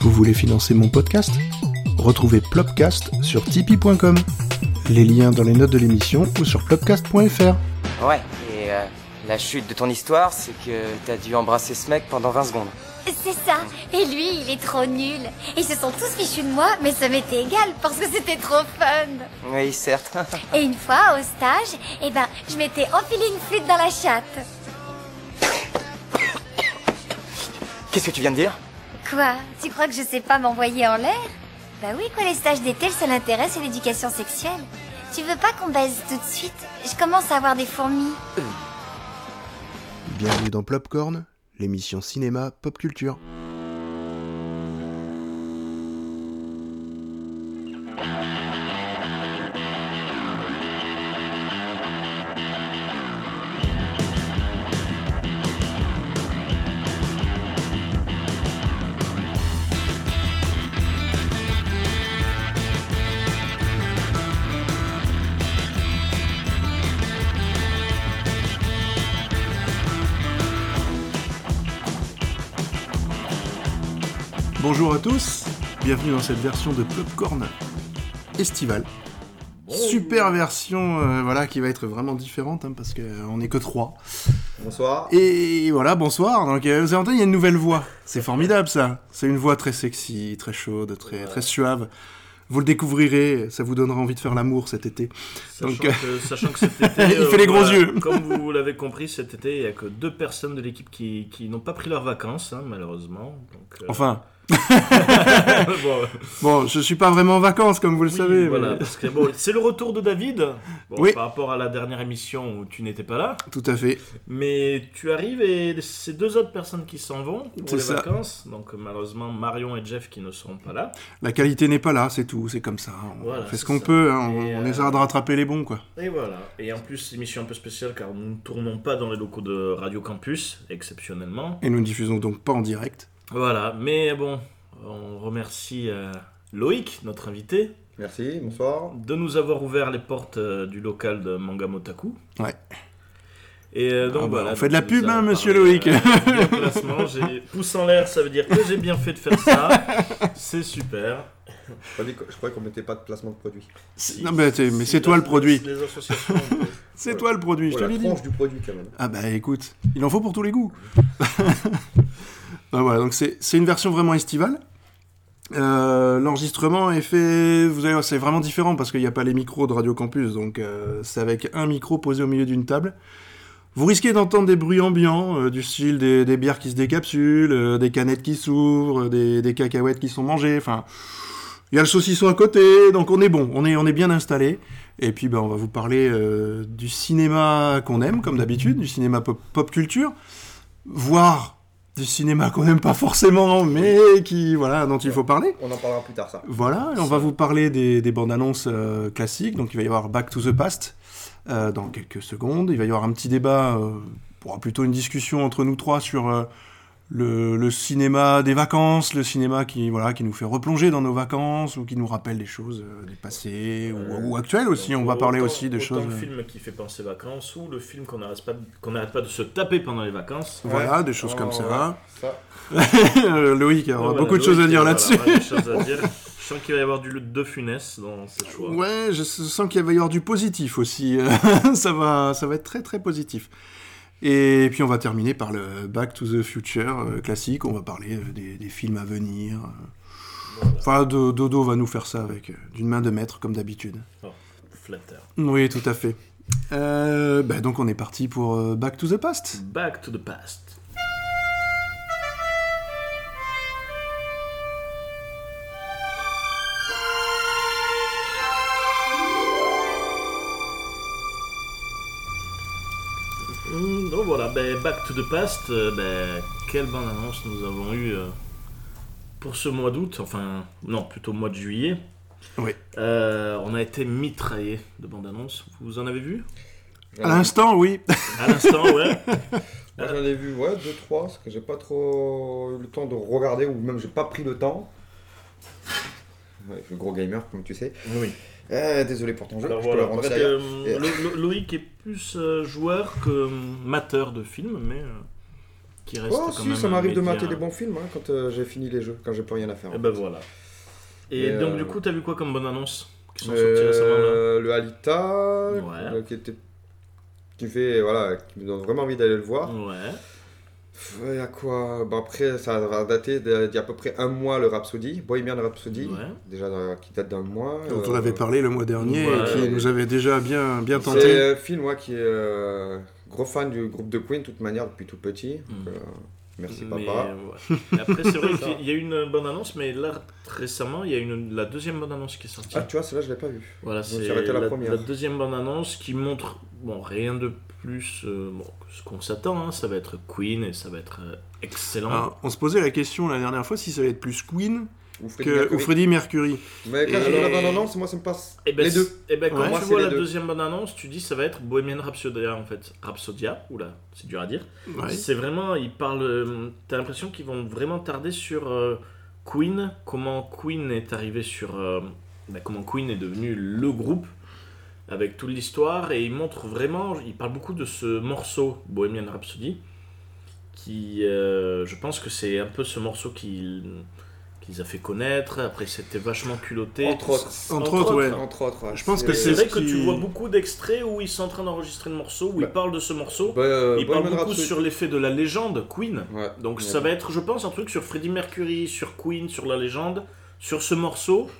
voulez financer mon podcast Retrouvez Plopcast sur tipeee.com. Les liens dans les notes de l'émission ou sur plopcast.fr. Ouais, et euh, la chute de ton histoire, c'est que t'as dû embrasser ce mec pendant 20 secondes. C'est ça. Et lui, il est trop nul. Ils se sont tous fichus de moi, mais ça m'était égal parce que c'était trop fun. Oui, certes. Et une fois, au stage, eh ben, je m'étais enfilé une flûte dans la chatte. Qu'est-ce que tu viens de dire Quoi Tu crois que je sais pas m'envoyer en l'air Bah oui, quoi, les stages d'été, le seul intérêt, c'est l'éducation sexuelle. Tu veux pas qu'on baise tout de suite Je commence à avoir des fourmis. Bienvenue dans Plopcorn, l'émission cinéma pop culture. Bonjour à tous, bienvenue dans cette version de Popcorn estivale. Super version, euh, voilà, qui va être vraiment différente hein, parce qu'on n'est que trois. Bonsoir. Et voilà, bonsoir. Donc, euh, vous avez entendu, il y a une nouvelle voix. C'est formidable, ça. C'est une voix très sexy, très chaude, très, très suave. Vous le découvrirez, ça vous donnera envie de faire l'amour cet été. Sachant, Donc, euh, que, sachant que cet été, euh, Il fait les gros yeux. Comme vous l'avez compris, cet été, il n'y a que deux personnes de l'équipe qui, qui n'ont pas pris leurs vacances, hein, malheureusement. Donc, euh, Enfin, bon, euh, bon, je suis pas vraiment en vacances, comme vous le oui, savez. mais- voilà, parce que, bon, c'est le retour de David. Bon, Oui. Par rapport à la dernière émission où tu n'étais pas là, Tout à fait. mais tu arrives et c'est deux autres personnes qui s'en vont C'est pour les ça. vacances. Donc malheureusement, Marion et Jeff qui ne seront pas là. La qualité n'est pas là, c'est tout, c'est comme ça. On Voilà, fait ce c'est qu'on ça. peut, hein, on, Et, on euh, essaiera de rattraper les bons, quoi. Et voilà. Et en plus, émission un peu spéciale car nous ne tournons pas dans les locaux de Radio Campus, exceptionnellement. Et nous ne diffusons donc pas en direct. Voilà, mais bon, on remercie euh, Loïc, notre invité, Merci, bonsoir. de nous avoir ouvert les portes euh, du local de Manga Motaku. Ouais. Et euh, donc Ah bah, voilà. on fait de la donc, il pub, nous a hein, monsieur parlé, Loïc. euh, bien placement, j'ai- Pouce en l'air, ça veut dire que j'ai bien fait de faire ça. C'est super. Je croyais que- je croyais qu'on mettait pas de placement de produit. Si- non, mais t'es- mais si c'est toi le les- produit. Les associations. C'est Voilà. toi le produit, Oh, je te la l'ai dit. tranche du produit quand même. Ah bah écoute, il en faut pour tous les goûts. Ben voilà, donc c'est c'est une version vraiment estivale. Euh, L'enregistrement est fait, vous allez voir, c'est vraiment différent parce qu'il n'y a pas les micros de Radio Campus, donc euh, c'est avec un micro posé au milieu d'une table. Vous risquez d'entendre des bruits ambiants, euh, du style des, des bières qui se décapsulent, euh, des canettes qui s'ouvrent, des, des cacahuètes qui sont mangées, enfin... Il y a le saucisson à côté, donc on est bon, on est, on est bien installé. Et puis ben, on va vous parler euh, du cinéma qu'on aime, comme d'habitude, du cinéma pop, pop culture, voire du cinéma qu'on n'aime pas forcément, mais qui voilà dont il faut parler. On en parlera plus tard, ça. Voilà, et on va vous parler des, des bandes annonces euh, classiques. Donc il va y avoir Back to the Past euh, dans quelques secondes. Il va y avoir un petit débat, euh, bon, plutôt une discussion entre nous trois sur euh, le, le cinéma des vacances, le cinéma qui voilà qui nous fait replonger dans nos vacances ou qui nous rappelle des choses euh, du passé ou, ou actuelles aussi. On va parler aussi de choses. Euh, Autant le film qui fait penser vacances ou le film qu'on n'arrête pas, de- qu'on n'arrête pas de se taper pendant les vacances. Voilà, des choses Oh, comme ça. Ça, Euh, Loïc aura Voilà, beaucoup de Loïc, euh, choses à dire voilà, là-dessus. voilà, des choses à dire. Je sens qu'il va y avoir du de funès dans ces choix. Ouais, je sens qu'il va y avoir du positif aussi. ça, va, ça va être très très positif. Et puis on va terminer par le Back to the Future euh, classique. On va parler euh, des, des films à venir. euh. Enfin, Do- Dodo va nous faire ça avec euh, d'une main de maître comme d'habitude. Flatteur. Oui, tout à fait. Euh, bah, donc on est parti pour euh, Back to the Past. Back to the past. Hmm, Donc voilà, ben, Back to the Past, euh, ben, quelle bonne annonce nous avons eue euh, pour ce mois d'août, enfin non, plutôt mois de juillet. Oui. Euh, on a été mitraillé de bande annonce. Vous en avez vu j'en À ai- l'instant, oui. À l'instant, ouais. moi, j'en ai vu, ouais, deux, trois, parce que j'ai pas trop eu le temps de regarder, ou même j'ai pas pris le temps. Ouais, je suis gros gamer, comme tu sais. Oui. Euh, désolé pour ton jeu, Alors je te le Eh, voilà, rends parce que, derrière. euh, Lo- Lo- Loïc est plus euh, joueur que euh, mateur de films, mais euh, qui reste Oh, quand si, même ça un m'arrive de média- mater des bons films hein, quand euh, j'ai fini les jeux, quand j'ai plus rien à faire. Eh en ben fait. voilà. Et, Et, donc, euh, du coup, t'as vu quoi comme bonne annonce qui sont sorties récemment là Euh, le Alita, Ouais. le- qui était. Qui fait, voilà, qui me donne vraiment envie d'aller le voir. Ouais. Pff, Il y a quoi Bah, Après, ça va dater d'il y a à peu près un mois le Rhapsody, Bohemian Rhapsody, Ouais. déjà euh, qui date d'un mois. dont on euh, avait parlé le mois dernier Ouais. et qui nous avait déjà bien, bien C'est tenté. un film moi, qui est euh, gros fan du groupe de Queen, de toute manière, depuis tout petit. Mm. Donc, euh, merci Mais, euh, papa. ouais. Mais Après, c'est vrai Ça. qu'il y a eu une bonne annonce, mais là, récemment, il y a eu une- la deuxième bonne annonce qui est sortie. Ah, tu vois, celle-là, je l'ai pas vue. Voilà, je me c'est suis arrêté à la, la première. la deuxième bande-annonce qui montre bon, rien de plus euh, bon, que ce qu'on s'attend. hein. Ça va être Queen et ça va être euh, excellent. Alors, on se posait la question la dernière fois si ça allait être plus Queen Ou Freddie que ou Mercury. Freddie Mercury. Mais quand Et- je vois la bande-annonce, moi, ça me passe. et ben, les deux. c'est- eh ben, quand Ouais. tu Moi, c'est vois les la deux. deuxième bande-annonce, tu dis ça va être Bohemian Rhapsodia en fait. Rhapsodia, oula, c'est dur à dire. Ouais. C'est vraiment, ils parlent. euh, T'as l'impression qu'ils vont vraiment tarder sur euh, Queen, comment Queen est arrivé sur. euh, bah, comment Queen est devenu le groupe, avec toute l'histoire, et ils montrent vraiment. Ils parlent beaucoup de ce morceau, Bohemian Rhapsody, qui. euh, je pense que c'est un peu ce morceau qu'ils qu'ils a fait connaître. Après, c'était vachement culotté. Entre autres. Entre autres, ouais. Entre autres, ouais. Je pense que C'est vrai ce que qui- tu vois beaucoup d'extraits où ils sont en train d'enregistrer le morceau, où Bah. ils parlent de ce morceau. Bah, euh, ils parlent Bohemian beaucoup Rhapsody. sur l'effet de la légende Queen. Ouais. Donc Ouais. ça va être, je pense, un truc sur Freddie Mercury, sur Queen, sur la légende, sur ce morceau.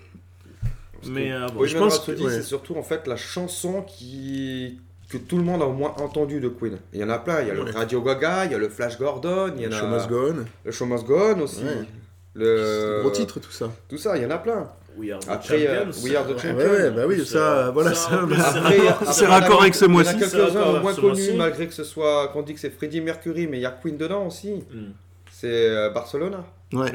Parce Mais que euh, bon, je Bohemian pense que Rhapsody, ouais. c'est surtout en fait la chanson qui que tout le monde a au moins entendu de Queen. Il y en a plein. Il y a Ouais. le Radio Gaga, il y a le Flash Gordon, il y en a Show must go on. le Show Must Go On aussi. Ouais. C'est Le des gros titre tout ça. Tout ça, il y en a plein. We Are the Après, euh, Champions, We Are the euh, Ouais, Champions. ouais, ouais, bah oui, Ça, ça, voilà, ça, ça, en plus, bah, c'est Après, raccord- c'est c'est raccord avec ce Il y en a mois-ci. quelques-uns raccord au moins ce connus, mois-ci. malgré que ce soit qu'on dit que c'est Freddie Mercury, mais il y a Queen dedans aussi. Hmm. C'est euh, Barcelona. Ouais.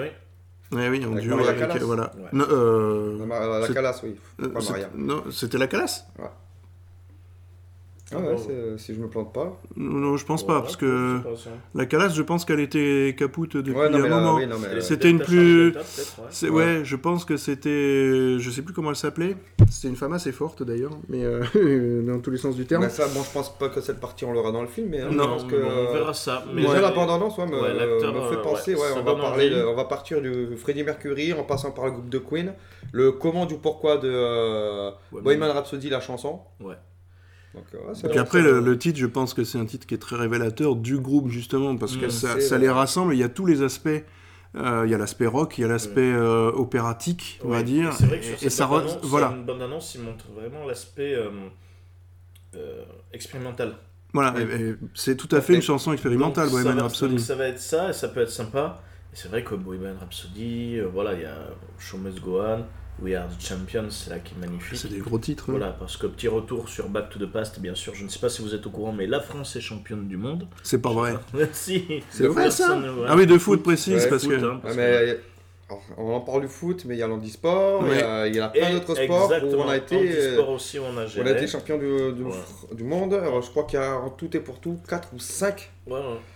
Oui. Ouais, oui, en Avec duo Maria avec, Callas. voilà. Ouais. Non, euh, La, Mar- la c'est- Calas, oui. euh, Pas c'est- Maria. non, c'était la Calas Ah ouais, c'est, euh, si je me plante pas. Non, je pense pas, parce que Je pense pas, ça. la Calas, je pense qu'elle était capoute depuis ouais, non, un mais là, moment. oui, non, mais, euh, C'était une plus- Delta Charge Delta, peut-être, ouais. C'est- Ouais. ouais. je pense que c'était. Je sais plus comment elle s'appelait. C'était une femme assez forte d'ailleurs, mais euh, dans tous les sens du terme. mais ça, bon, je pense pas que cette partie on l'aura dans le film, mais hein, Non, je pense que. mais bon, on euh, verra ça. Mais Déjà, j'ai- la bande-annonce ouais, me, Ouais, l'acteur, me euh, fait penser, ouais, ouais, ça on, va donne parler, envie. de- on va partir du Freddie Mercury en passant par le groupe de Queen, le comment du pourquoi de euh, Ouais, Bohemian Rhapsody, la chanson. Ouais. Donc, euh, ouais, ça Puis va, après, ça le, va. le titre, je pense que c'est un titre qui est très révélateur du groupe, justement, parce que Mmh, ça, c'est ça vrai. les rassemble. Il y a tous les aspects. Euh, il y a l'aspect rock, il y a l'aspect euh, opératique, on va Ouais, dire. et C'est vrai que sur et cette ça re- bande-annonce, voilà. une bande-annonce, ils montrent vraiment l'aspect euh, euh, expérimental. Voilà, Oui. et- et c'est tout à fait une chanson expérimentale, Donc, ça Bohemian va- donc Rhapsody. ça va être ça, et ça peut être sympa. Et c'est vrai que Bohemian Rapsody, euh, voilà, il y a Show Must Go On, We Are the Champions, c'est là qui est magnifique. C'est des gros titres. hein. Voilà, parce que petit retour sur Back to the Past, bien sûr, je ne sais pas si vous êtes au courant, mais la France est championne du monde. C'est pas vrai. si. C'est vrai ça Personne, ouais. Ah oui, de foot précise, Ouais, parce Foot, que. hein, Ouais, parce que- mais, alors, on en parle du foot, mais il y a l'handisport, il y a- il y, en a plein Et d'autres sports où exactement, on a été, euh, handisport aussi, on a on géré. a été champion du, du- Ouais. du monde. Alors, je crois qu'il y a en tout et pour tout 4 ou 5. Ouais,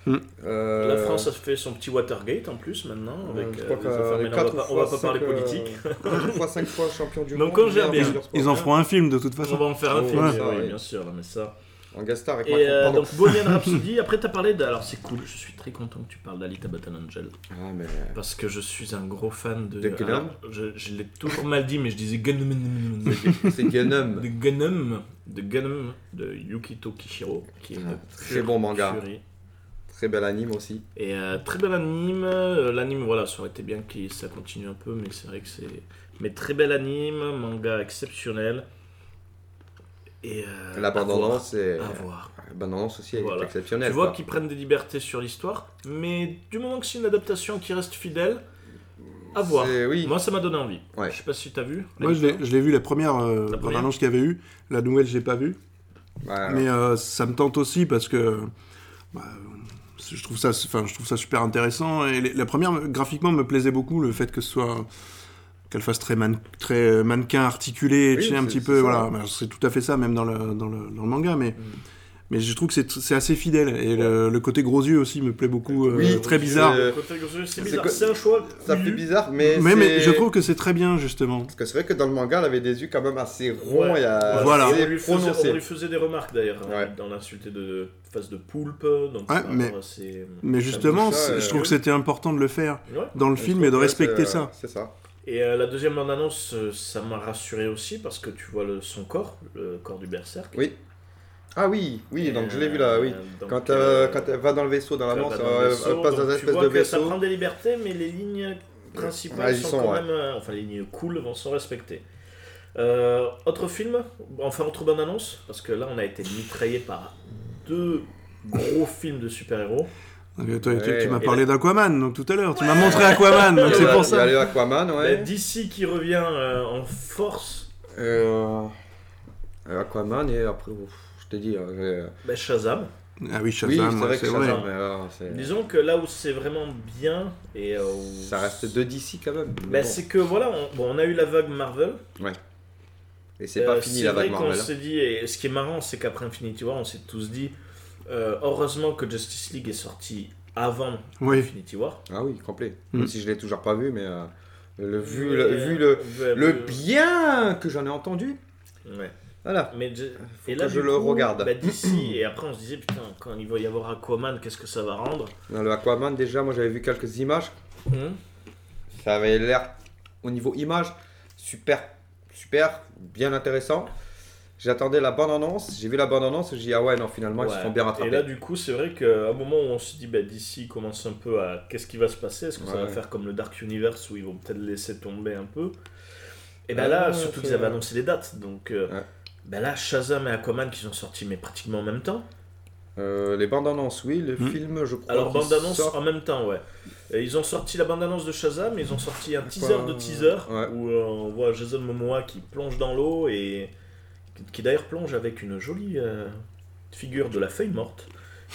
ouais. La France a fait son petit Watergate en plus maintenant. Avec, Euh, je euh, crois les qu'à affaires, mais là, on va pas, on va pas parler euh, politique. 4 fois 5 fois champion du Donc, monde. quand j'ai meilleur bien- hein. joueur Ils en sportif. feront un film de toute On façon. va en faire un Ouais, film, ça, oui, ouais. bien sûr, non, mais ça. En guest star avec Et Macron. euh, pardon. donc Bohemian Rhapsody, après t'as parlé de... Alors c'est cool, je suis très content que tu parles d'Alita Battle Angel, Ah, mais... parce que je suis un gros fan de... De Gunham Alors, je je l'ai toujours mal dit, mais je disais Gunham... C'est Ganem. De Gunham, de Gunham, de Yukito Kishiro, qui est une Ah, pure très bon manga. furie. Très bel anime aussi. Et euh, très bel anime, Euh, l'anime voilà, ça aurait été bien que ça continue un peu, mais c'est vrai que c'est... Mais très bel anime, manga exceptionnel. Et... euh, L'abandonnant, à c'est. voir. À voir. L'abandonnance aussi, elle Voilà. est exceptionnelle. Tu vois quoi. qu'ils prennent des libertés sur l'histoire, mais du moment que c'est une adaptation qui reste fidèle, à voir. C'est- Oui. Moi, ça m'a donné envie. Ouais. Je sais pas si t'as vu. Moi, je l'ai- je l'ai vu la première euh, La première bande-annonce qu'il y avait eu. La nouvelle, je l'ai pas vue. Voilà. Mais euh, ça me tente aussi parce que bah, je trouve ça, enfin, je trouve ça super intéressant. Et les- la première graphiquement me plaisait beaucoup le fait que ce soit qu'elle fasse très, man- très euh, mannequin articulé, Oui, tu sais, un c'est- petit c'est peu, Bah, ça. Mm. voilà. Ben, C'est tout à fait ça, même dans le, dans le, dans le manga. Mais Mais je trouve que c'est c'est assez fidèle. Et le, le côté gros yeux aussi me plaît beaucoup. euh, Oui, très bizarre. c'est- Côté grossier, C'est c'est bizarre. que- C'est un choix. Ça fait plus- bizarre, mais. Mais, mais c'est- je trouve que c'est très bien, justement. Parce que c'est vrai que dans le manga, elle avait des yeux quand même assez ronds Ouais. et assez Voilà. Et On Euh, lui, faisait, on lui prononcés. faisait des remarques d'ailleurs, hein, Ouais. dans l'insulté de face de poulpe. Donc, euh, par mais- rapport à ses- Mais justement, bouge, c'est- euh, je trouve que oui. c'était important de le faire Ouais. dans le film et de Ouais, respecter c'est- ça. euh, C'est ça. Et euh, la deuxième bande-annonce, euh, ça m'a rassuré aussi parce que tu vois le, son corps, le corps du berserk. Oui. Ah oui, oui, Et, donc je l'ai vu euh, là, oui. donc, Quand, euh, euh, quand elle va dans le vaisseau, dans la quand mort, elle elle, va dans le vaisseau, elle passe dans donc une tu espèce vois de que ça vaisseau. prend des libertés, mais les lignes principales Ouais, elles y sont, sont, quand ouais. même. euh, Enfin, les lignes cool vont sont respectées. Euh, autre film, enfin autre bande-annonce, parce que là on a été mitraillé par deux gros films de super-héros. Donc, euh, toi, tu- Ouais. tu m'as Et parlé d'Aquaman donc tout à l'heure. Tu m'as montré Aquaman, donc c'est Ouais. pour Il y a ça. le Aquaman, La ouais. DC Bah, qui revient euh, en force, Euh, euh, Aquaman et après, ouf, je t'ai dit. euh, bah, Shazam. Ah oui, oui, Shazam, c'est ouais, vrai que c'est ça, vrai. mais alors, c'est- Disons que là où c'est vraiment bien et euh, où ça reste deux DC quand même. mais Bah, bon. C'est que voilà, on, bon, on a eu la vague Marvel. Et c'est Euh, pas fini la vrai vague qu'on Marvel. hein. s'est dit, et ce qui est marrant, c'est qu'après Infinity War, on s'est tous dit, euh, heureusement que Justice League est sorti avant Oui. Infinity War. Ah oui, complet. Mm. Même si je l'ai toujours pas vu, mais euh, le, vu, le, euh, vu le, le bien que j'en ai entendu, Ouais. voilà. Mais je- Faut que je du le regarde. bah, d'ici, et après on se disait, putain, quand il va y avoir Aquaman, qu'est-ce que ça va rendre Dans le Aquaman, déjà, moi j'avais vu quelques images. Hum. Ça avait l'air, au niveau image, super, super, bien intéressant. J'attendais la bande-annonce, j'ai vu la bande-annonce, j'ai dit, ah ouais, non, finalement, ils Ouais. se sont bien rattrapés. Et là, du coup, c'est vrai qu'à un moment où on se dit, bah, d'ici, commence un peu à qu'est-ce qui va se passer Est-ce que ça Ouais. va faire comme le Dark Universe où ils vont peut-être laisser tomber un peu Et ben Ouais, là, ouais, surtout c'est- qu'ils avaient annoncé les dates. Donc euh, Ouais. ben là, Shazam et Aquaman qui sont sortis, mais pratiquement en même temps. Euh, les bandes-annonces, oui, le Mm. film, je crois. Alors, qu'il bande-annonce ah, sort- en même temps, ouais. Et ils ont sorti la bande-annonce de Shazam, et ils ont sorti un teaser de ouais. teaser Ouais. où euh, on voit Jason Momoa qui plonge dans l'eau et qui- qui d'ailleurs plonge avec une jolie euh, figure de la feuille morte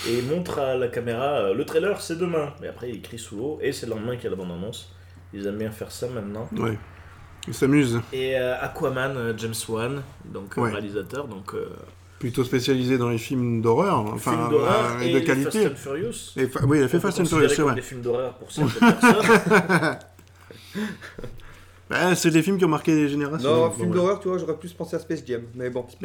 et montre à la caméra euh, le trailer c'est demain. Mais après il crie sous l'eau et c'est le lendemain qu'il y a la bande-annonce. Ils aiment bien faire ça maintenant. Ouais. Il s'amuse. Et euh, Aquaman, euh, James Wan, donc euh, Ouais. réalisateur, donc euh, Plutôt spécialisé dans les films d'horreur. Enfin, film d'horreur euh, et, et de les qualité. Fast and Furious. Et fa- Oui, il a fait On peut Fast and Furious, considérer c'est comme vrai. Des films d'horreur pour certaines personnes. Bah, c'est des films qui ont marqué des générations. Non, donc, film bon, ouais. d'horreur, tu vois, j'aurais plus pensé à Space Jam, mais bon.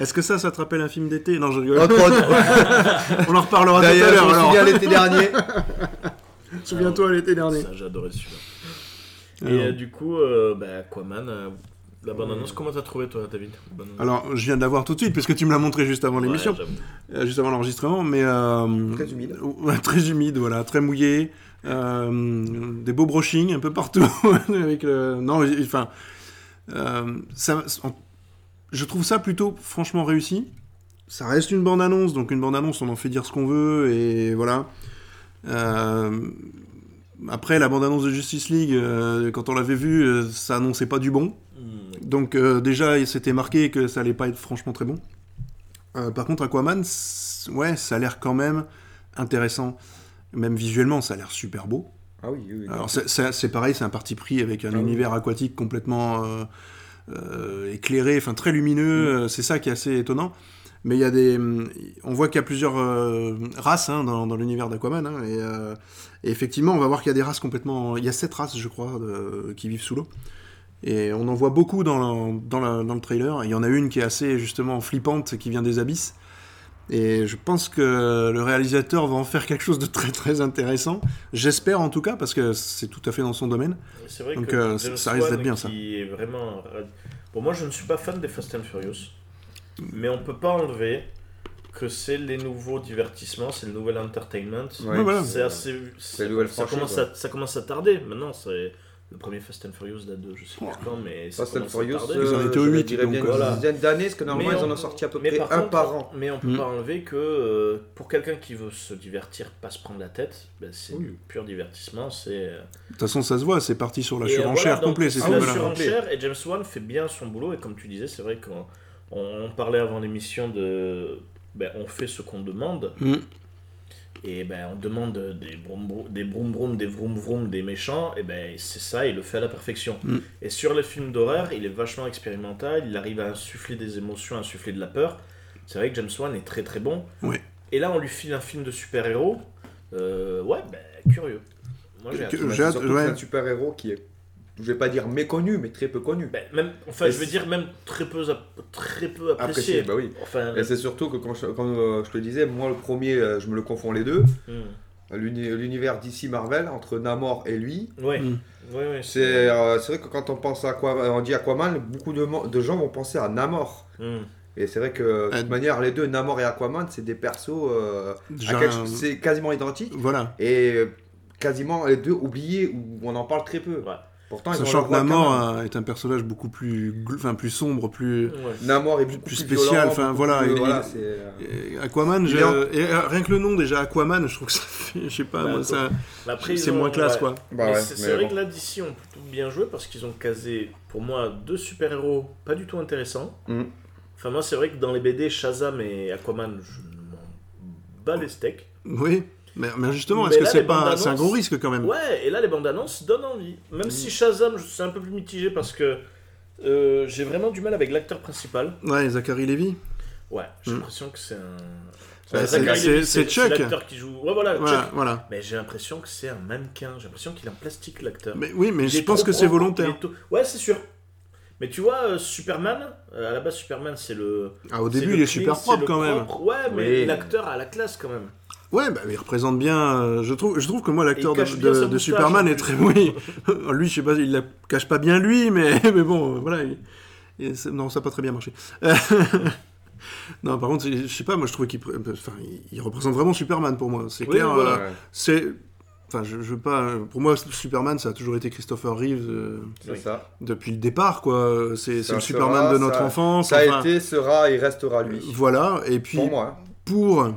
Est-ce que ça, ça te rappelle un film d'été Non, je rigole. Entre autres, On en reparlera tout à Ah, D'ailleurs, l'heure. je me alors. souviens l'été dernier. Souviens-toi l'été dernier. Ça, j'adorais celui-là. Alors. Et euh, du coup, euh, bah, Aquaman, euh, la bande-annonce, comment t'as trouvé toi, David Bonne- Alors, je viens de la voir tout de suite, puisque tu me l'as montré juste avant Ouais, l'émission, j'avoue. euh, juste avant l'enregistrement, mais... euh, Très humide. ouais, très humide, voilà, très mouillé, euh, des beaux brochings un peu partout, avec le... Non, il- il- enfin... euh, ça, on- je trouve ça plutôt franchement réussi. Ça reste une bande-annonce, donc une bande-annonce, on en fait dire ce qu'on veut, et voilà. Euh, après, la bande-annonce de Justice League, euh, quand on l'avait vue, euh, ça annonçait pas du bon. Hmm, oui. Donc euh, déjà, il s'était marqué que ça allait pas être franchement très bon. Euh, par contre, Aquaman, c- ouais, ça a l'air quand même intéressant. Même visuellement, ça a l'air super beau. Ah oui, oui, oui. Alors c'est- c'est c'est pareil, c'est un parti pris avec un Ah oui. univers aquatique complètement euh, euh, éclairé, enfin très lumineux. Mm. euh, C'est ça qui est assez étonnant. Mais il y a des, hum, on voit qu'il y a plusieurs euh, races hein, dans, dans l'univers d'Aquaman. hein, et, euh, et effectivement, on va voir qu'il y a des races complètement. Il y a sept races, je crois, de- qui vivent sous l'eau. Et on en voit beaucoup dans le, dans la- dans le trailer. Il y en a une qui est assez justement flippante, qui vient des abysses. Et je pense que le réalisateur va en faire quelque chose de très très intéressant. J'espère en tout cas, parce que c'est tout à fait dans son domaine. C'est vrai Donc, que euh, James ça risque Wan, d'être bien, qui ça. est vraiment. Pour moi, je ne suis pas fan des Fast and Furious, mais on peut pas enlever que c'est les nouveaux divertissements, c'est le nouvel entertainment. Ouais, voilà. C'est assez. c'est- nouvelle ça franchise, commence, à, ça commence à tarder. Maintenant, c'est le premier Fast and Furious date de je sais plus quand, mais ça Fast and commence à Furious, tarder. euh, Ils en étaient au je huit, dirais bien donc, une voilà. dizaine d'années, parce que normalement, Mais ils en on- ont sorti à peu mais près par un contre- par an. Mais on peut Mm. pas enlever que euh, pour quelqu'un qui veut se divertir, pas se prendre la tête, ben, c'est Oui. du pur divertissement. C'est euh, De toute façon, ça se voit, c'est parti sur la et, euh, voilà, surenchère donc, complète. C'est c'est tout, la voilà. surenchère et James Wan fait bien son boulot. Et comme tu disais, c'est vrai qu'on on- on parlait avant l'émission de. ben, on fait ce qu'on demande. Mm. Et ben, on demande des broum broum, des broum broum, des vroom vroom, des méchants. Et ben, c'est ça, il le fait à la perfection. Mm. Et sur les films d'horreur, il est vachement expérimental. Il arrive à insuffler des émotions, à insuffler de la peur. C'est vrai que James Wan est très très bon. Oui. Et là, on lui file un film de super-héros. Euh, ouais, bah, curieux. Moi, j'ai hâte. Que- C'est j'ai hâte, surtout ouais. que c'est un super héros qui est, je vais pas dire méconnu, mais très peu connu. Bah, même, enfin, Et je veux c'est- dire, même très peu, ap- très peu apprécié. Apprécié, bah oui. Enfin, Et c'est surtout que, quand je, comme euh, je te le disais, moi le premier, euh, je me le confonds les deux. hmm. L'uni- L'univers d'ici Marvel, entre Namor et lui. ouais. Hmm. ouais, ouais, C'est euh, c'est vrai que quand on pense à Aquaman, on dit Aquaman, beaucoup de, mo- de gens vont penser à Namor. Hmm. Et c'est vrai que de Euh, toute manière, les deux, Namor et Aquaman, c'est des persos, euh, à Déjà, quelque chose- c'est quasiment identique Voilà. et euh, quasiment les deux oubliés où on en parle très peu. Ouais. Pourtant, ils ont Sachant leur que rôle quand même. Namor euh, est un personnage beaucoup plus, gl- enfin, plus sombre, plus. Ouais. Namor est beaucoup plus plus, spécial, violent, enfin, beaucoup voilà, plus- il- voilà, il- c'est, euh, Et Aquaman, Il j'ai- est en- et, euh, rien que le nom déjà, Aquaman, je trouve que ça fait, je sais pas, Bah, moi, ça- Mais après, c'est ils ont- moins classe ouais. quoi. Mais bah ouais, c'est mais c'est vrai bon. que là, d'ici, on plutôt bien joué parce qu'ils ont casé, pour moi, deux super-héros pas du tout intéressants. Mm. Enfin, moi, c'est vrai que dans les BD, Shazam et Aquaman, je m'en bats les steaks. Oui, mais, mais justement, Mais est-ce que là, c'est les pas bandes c'est un gros annonces- risque quand Hmm. même Ouais, et là, les bandes annonces donnent envie. Même si Shazam, je- c'est un peu plus mitigé parce que euh, j'ai vraiment du mal avec l'acteur principal. Ouais, Zachary Levy. Ouais, j'ai Mm. l'impression que c'est un. Bah, Zachary c'est- Levi, c'est- c'est Chuck. l'acteur qui joue. Ouais, voilà, Voilà, Chuck. voilà. Mais j'ai l'impression que c'est un mannequin. J'ai l'impression qu'il est en plastique, l'acteur. Mais oui, mais Il je est pense trop que c'est propre, volontaire. il est tout- Ouais, c'est sûr. Mais tu vois, euh, Superman, euh, à la base, Superman, c'est le. Ah, au c'est début, le il est clean, super c'est propre le quand même. propre. Ouais, mais Oui. l'acteur a la classe quand même. Ouais, bah, mais il représente bien. euh, je trouve, je trouve que moi, l'acteur Et il de, cache bien de- sa de moustache, hein. Superman en est très. plus. Oui. lui, je sais pas, il la cache pas bien lui, mais, mais bon, euh, voilà. il- il- c'est- non, ça n'a pas très bien marché. Euh, non, par contre, je sais pas, moi, je trouve qu'il. pr- euh, Enfin, il, il représente vraiment Superman pour moi. C'est Oui, clair. voilà. euh, Ouais. C'est. Enfin, je, je veux pas. euh, Pour moi, Superman, ça a toujours été Christopher Reeves euh, C'est Oui. ça. depuis le départ, quoi. C'est c'est Ça le sera, Superman de notre ça- enfance. Ça a enfin, été, sera et restera lui. Voilà. Et puis, Pour moi. hein. pour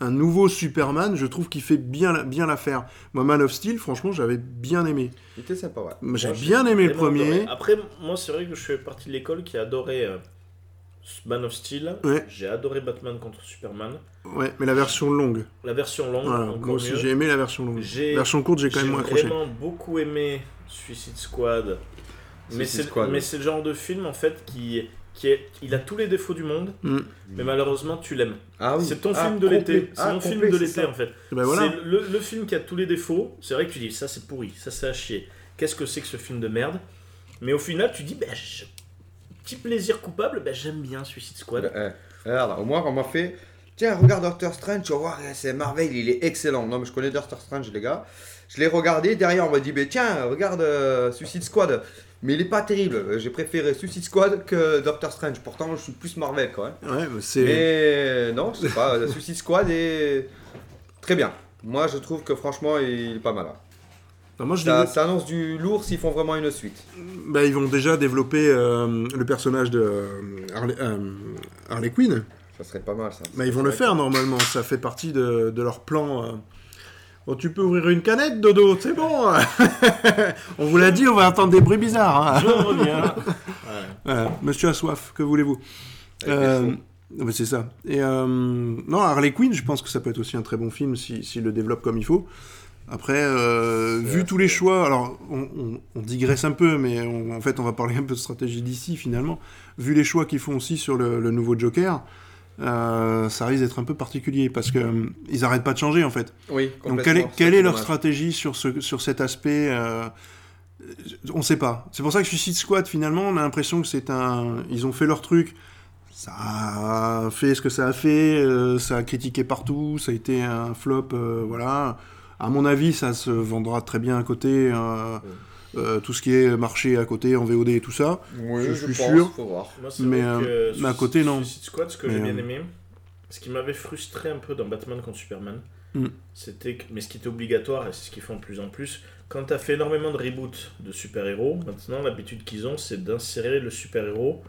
un nouveau Superman, je trouve qu'il fait bien, la- bien l'affaire. Moi, Man of Steel, franchement, j'avais bien aimé. Il était sympa, ouais. Mais J'ai Moi, bien aimé le vraiment adoré. premier. Après, moi, c'est vrai que je fais partie de l'école qui a adoré euh, Man of Steel. Ouais. J'ai adoré Batman contre Superman. Ouais, mais la version longue. La version longue, Voilà, Ah, encore moi aussi, mieux. j'ai aimé la version longue. J'ai- La version courte, j'ai quand J'ai même moins accroché. vraiment beaucoup aimé Suicide Squad. Mais Suicide c'est Squad, mais ouais. c'est le genre de film, en fait, qui, qui est... Il a tous les défauts du monde, Mm. mais malheureusement, tu l'aimes. Ah oui. C'est ton Ah, film de complet. l'été. C'est Ah, mon film complet, de c'est l'été ça. en fait. Et ben voilà. C'est le, le film qui a tous les défauts. C'est vrai que tu dis ça c'est pourri, ça c'est à chier. Qu'est-ce que c'est que ce film de merde Mais au final tu dis ben je- petit plaisir coupable, ben j'aime bien Suicide Squad. Eh, eh, regarde, au moins, on m'a fait. Tiens, regarde Doctor Strange, tu vas voir, eh, c'est Marvel, il est excellent. Non, mais je connais Doctor Strange, les gars. Je l'ai regardé, derrière, on m'a dit, mais tiens, regarde euh, Suicide Squad. Mais il est pas terrible. Euh, J'ai préféré Suicide Squad que Doctor Strange. Pourtant, je suis plus Marvel, quoi. hein. Ouais, mais c'est. Mais non, je sais pas. euh, Suicide Squad est très bien. Moi, je trouve que franchement, il est pas mal. hein. Non, moi, je Ça, l'ai- ça annonce du lourd s'ils font vraiment une suite. Bah, ils vont déjà développer euh, le personnage de euh, Harley, euh, Harley Quinn. Ça serait pas mal, ça. Bah, ils vont le faire normalement, ça fait partie de, de leur plan. euh. Bon, tu peux ouvrir une canette, Dodo, c'est bon On vous l'a dit, on va entendre des bruits bizarres. hein. Je reviens. Voilà, Monsieur a soif, que voulez-vous Euh, non, mais C'est ça. Et euh, non, Harley Quinn, je pense que ça peut être aussi un très bon film s'il si, s'il le développe comme il faut. Après, euh, vu tous les choix, alors on, on- on digresse un peu, mais on- en fait on va parler un peu de stratégie d'ici finalement. Vu les choix qu'ils font aussi sur le, le nouveau Joker, euh, ça risque d'être un peu particulier parce que euh, ils arrêtent pas de changer en fait. Oui, Donc complètement. quelle est, Ça, quelle c'est est leur dommage. stratégie sur, ce, sur cet aspect euh, On ne sait pas. C'est pour ça que Suicide Squad, finalement, on a l'impression que c'est un... Ils ont fait leur truc. Ça a fait ce que ça a fait, euh, ça a critiqué partout, ça a été un flop, euh, voilà. À mon avis, ça se vendra très bien à côté, euh, euh, tout ce qui est marché à côté, en VOD et tout ça. Oui, Je je, suis pense, sûr. Faut voir. Moi, c'est Mais, vrai que, euh, mais à Suicide- côté, non. Suicide Squad, ce que Mais, j'ai bien euh, aimé, ce qui m'avait frustré un peu dans Batman contre Superman, Hmm. c'était que, mais ce qui était obligatoire, et c'est ce qu'ils font de plus en plus, quand t'as fait énormément de reboots de super-héros, maintenant l'habitude qu'ils ont, c'est d'insérer le super-héros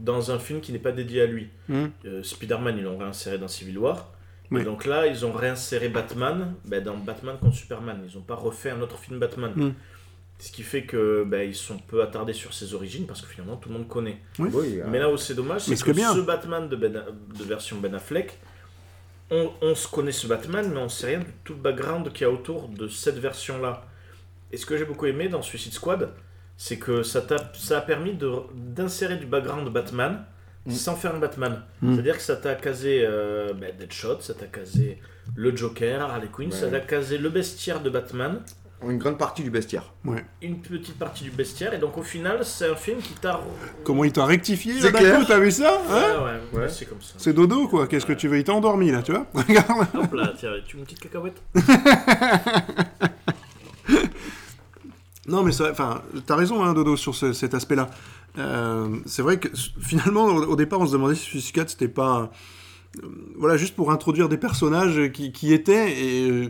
dans un film qui n'est pas dédié à lui. Hmm. Euh, Spider-Man, ils l'ont réinséré dans Civil War. Oui. Et donc là, ils ont réinséré Batman ben, dans Batman contre Superman. Ils n'ont pas refait un autre film Batman. Hmm. Ce qui fait que ben, ils sont peu attardés sur ses origines parce que finalement tout le monde connaît. Oui, hein. Mais là où c'est dommage, Euh, Mais c'est ce que que bien. ce Batman de, Ben- de version Ben Affleck, on, on se connaît ce Batman, mais on sait rien de tout le background qu'il y a autour de cette version-là. Et ce que j'ai beaucoup aimé dans Suicide Squad, c'est que ça, t'a- ça a permis de- d'insérer du background Batman Mm. sans faire un Batman. Mm. C'est-à-dire que ça t'a casé euh, bah, Deadshot, ça t'a casé le Joker, Harley Quinn, Ouais. ça t'a casé le bestiaire de Batman, Une grande partie du bestiaire. une petite partie du bestiaire, et donc au final, c'est un film qui t'a. Comment il t'a rectifié C'est d'un clair. coup, T'as vu ça Ouais, hein ouais, Ouais. c'est comme ça. C'est dodo quoi. Qu'est-ce que tu veux Il t'a endormi là, tu vois Regarde. Hop là, tiens, tu veux une petite cacahuète Non, mais ça- enfin, t'as raison, hein, Dodo, sur ce- cet aspect-là. Euh, c'est vrai que s- finalement, au, au départ, on se demandait si Suicide Squad, c'était pas, euh, voilà, juste pour introduire des personnages qui, qui étaient et euh,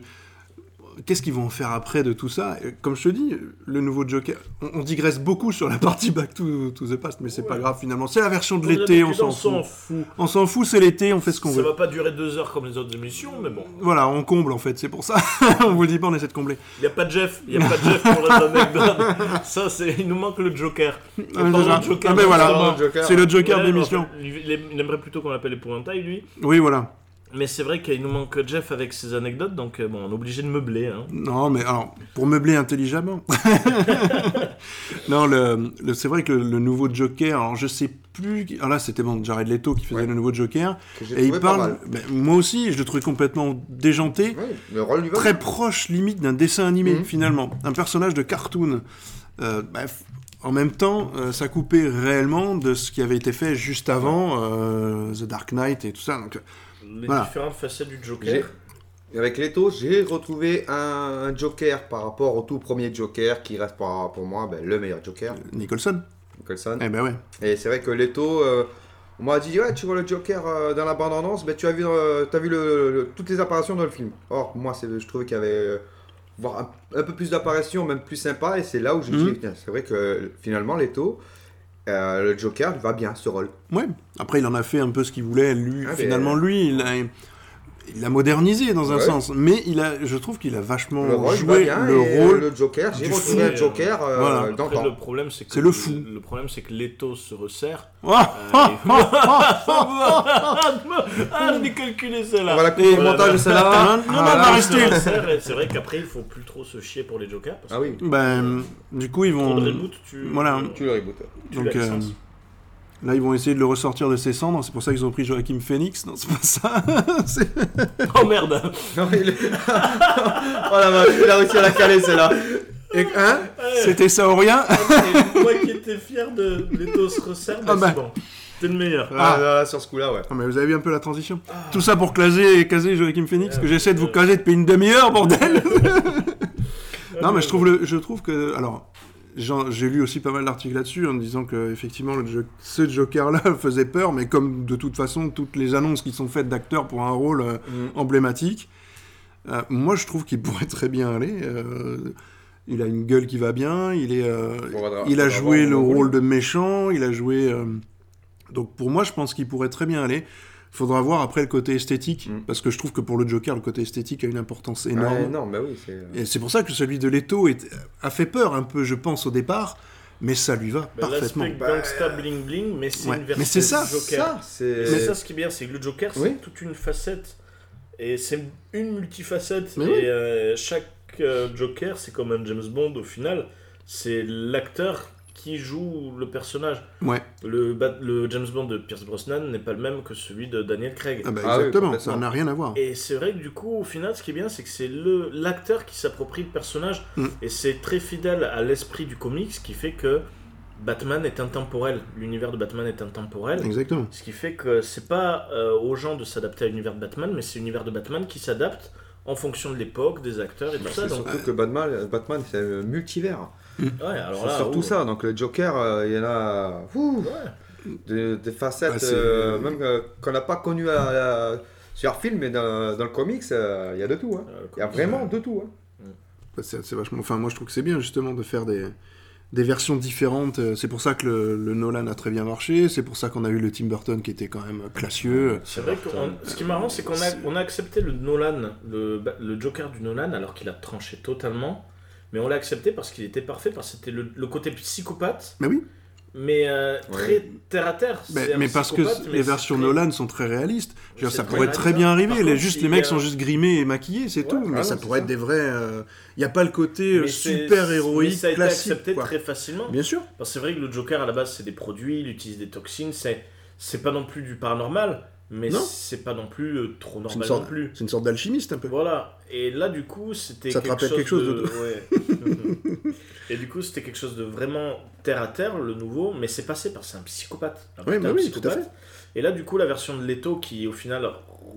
qu'est-ce qu'ils vont en faire après de tout ça. Et Comme je te dis, le nouveau Joker, on, on digresse beaucoup sur la partie Back to, to the Past, mais c'est pas Ouais. grave finalement. C'est la version de l'été, on s'en fout. On s'en fout, c'est l'été, on fait ce qu'on Ça veut. va pas durer deux heures comme les autres émissions, mais bon. Voilà, on comble en fait, c'est pour ça. on vous le dit pas, on essaie de combler. Il a pas de Jeff, il a pas de Jeff pour les anecdotes. Ça, c'est, il nous manque le Joker. Ah, mais Pardon, déjà. Joker, Ah, ben non, voilà, pardon, Joker. c'est le Joker Ouais, de mais l'émission. enfin, lui, il aim- il aimerait plutôt qu'on l'appelle épouvantail, lui. Oui, voilà. Mais c'est vrai qu'il nous manque Jeff avec ses anecdotes, donc euh, bon, on est obligé de meubler. Hein. Non, mais alors, pour meubler intelligemment. non, le, le- c'est vrai que le, le nouveau Joker, alors je sais plus. qui- Ah là, c'était bon, Jared Leto qui faisait Ouais. le nouveau Joker. Que j'ai Et trouvé il pas parle. mal. ben, moi aussi, je le trouvais complètement déjanté. Oui, le rôle du Très proche, limite, d'un dessin animé, Mhm. finalement. Un personnage de cartoon. Euh, ben, f- en même temps, euh, ça coupait réellement de ce qui avait été fait juste avant euh, The Dark Knight et tout ça. Donc, euh, Les Voilà. différentes facettes du J'ai- Joker. Avec Leto, j'ai retrouvé un Joker par rapport au tout premier Joker qui reste par- pour moi ben, le meilleur Joker, Nicholson. Nicholson. Eh ben ouais. Et c'est vrai que Leto, euh, on m'a dit ouais tu vois le Joker euh, dans la bande annonce, mais tu as vu, euh, t'as vu le- le- toutes les apparitions dans le film. Or moi c'est- je trouvais qu'il y avait euh, voire un, un peu plus d'apparitions, même plus sympa, et c'est là où j'ai Mhm. dit Putain, c'est vrai que finalement Leto, euh, le Joker il va bien ce rôle. Ouais. Après, il en a fait un peu ce qu'il voulait. Lui, Ah, mais- finalement, lui, il a, il l'a modernisé dans un Ouais. sens. Mais il a, je trouve qu'il a vachement Le rôle joué va bien, le et euh, rôle. le Joker, j'ai du retrouvé fou. un Joker euh, Voilà. dans le Après, temps. le problème, c'est que C'est le fou. Le problème, c'est que l'étau se resserre. Ah, Euh, ah, et- ah, ah, ah. ah, je l'ai calculé celle-là. On va la couper Et- au montage de celle-là. Non, non, Ah, non, là, Il arrête. se rester. resserre, et bah, C'est vrai qu'après, il faut plus trop se chier pour les Jokers. Parce Ah oui, Ben, du coup, ils que trop de vont. reboot, tu. Voilà. tu le reboot. tu Donc, euh, l'absentes. là, ils vont essayer de le ressortir de ses cendres. C'est pour ça qu'ils ont pris Joachim Phoenix. Non, c'est pas ça. C'est- Oh merde Non, il est- oh la vache, il a réussi à la caler celle-là. Et, hein C'était ça ou rien. Et Moi qui étais fier de Leto se resserre, bah, Ah bah. c'est bon. T'es le meilleur. Bah, ah, là, là, sur ce coup-là, ouais. Ah, mais vous avez vu un peu la transition. Tout ça pour caser, caser Joachim Phoenix, Ouais, que j'essaie de vous euh. caser depuis une demi-heure, bordel Non, mais je trouve, le, je trouve que. Alors, j'en- j'ai lu aussi pas mal d'articles là-dessus en disant que, effectivement, le jo- ce Joker-là faisait peur, mais comme de toute façon, toutes les annonces qui sont faites d'acteurs pour un rôle euh, Mm. emblématique, euh, moi je trouve qu'il pourrait très bien aller. euh, il a une gueule qui va bien, il est. euh, Faudra- il a faudra joué voir le mon rôle de méchant, il a joué. euh, Donc pour moi, je pense qu'il pourrait très bien aller. Faudra voir après le côté esthétique, Mm. parce que je trouve que pour le Joker, le côté esthétique a une importance Ah, énorme. non, mais oui, c'est. euh, Et c'est pour ça que celui de Leto est- a fait peur un peu, je pense, au départ, mais ça lui va Bah, parfaitement. L'aspect gangsta bling bling, mais c'est Ouais. une version Mais c'est ça, Joker. Ça, c'est. Et C'est ça ce qui est bien, c'est que le Joker, c'est Oui. toute une facette. Et c'est une multifacette. Mais et oui. euh, chaque euh, Joker, c'est comme un James Bond au final. C'est l'acteur qui joue le personnage. Ouais, Le, Bat- le James Bond de Pierce Brosnan n'est pas le même que celui de Daniel Craig. Ah bah, Ah oui, exactement, complètement. ça n'a rien à voir. Et c'est vrai que du coup, au final, ce qui est bien, c'est que c'est le l'acteur qui s'approprie le personnage Mm. et c'est très fidèle à l'esprit du comics, ce qui fait que Batman est intemporel. L'univers de Batman est intemporel. Exactement. Ce qui fait que c'est pas euh, aux gens de s'adapter à l'univers de Batman, mais c'est l'univers de Batman qui s'adapte en fonction de l'époque, des acteurs Bah, et tout ça. C'est Donc, euh, surtout que Batman, Batman c'est un multivers. ouais, alors c'est là, surtout ouh. ça. Donc le Joker, euh, il y en a ouh, Ouais. des, des facettes Bah, c'est- euh, même euh, qu'on n'a pas connues à- à- sur film, mais dans, dans le comics, euh, il y a de tout. Hein. Euh, Il y a vraiment de tout. Hein. Bah, C'est c'est vachement. Enfin, moi, je trouve que c'est bien justement de faire des, des versions différentes. Euh, C'est pour ça que le, le Nolan a très bien marché. C'est pour ça qu'on a eu le Tim Burton qui était quand même classieux. C'est vrai que on- ce qui est marrant, c'est qu'on a, on a accepté le Nolan, le, ba- le Joker du Nolan, alors qu'il a tranché totalement. Mais on l'a accepté parce qu'il était parfait, parce que c'était le, le côté psychopathe, Mais oui, mais euh, très terre à terre. mais, C'est un mais parce que psychopathe, mais les c'est versions très- Nolan sont très réalistes. Je veux dire, c'est ça très pourrait réaliste, très bien hein. arriver. Par Les, contre, juste, il les y mecs a- sont juste grimés et maquillés, c'est Ouais, tout. Mais ah ça non, pourrait c'est être des vrais. Il n'y a pas le côté euh, mais c'est- super mais héroïque Ça a été classique. accepté quoi. très facilement. Bien sûr. Parce que c'est vrai que le Joker à la base c'est des produits, il utilise des toxines, c'est C'est pas non plus du paranormal, mais Non. c'est pas non plus euh, trop C'est une normal non sorte, plus. c'est une sorte d'alchimiste un peu. Voilà. Et là, du coup, c'était. Ça te rappelle quelque chose de- ouais. Et du coup, c'était quelque chose de vraiment terre à terre, le nouveau, mais c'est passé par. C'est un psychopathe. Un Oui, putain bah de oui, tout à psychopathe. Et là, du coup, la version de Leto qui, au final,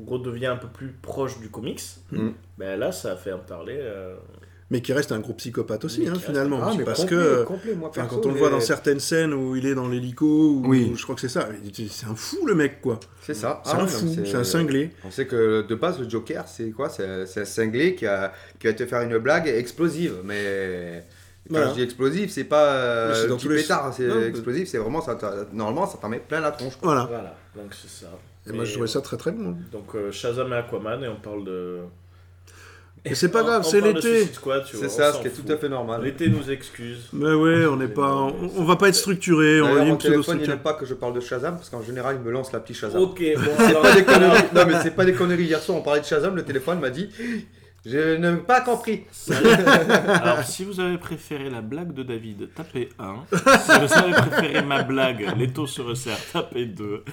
redevient un peu plus proche du comics, Mm. ben là, ça a fait en parler. euh, Mais qui reste un gros psychopathe aussi, Mais hein, qui reste- finalement. Ah, mais parce complet, que complet, moi, enfin, perso, quand on le mais- voit dans certaines scènes où il est dans l'hélico, ou Oui. ou je crois que c'est ça, il- c'est un fou le mec quoi. C'est ça. C'est Ah un ouais, fou, non, mais c'est un cinglé. On sait que de base, le Joker, c'est quoi C'est c'est un cinglé qui, a, qui va te faire une blague explosive. Mais quand Voilà. je dis explosive, c'est pas Mais c'est euh, dans petit tous les- pétard. C'est Non, mais- explosif, c'est vraiment ça. t'a- Normalement, ça t'en met plein la tronche. quoi. Voilà. Voilà, donc c'est ça. Ah. Et moi je Mais, trouvais ça euh, très très bon. Donc euh, Shazam et Aquaman, et on parle de. Mais c'est pas On- grave, on c'est parle de l'été. Suicide Squad, tu vois, C'est on ça, s'en ce qui est fout. tout à fait normal. L'été nous excuse. Mais ouais, on n'est pas, on, on va pas être structuré, on D'ailleurs, va dire mon une pseudo téléphone, il structure. n'aime pas que je parle de Shazam parce qu'en général, il me lance l'appli Shazam. Oh, Ok, bon alors. Pas des conneries. Non, mais c'est pas des conneries. Hier soir, on parlait de Shazam, le téléphone m'a dit Je n'ai pas compris. Alors, si vous avez préféré la blague de David, tapez 1. Si vous avez préféré ma blague, l'étau se resserre, tapez 2.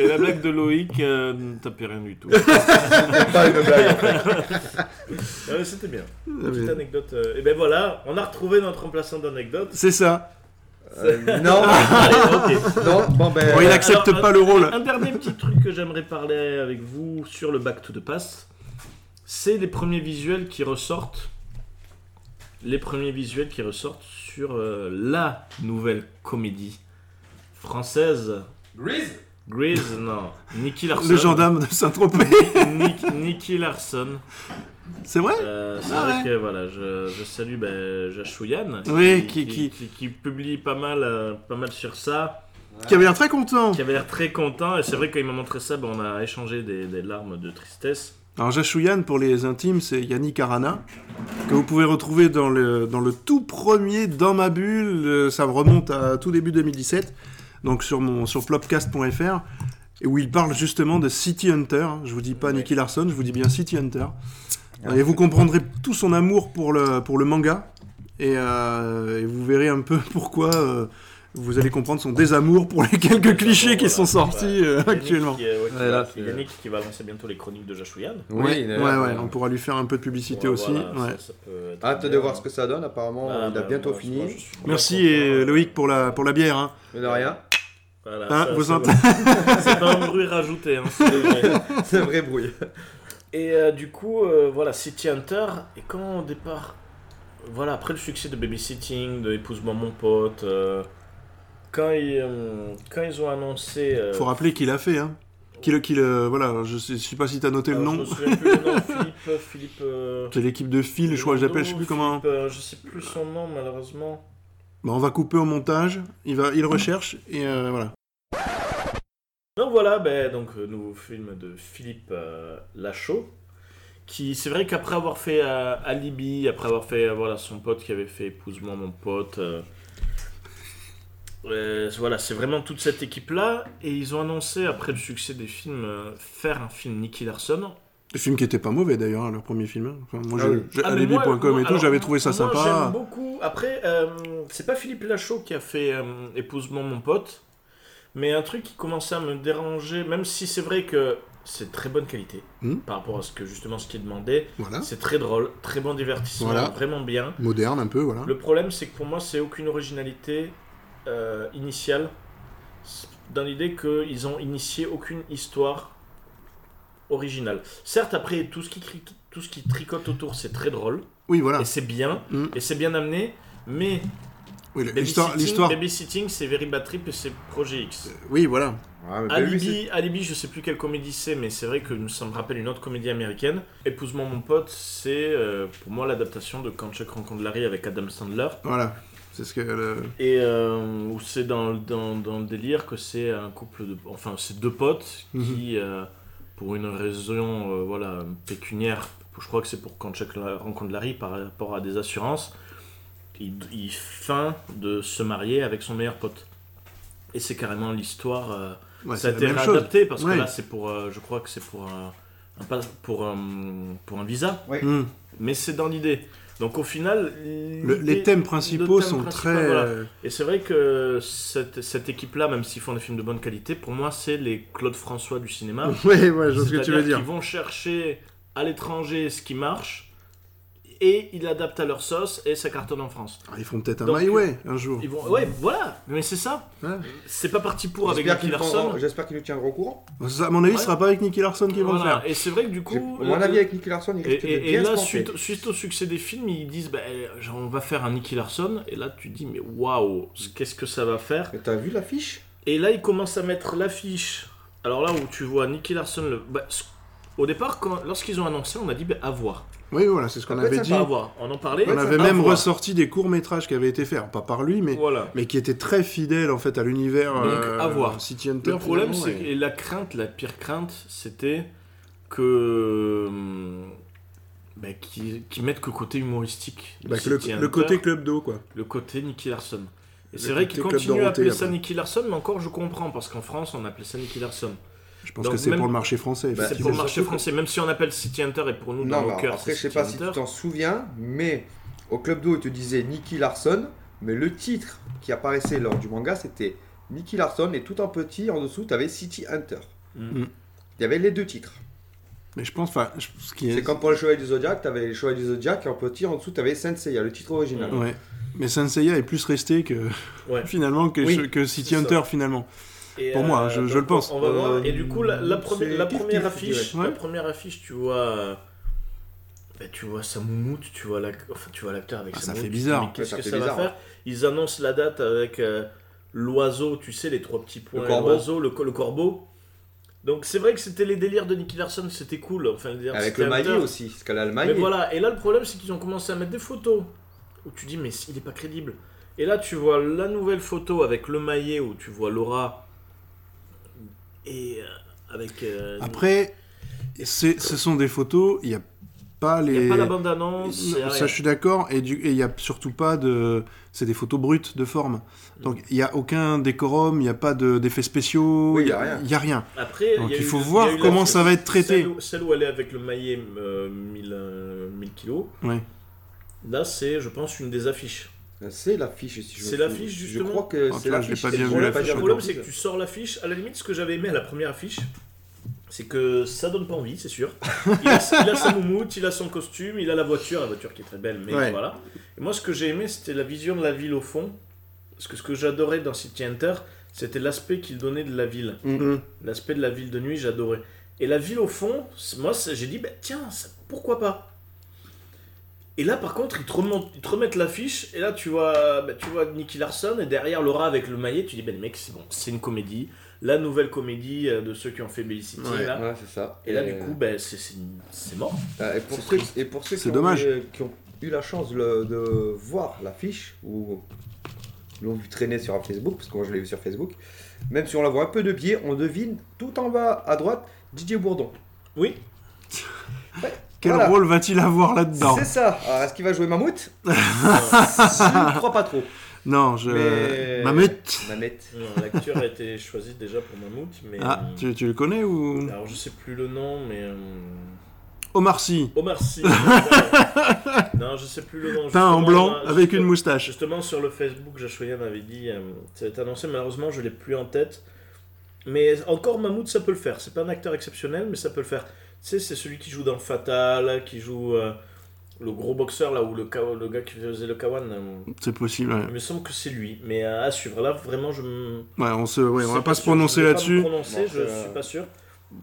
Et la blague de Loïc, euh, ne tapez rien du tout. C'est pas une blague. en fait. Ouais, C'était bien. Ah, Petite mais- anecdote. euh, Et ben voilà, on a retrouvé notre remplaçant d'anecdote. C'est ça. Euh, non, Allez, Ah, ok. non, bon ben. Bon, il accepte alors, pas le rôle. Un dernier petit truc que j'aimerais parler avec vous sur le Back to the Past, c'est les premiers visuels qui ressortent. Les premiers visuels qui ressortent sur euh, la nouvelle comédie française. Grease Grease, non. Nicky Larson. Le gendarme de Saint-Tropez. Nick- Nicky Larson. C'est vrai Euh, c'est Ah vrai ouais. que voilà, je, je salue ben, Jachouyan. Oui, qui- qui- qui publie pas mal, euh, pas mal sur ça. Qui avait l'air très content. qui avait l'air très content. Et c'est vrai qu'il m'a montré ça, ben, on a échangé des, des larmes de tristesse. Alors Jachouyan, pour les intimes, c'est Yannick Arana, que vous pouvez retrouver dans le, dans le tout premier Dans ma bulle, euh, ça remonte à tout début 2017, donc sur, mon, sur plopcast.fr, et où il parle justement de City Hunter, hein. je vous dis pas Ouais. Nicky Larson, je vous dis bien City Hunter, et vous comprendrez tout son amour pour le, pour le manga, et, euh, et vous verrez un peu pourquoi... euh, vous allez comprendre son désamour pour les quelques clichés qui Voilà, sont sortis ouais. euh, Yannick actuellement. qui, euh, ouais, qui Ouais, va- là, qui- c'est- Yannick qui va lancer bientôt les chroniques de Jachouyan. Oui, euh, il ouais, est- ouais, on pourra lui faire un peu de publicité euh, Voilà, aussi. ça- ouais. ça peut être Hâte de bien. hein. voir ce que ça donne, apparemment Voilà, il a ben, bientôt moi, je- moi, je fini. suis Merci content. et euh, Loïc pour la, pour la bière. Hein. Mais de rien, Voilà, Hein, ça, vous c'est- entendez C'est pas un bruit rajouté. hein, c'est vrai. c'est vrai bruit. Et euh, du coup, euh, voilà, City Hunter, et quand au départ, voilà, après le succès de Babysitting, de Épouse-moi mon pote, euh, quand, ils, euh, quand ils ont annoncé. euh, Faut rappeler qu'il a fait. Hein. Qu'il, qu'il, euh, voilà, je sais, je sais pas si t'as noté le alors, nom. Euh, Je me souviens plus le nom, Philippe. Philippe euh, C'est l'équipe de Phil, je crois que j'appelle, je sais plus Philippe, comment. euh, je sais plus son nom, malheureusement. Bah, on va couper au montage, il, va, il recherche et euh, voilà. Donc voilà, ben, donc, euh, nouveau film de Philippe euh, Lachaud. Qui, c'est vrai qu'après avoir fait euh, Alibi, après avoir fait euh, voilà, son pote qui avait fait Épouse-moi mon pote, euh, euh, voilà, c'est vraiment toute cette équipe-là. Et ils ont annoncé, après le succès des films, euh, faire un film Nicky Larson. Le film qui était pas mauvais d'ailleurs, hein, leur premier film. hein. Enfin, moi, Ah j'ai- oui. j'ai- Ah, mais moi- alibi.com moi- et tout, alors, j'avais trouvé ça moi, J'aime sympa. beaucoup. Après, euh, c'est pas Philippe Lachaud qui a fait euh, Épouse-moi mon pote, mais un truc qui commençait à me déranger, même si c'est vrai que c'est de très bonne qualité Hmm. par rapport à ce que justement ce qui est demandé. Voilà, C'est très drôle, très bon divertissement, Voilà. Ah. vraiment bien. moderne un peu, voilà. Le problème, c'est que pour moi, c'est aucune originalité euh, initiale, C'est dans l'idée qu'ils ont initié aucune histoire originale. Certes, après, tout ce qui, cri- tout ce qui tricote autour, c'est très drôle, Oui, voilà. et c'est bien, Mm. et c'est bien amené, mais Oui, le- l'histoire, Babysitting, l'histoire. Euh, Babysitting, c'est Very Bad Trip et c'est Projet X. bah Oui, voilà. Ouais, Ah, mais bah t'as vu, c'est- Alibi, Alibi, je sais plus quelle comédie c'est, mais c'est vrai que ça me rappelle une autre comédie américaine. Épouse-moi mon pote, c'est euh, pour moi l'adaptation de Quand Chuck rencontre Larry avec Adam Sandler. Voilà. C'est ce que. le- Et euh, où c'est dans, dans, dans le délire que c'est un couple de. Enfin, c'est deux potes Mhm. qui, euh, pour une raison euh, voilà, pécuniaire, je crois que c'est pour quand Chuck la- rencontre Larry par rapport à des assurances, il, il feint de se marier avec son meilleur pote. Et c'est carrément l'histoire. euh, Ouais, ça a Ah, c'est été la même chose. réadapté parce Ouais. que là, c'est pour. euh, je crois que c'est euh, pour un, un pas- pour, un, pour un visa Hmm. mais c'est dans l'idée. Donc au final, Le- les l'idée- thèmes le principaux thème sont principal, très. voilà. euh, Et c'est vrai que cette, cette équipe-là, même s'ils font des films de bonne qualité, pour moi, c'est les Claude François du cinéma. Ouais, ouais, je vois ce que tu veux C'est-à-dire dire. qu'ils vont chercher à l'étranger ce qui marche et ils l'adaptent à leur sauce et ça cartonne en France. Ah, Ils font peut-être un Donc, euh, My Way un jour. Ils vont... Ouais, voilà, mais c'est ça. Ouais. C'est pas parti pour avec J'espère Nicky qu'il Larson. prendra- j'espère qu'il nous tiendra au courant. Ça, à mon avis, Ouais. ce sera pas avec Nicky Larson qu'ils vont le Voilà. faire. Et c'est vrai que du J'ai- coup. à mon euh, avis, avec Nicky Larson, il Et, risque de et- et bien se là, planter. suite, suite au succès des films, ils disent bah, genre, on va faire un Nicky Larson. Et là, tu dis mais waouh, qu'est-ce que ça va faire Mais T'as vu l'affiche Et là, ils commencent à mettre l'affiche. Alors là où tu vois Nicky Larson, le... bah, ce- au départ, quand- lorsqu'ils ont annoncé, on a dit bah, à voir. Oui, voilà, c'est ce qu'on Ça peut avait être dit. Pas à voir. On en parlait. On Ouais, avait à même voir. ressorti des courts métrages qui avaient été faits, alors pas par lui, mais Voilà. mais qui étaient très fidèles en fait à l'univers. euh, Donc, à voir. City Hunter. Le problème, finalement, c'est et- que et la crainte, la pire crainte, c'était que. hum, Bah, qui, mettent que côté humoristique. de Bah, que le, City le Hunter, côté club d'eau, quoi. le côté Nicky Larson. Et Le c'est vrai côté qu'ils Club continuent à Dorothée, appeler ça après. Nicky Larson, mais encore je comprends, parce qu'en France on appelait ça Nicky Larson. Je pense Donc, que c'est même- pour le marché français. Bah, c'est effectivement. pour le marché surtout que- français, même si on appelle City Hunter et pour nous dans Non, nos mais cœurs après, c'est je sais City pas si tu Hunter. t'en souviens, mais au Club d'eau, il te disait Nicky Larson, mais le titre qui apparaissait lors du manga, c'était Nicky Larson, et tout en petit, en dessous, t'avais City Hunter. Mm. Il y avait les deux titres. Mais je pense, enfin, je- ce qui est. C'est comme pour le Chevalier du Zodiac, t'avais les Chevaliers du Zodiac, et en petit, en dessous, t'avais Senseiya, le titre original. Ouais. Mais Senseiya est plus resté que Ouais. finalement que, Oui, que City c'est Hunter finalement. Et, euh, Pour moi, je- je le donc, pense. On va voir. Euh, et du coup, la, la c'est première, la pif-pif, première je affiche, dirais. la Ouais. première affiche, tu vois, euh, bah, tu vois sa moumoute, tu vois la, enfin, tu vois l'acteur avec Ah, sa ça moumoute, fait tu te dis, bizarre. Mais qu'est-ce Ouais, que ça ça fait va bizarre, hein. faire Ils annoncent la date avec euh, l'oiseau, tu sais, les trois petits points, corbeau. l'oiseau, le, co- le corbeau. Donc c'est vrai que c'était les délires de Nicky Larson, c'était cool. Enfin, les délires de Avec City le maillet Hunter. aussi, parce qu'elle a le Mais maillet. voilà, et là le problème c'est qu'ils ont commencé à mettre des photos où tu dis mais il est pas crédible. Et là tu vois la nouvelle photo avec le maillet où tu vois Laura et euh, avec euh, Après, c'est- ce sont des photos. Il n'y a pas il n'y les. a pas la bande annonce, Non, euh, ça, je suis d'accord. Et du- et il n'y a surtout pas de. C'est des photos brutes de forme. Mm. Donc il n'y a aucun décorum. Il n'y a pas de- d'effets spéciaux. Oui, il y n'y a rien. Il y a rien. Après Donc y a il eu- faut y a voir eu la- comment ça va être traité. Celle où, celle où elle est avec le maillet euh, 1000 euh, 1000 kilos. Ouais. Là c'est je pense une des affiches. C'est l'affiche, si je me C'est souviens. l'affiche, Je justement. crois que Ah, tu c'est vois, je l'ai l'affiche. pas c'est bien le vu, problème, l'affiche, pas Le bien problème vu. c'est que tu sors l'affiche, à la limite ce que j'avais aimé à la première affiche, c'est que ça donne pas envie, c'est sûr. Il a, il a sa moumoute, il a son costume, il a la voiture, la voiture qui est très belle, mais Ouais. voilà. Et moi ce que j'ai aimé c'était la vision de la ville au fond, parce que ce que j'adorais dans City Hunter, c'était l'aspect qu'il donnait de la ville. Mhm. L'aspect de la ville de nuit, j'adorais. Et la ville au fond, c'est- moi c'est- j'ai dit, bah, tiens, ça- pourquoi pas Et là par contre, ils te, remontent- ils te remettent l'affiche, et là tu vois, bah, tu vois Nicky Larson, et derrière Laura avec le maillet, tu dis, ben mec, c'est bon, c'est une comédie, la nouvelle comédie euh, de ceux qui ont fait Babysitting. Ouais. là. Ouais, c'est ça. Et là Euh, du coup, bah, c'est- c'est c'est mort. Ah, Et pour, C'est ceux, triste. et pour ceux C'est qui, dommage. Ont eu, qui ont eu la chance le- de voir l'affiche ou l'ont vu traîner sur Facebook, parce que moi je l'ai vu sur Facebook, même si on la voit un peu de biais, on devine tout en bas à droite Didier Bourdon. Oui, Quel Voilà. rôle va-t-il avoir là-dedans C'est ça. Alors est-ce qu'il va jouer Mammouth Euh, Je ne crois pas trop. Non, je. Mais- Mammouth. Mamette. Non, l'acteur a été choisi déjà pour Mammouth, mais... Ah, euh, tu, tu le connais ou Alors je sais plus le nom, mais... euh, Omar Sy, Omar Sy. non, je sais plus le nom. teint en Justement, blanc là, avec juste- une moustache. Justement, sur le Facebook, Jashoya m'avait dit, euh, ça va être annoncé, malheureusement, je l'ai plus en tête. Mais encore, Mahmoud, ça peut le faire. C'est pas un acteur exceptionnel, mais ça peut le faire. Tu sais, c'est celui qui joue dans Fatal, qui joue euh, le gros boxeur, là, ou le, K- le gars qui faisait le Kawan. euh, C'est possible. Ouais. il me semble que c'est lui, mais euh, à suivre. Là, vraiment, je me. Ouais, on se, ouais, je on sais va pas se sûr, prononcer je vais pas me là-dessus. prononcer, Non, je c'est, euh, suis pas sûr.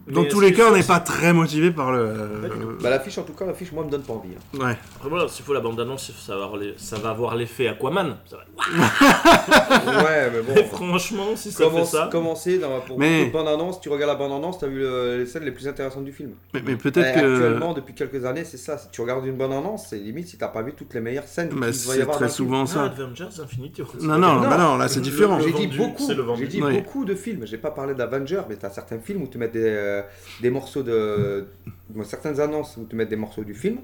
Dans Mais tous ce les qui est cas, on sûr, n'est c'est- pas très motivé par le. Pas du tout. Bah, l'affiche en tout cas, l'affiche moi me donne pas envie. hein. ouais. Après, voilà, s'il faut la bande-annonce, ça va avoir les- ça va avoir l'effet Aquaman. Ça va ouais, mais Et bon. franchement, si ça fait Commence, ça. commencer dans, pour Mais- beaucoup de bandes annonces, tu regardes la bande annonce, t'as vu le- les scènes les plus intéressantes du film. Mais, mais peut-être Eh, que. Actuellement, depuis quelques années, c'est ça. Si tu regardes une bonne annonce, c'est limite si t'as pas vu toutes les meilleures scènes. Bah, qu'il doit y c'est avoir très dans le film. souvent Ah, ça. Avengers Infinity War. Non, non, Non. bah non, là c'est Le- différent. le- J'ai dit vendu, beaucoup. c'est le vendu. J'ai dit Ouais. beaucoup de films. J'ai pas parlé d'Avengers, mais t'as certains films où tu mets des, euh, des morceaux de, bon, certaines annonces où tu mets des morceaux du film.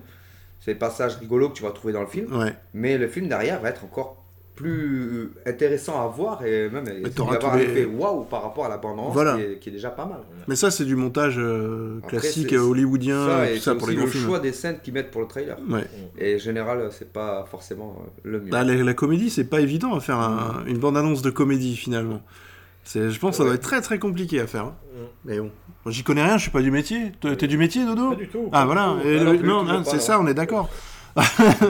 C'est des passages rigolos que tu vas trouver dans le film, Ouais. mais le film derrière va être encore plus intéressant à voir et même t'auras d'avoir tous un les- effet waouh par rapport à la bande-annonce Voilà. qui, est, qui est déjà pas mal. Mais ça, c'est du montage euh, Après, classique c'est- euh, hollywoodien, ça, et et tout ça c'est pour aussi les gros le films. choix des scènes qu'ils mettent pour le trailer. Ouais. Et en général, c'est pas forcément euh, le mieux. Bah, la, la comédie, c'est pas évident à faire un- une bande-annonce de comédie finalement. C'est, je pense que ça doit Mm. Ouais. être très très compliqué à faire. hein. Mm. Mais bon, Moi, j'y connais rien, je suis pas du métier. Toi, T'es du métier, Dodo Pas du tout. Ah voilà, tout. Et Ah le- non plus, non, toujours non, pas, c'est non. ça, on est d'accord.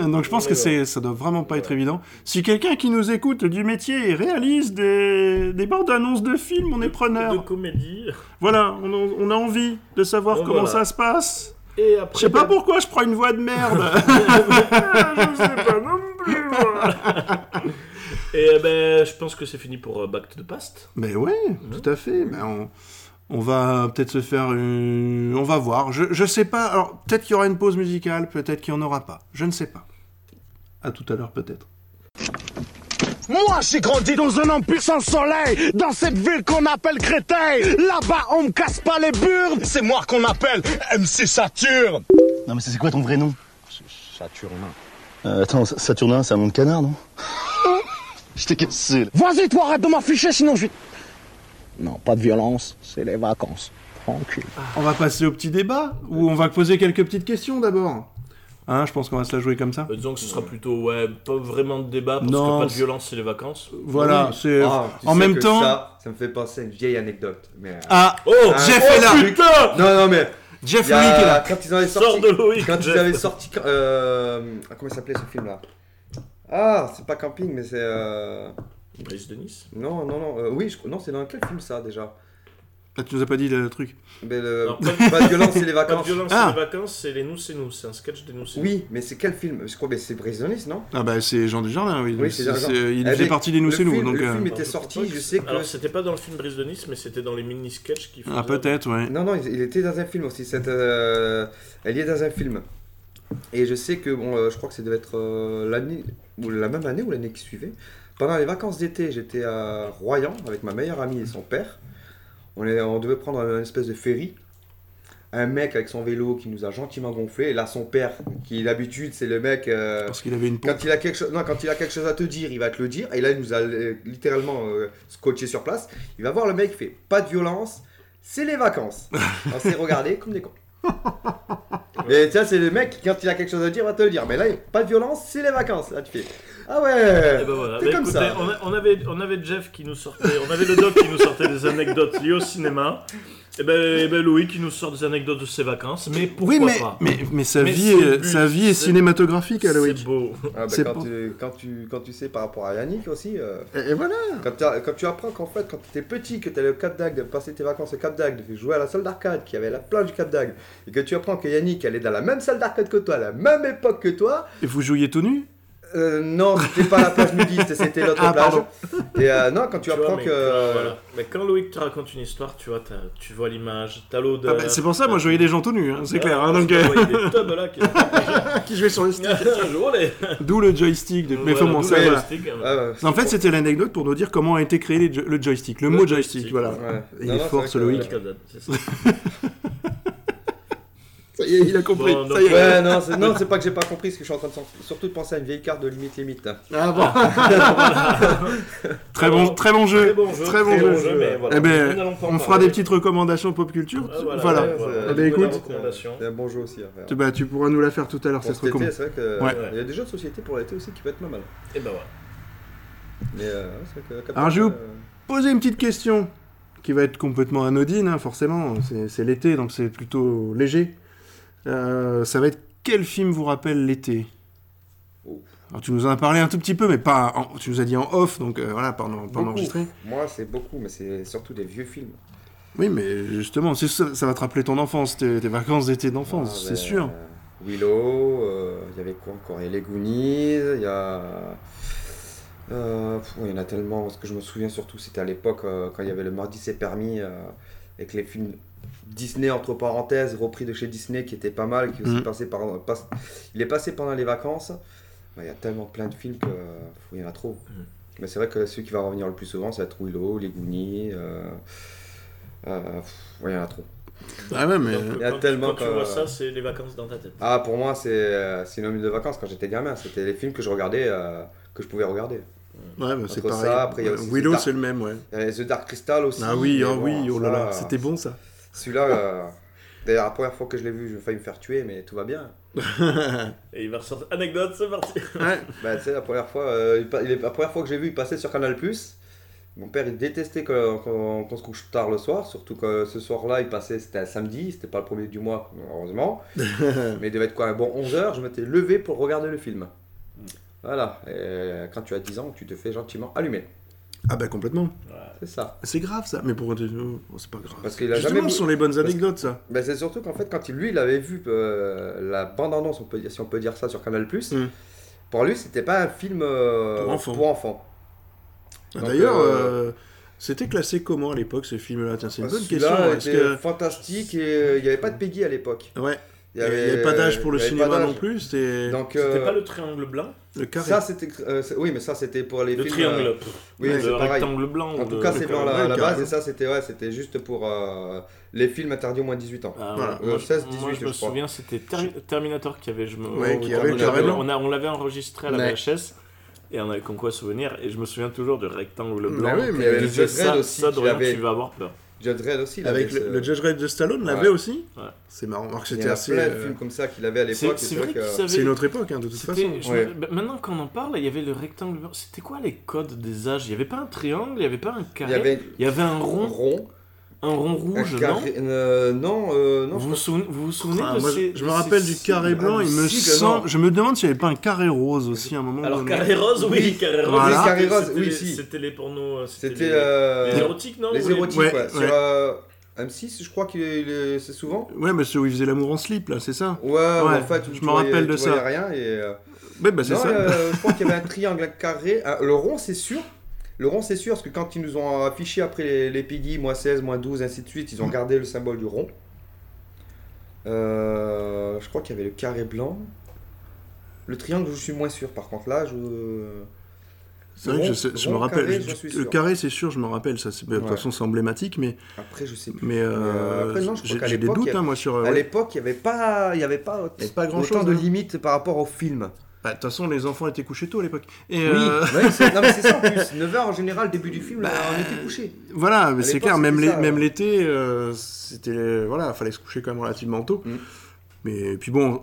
Donc je pense On que est c'est, ça doit vraiment pas être Ouais. évident. Si quelqu'un qui nous écoute du métier et réalise des, des bandes-annonces de films, on est De preneur. comédie. Voilà, on a, on a envie de savoir Donc, comment ça voilà. se passe. Et après. ben, Je sais pas t'as- pourquoi je prends une voix de merde. Ah, je sais pas non plus, moi. Et euh, ben, je pense que c'est fini pour euh, Back to the Past. Mais ouais, tout à fait. Ben, on, on va peut-être se faire une... On va voir. Je, je sais pas. Alors, peut-être qu'il y aura une pause musicale, peut-être qu'il n'y en aura pas. Je ne sais pas. À tout à l'heure, peut-être. Moi, j'ai grandi dans un empire sans soleil, dans cette ville qu'on appelle Créteil. Là-bas, on me casse pas les burdes. C'est moi qu'on appelle MC Saturne. Non, mais c'est quoi ton vrai nom Saturnin. attends, Sa- Saturnin, c'est un nom de canard, non Je t'ai cassé. Vas-y, toi, arrête de m'afficher, sinon je vais. Non, pas de violence, c'est les vacances. Tranquille. On va passer au petit débat, où on va poser quelques petites questions d'abord. Hein, je pense qu'on va se la jouer comme ça. Euh, disons que ce sera plutôt, ouais, pas vraiment de débat parce Non, que pas de c'est- violence, c'est les vacances. Voilà, Oui. c'est... Ah, tu euh, en sais même que temps... Ça, ça me fait penser à une vieille anecdote. Mais... euh, Ah, Oh, Jeff oh, est là putain Non, non, mais. Jeff il y a- Lee qui est là Quand ils avaient Sors sorti. de Loïc, Quand ils Jeff. avaient sorti. euh, ah, Comment il s'appelait ce film-là Ah, c'est pas Camping, mais c'est. euh, Brice de Nice. Non, non, non. euh, oui, je... non, c'est dans quel film ça déjà Ah, tu nous as pas dit le truc. mais le... Non, pas- Pas de violence, c'est les Pas de vacances. violence, Ah. c'est les vacances, c'est les nous, c'est nous. C'est un sketch des nous, c'est Oui, mais c'est quel film Je crois que c'est Brisonnis, non Ah bah c'est Jean Dujardin, oui. Oui, c'est Jean Dujardin. Il Eh faisait ben, partie des Nous le C'est Nous, film- donc... le euh, film nous. était Alors, sorti, crois que je c'est- sais que- Alors, c'était pas dans le film Brice de Nice, mais c'était dans les mini-sketchs qui Ah peut-être, ouais. Non, non, il il était dans un film aussi. Cette, euh, elle y est dans un film. Et je sais que, bon, euh, je crois que ça devait être euh, l'année, ou la même année ou l'année qui suivait. Pendant les vacances d'été, j'étais à Royan avec ma meilleure amie et son père. On, est, on devait prendre une espèce de ferry. Un mec avec son vélo qui nous a gentiment gonflé. Et là, son père, qui d'habitude, c'est le mec. euh, Parce qu'il avait une pompe. quand il, a quelque chose, non, quand il a quelque chose à te dire, il va te le dire. Et là, il nous a euh, littéralement euh, scotché sur place. Il va voir le mec, il fait pas de violence, c'est les vacances. On s'est regardé comme des cons. Et tiens, c'est le mec, quand il a quelque chose à dire, va te le dire. Mais là, il- pas de violence, c'est les vacances. Là, tu fais Ah ouais, Eh ben voilà. t'es Bah, comme écoutez, ça. On, a- on avait, on avait Jeff qui nous sortait, on avait le doc qui nous sortait des anecdotes liées au cinéma. Et ben, et ben Louis qui nous sort des anecdotes de ses vacances. Mais pourquoi Oui, mais, pas mais, mais sa, Mais vie c'est le est, but, sa vie est c'est- cinématographique, C'est Aloïc. beau. Ah, bah, c'est quand, pas- tu, quand, tu, quand tu sais par rapport à Yannick aussi, euh, Et, et voilà quand, t'as- quand tu apprends qu'en fait, quand tu étais petit, que tu allais au Cap d'Agde, passer tes vacances au Cap d'Agde, de jouer à la salle d'arcade qui avait la plage du Cap d'Agde, et que tu apprends que Yannick allait dans la même salle d'arcade que toi, à la même époque que toi, Et vous jouiez tout nu Euh, non, c'était pas la plage nudiste, c'était l'autre Ah, plage. pardon. Et euh, non, quand tu, vois, apprends mais que. quand- voilà. Mais quand Loïc te raconte une histoire, tu vois, t'as- tu vois l'image, t'as l'odeur. Ah, Ah bah, C'est pour ça, moi, je voyais des gens tout nus, hein, c'est clair. hein, donc, euh, Il y a des tubs là qui qui jouaient sur le stick. Olé. D'où le joystick. De... Mais Voilà, comment d'où ça le voilà. joystick, hein. Euh, En fait, c'était l'anecdote pour nous dire comment a été créé les jo- le joystick, le, mot joystick, joystick, voilà. ouais. Il Non, est non, fort, c'est ce vrai que- Loïc. C'est ça. Ça y est, il a compris. Bon, ça y est. Ouais, non, c'est, non, c'est pas que j'ai pas compris, ce que je suis en train de sens- surtout de penser à une vieille carte de hein. limite limite. Ah, bon. très bon, très bon jeu. Très bon jeu. Très bon très jeu. mais voilà, Eh ben, nous n'allons pas en on fera parler. des petites recommandations pop culture. Ah, voilà. ouais, Eh ben, Bonne écoute. recommandation. C'est un bon jeu aussi à faire. Tu, bah, tu pourras nous la faire tout à l'heure, Pour cette cet été, recommandation. c'est vrai que. euh, Ouais. Il y a des jeux de société pour l'été aussi qui peuvent être pas mal. Eh ben, ouais. Mais euh, ouais, c'est vrai que. Captain, Alors, je vais vous- euh, poser une petite question qui va être complètement anodine, hein, forcément. C'est c'est l'été, donc c'est plutôt léger. Euh, ça va être quel film vous rappelle l'été Oh. Alors tu nous en as parlé un tout petit peu, mais pas. en- tu nous as dit en off, donc euh, voilà, pas en, pas en beaucoup. enregistré. Moi, c'est beaucoup, mais c'est surtout des vieux films. Oui, mais justement, c'est ça, ça va te rappeler ton enfance, tes, tes vacances d'été d'enfance, Ah, c'est ben, sûr. euh, Willow, euh, il y avait quoi encore Il y a les Goonies, il y a. euh, pff, il y en a tellement. Ce que je me souviens surtout, c'était à l'époque euh, quand il y avait le Mardi c'est permis euh, avec les films Disney entre parenthèses repris de chez Disney qui étaient pas mal, qui aussi Mhm. passaient par, passe- il est passé pendant les vacances. Ouais, Il y a tellement plein de films que pff, il y en a trop. Mhm. Mais c'est vrai que celui qui va revenir le plus souvent, ça va être Willow, les Goonies. euh, euh, pff, ouais, il y en a trop. euh, Ah ouais, mais. Donc, Il y a quand- tellement Quand tu que- vois ça, c'est les vacances dans ta tête. Ah, pour moi, c'est euh, synonyme de vacances quand j'étais gamin. C'était les films que je regardais, euh, que je pouvais regarder. Ouais, bah, c'est Entre ça, pareil. après, il y a aussi Willow, Dark- c'est le même, ouais. Euh, The Dark Crystal aussi. Ah oui, mais ah bon, oui, oh là ça, là, c'était bon ça. Celui-là, euh, d'ailleurs, la première fois que je l'ai vu, j'ai failli me faire tuer, mais tout va bien. Et il va ressortir. Anecdote, c'est parti. Ouais. Bah, tu sais, la première fois, euh, il pa- il est- la première fois que j'ai vu, il passait sur Canal Mon père, il détestait qu'on qu'on- qu'on se couche tard le soir, surtout que ce soir-là, il passait, c'était un samedi, c'était pas le premier du mois, heureusement. mais il devait être quoi, un bon 11h, je m'étais levé pour regarder le film. Voilà, et euh, quand tu as 10 ans, tu te fais gentiment allumer. Ah bah complètement. C'est ça. C'est grave ça, mais pour oh, c'est pas grave. Parce qu'il a Justement, jamais ce voulu- sont les bonnes parce- anecdotes ça. Ben, c'est surtout qu'en fait, quand il, lui, il avait vu euh, la bande-annonce, on peut dire, si on peut dire ça, sur Canal+, Mm. pour lui, c'était pas un film euh, Pour enfants. enfants. Ah, Donc, D'ailleurs, euh, euh, c'était classé comment à l'époque ce film-là Tiens, c'est une bonne Bah, Celui-là question. Est-ce était que fantastique et euh, il n'y avait pas de Peggy à l'époque. ouais, il y avait, pas d'âge pour le il y avait cinéma pas non d'âge. plus. C'était Donc, C'était euh, pas le triangle blanc le carré. ça, c'était, euh, c'est- oui, mais ça, c'était pour les Le films, triangle. euh, pff, oui, c'est le pareil. rectangle blanc. en ou tout le- cas, c'est le- blanc ouais, là, à la carrément. base, et ça, c'était, ouais, c'était juste pour euh, les films interdits au moins de 18 ans. Ah, Voilà. ouais. Euh, moi, 16, moi, 18, je me je crois. souviens, c'était Termi- Terminator qui avait. Je me... Ouais, qui on avait l'avait- carré blanc. on a- on l'avait enregistré à la Ouais. VHS et on avait comme quoi souvenir. Et je me souviens toujours du rectangle Mais blanc. oui, mais qui il y avait le disait Judge Dredd ça, aussi ça qui Dorian, l'avait- tu vas avoir peur. Judge Dredd aussi, il Avec avait le, ce- le Judge Red de Stallone l'avait Ouais. aussi. Ouais. C'est marrant. Alors que il y c'était a assez. plein de euh, films comme ça qu'il avait à l'époque. C'est et c'est vrai que- qu'ils savaient. C'est une autre époque hein, de toute C'était- façon. je me- ouais. bah, Maintenant qu'on en parle, il y avait le rectangle. blanc. C'était quoi les codes des âges Il n'y avait pas un triangle, il n'y avait pas un il carré. y avait un un rond, rond, un rond un rouge, non carré- euh, non, euh, non, vous, vous souvenez, vous vous souvenez Ah, de moi, ces- je me de rappelle ces- du carré Ah, blanc. Il me si, que non. semble. Je me demande s'il n'y avait pas un carré rose aussi à un moment. Alors donné. carré rose, oui, Oui, carré rose. voilà. c'était- Carré rose, c'était oui, les- si. C'était les pornos. euh, C'était les- euh, les érotiques, non ou les érotiques, Ouais, ouais, ouais. Sur euh, M6, je crois que le- c'est souvent. Ouais, mais celui où il faisait l'amour en slip là, c'est ça. Ouais, en fait, je tu me voyais- rappelle de tu voyais ça. rien et. euh, Ouais, bah c'est non, ça. euh, je crois qu'il y avait un triangle, un carré. un- le rond, c'est sûr. Le rond, c'est sûr, parce que quand ils nous ont affiché après les, les Piggy, moins 16, moins 12, ainsi de suite, Mm. ils ont gardé le symbole du rond. Euh, je crois qu'il y avait le carré blanc. Le triangle, je suis moins sûr. Par contre, là, je. C'est vrai que je, sais- je me rappelle. Carré, je- je suis le sûr. carré, c'est sûr, je me rappelle. Ça, c'est- bah, de toute Ouais. façon, c'est emblématique, mais Après, je sais plus. mais euh, après, non, je crois j'ai qu'à j'ai des l'époque, doutes, il y a- hein, moi, sur. euh, À ouais. l'époque, il n'y avait pas, il y avait pas, Il y avait pas autant grand-chose, de hein. limites par rapport au film. Bah, De toute façon, les enfants étaient couchés tôt à l'époque. Et Oui, euh, Bah. ouais, c'est- non, mais c'est ça en plus. 9h en général, début du film, on était couché. voilà, mais À c'est l'époque, clair. Même c'était les- ça, même ouais. l'été, euh, c'était voilà, fallait se coucher quand même relativement tôt. Mm. Mais puis bon,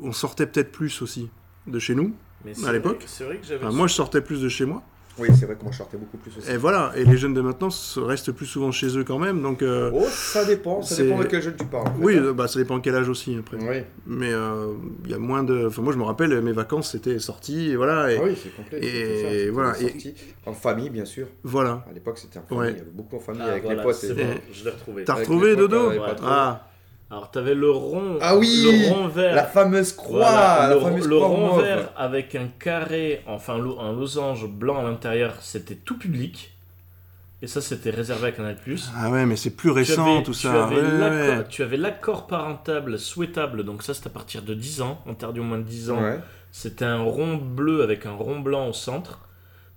on sortait peut-être plus aussi de chez nous. Mais à c'est l'époque. vrai- C'est vrai que j'avais. Enfin, moi, je sortais plus de chez moi. Oui, c'est vrai qu'on sortait beaucoup plus aussi. Et voilà. Et les jeunes de maintenant se- restent plus souvent chez eux quand même. Donc euh, Oh, ça dépend, ça C'est- dépend de quel jeu tu parles. en fait. hein. oui, euh, bah ça dépend quel âge aussi après. oui, Mais euh, il y a moins de. Enfin, moi, je me rappelle, mes vacances c'était sorti. Et voilà. Et Ah oui c'est complet. et c'était ça, c'était voilà, et- sorti En famille, bien sûr. voilà. À l'époque, c'était en famille. Ouais. Il y avait beaucoup en famille Ah, avec voilà, les potes. c'est et- bon, et- je l'ai retrouvé. T'as Avec retrouvé les potes, Dodo avec Ouais. patron. Ah, Alors t'avais le rond. Ah oui Le rond vert. La fameuse croix, Voilà, la le, fameuse le croix rond mauve. vert avec un carré, enfin lo- un losange blanc à l'intérieur, c'était tout public. Et ça, c'était réservé à Canal+. ah ouais, mais c'est plus Tu récent avais- tout tu ça. avais Ouais, l'accord- ouais. Tu avais l'accord parentable souhaitable, donc ça, c'est à partir de 10 ans, interdit au moins de 10 ans. Ouais. C'était un rond bleu avec un rond blanc au centre.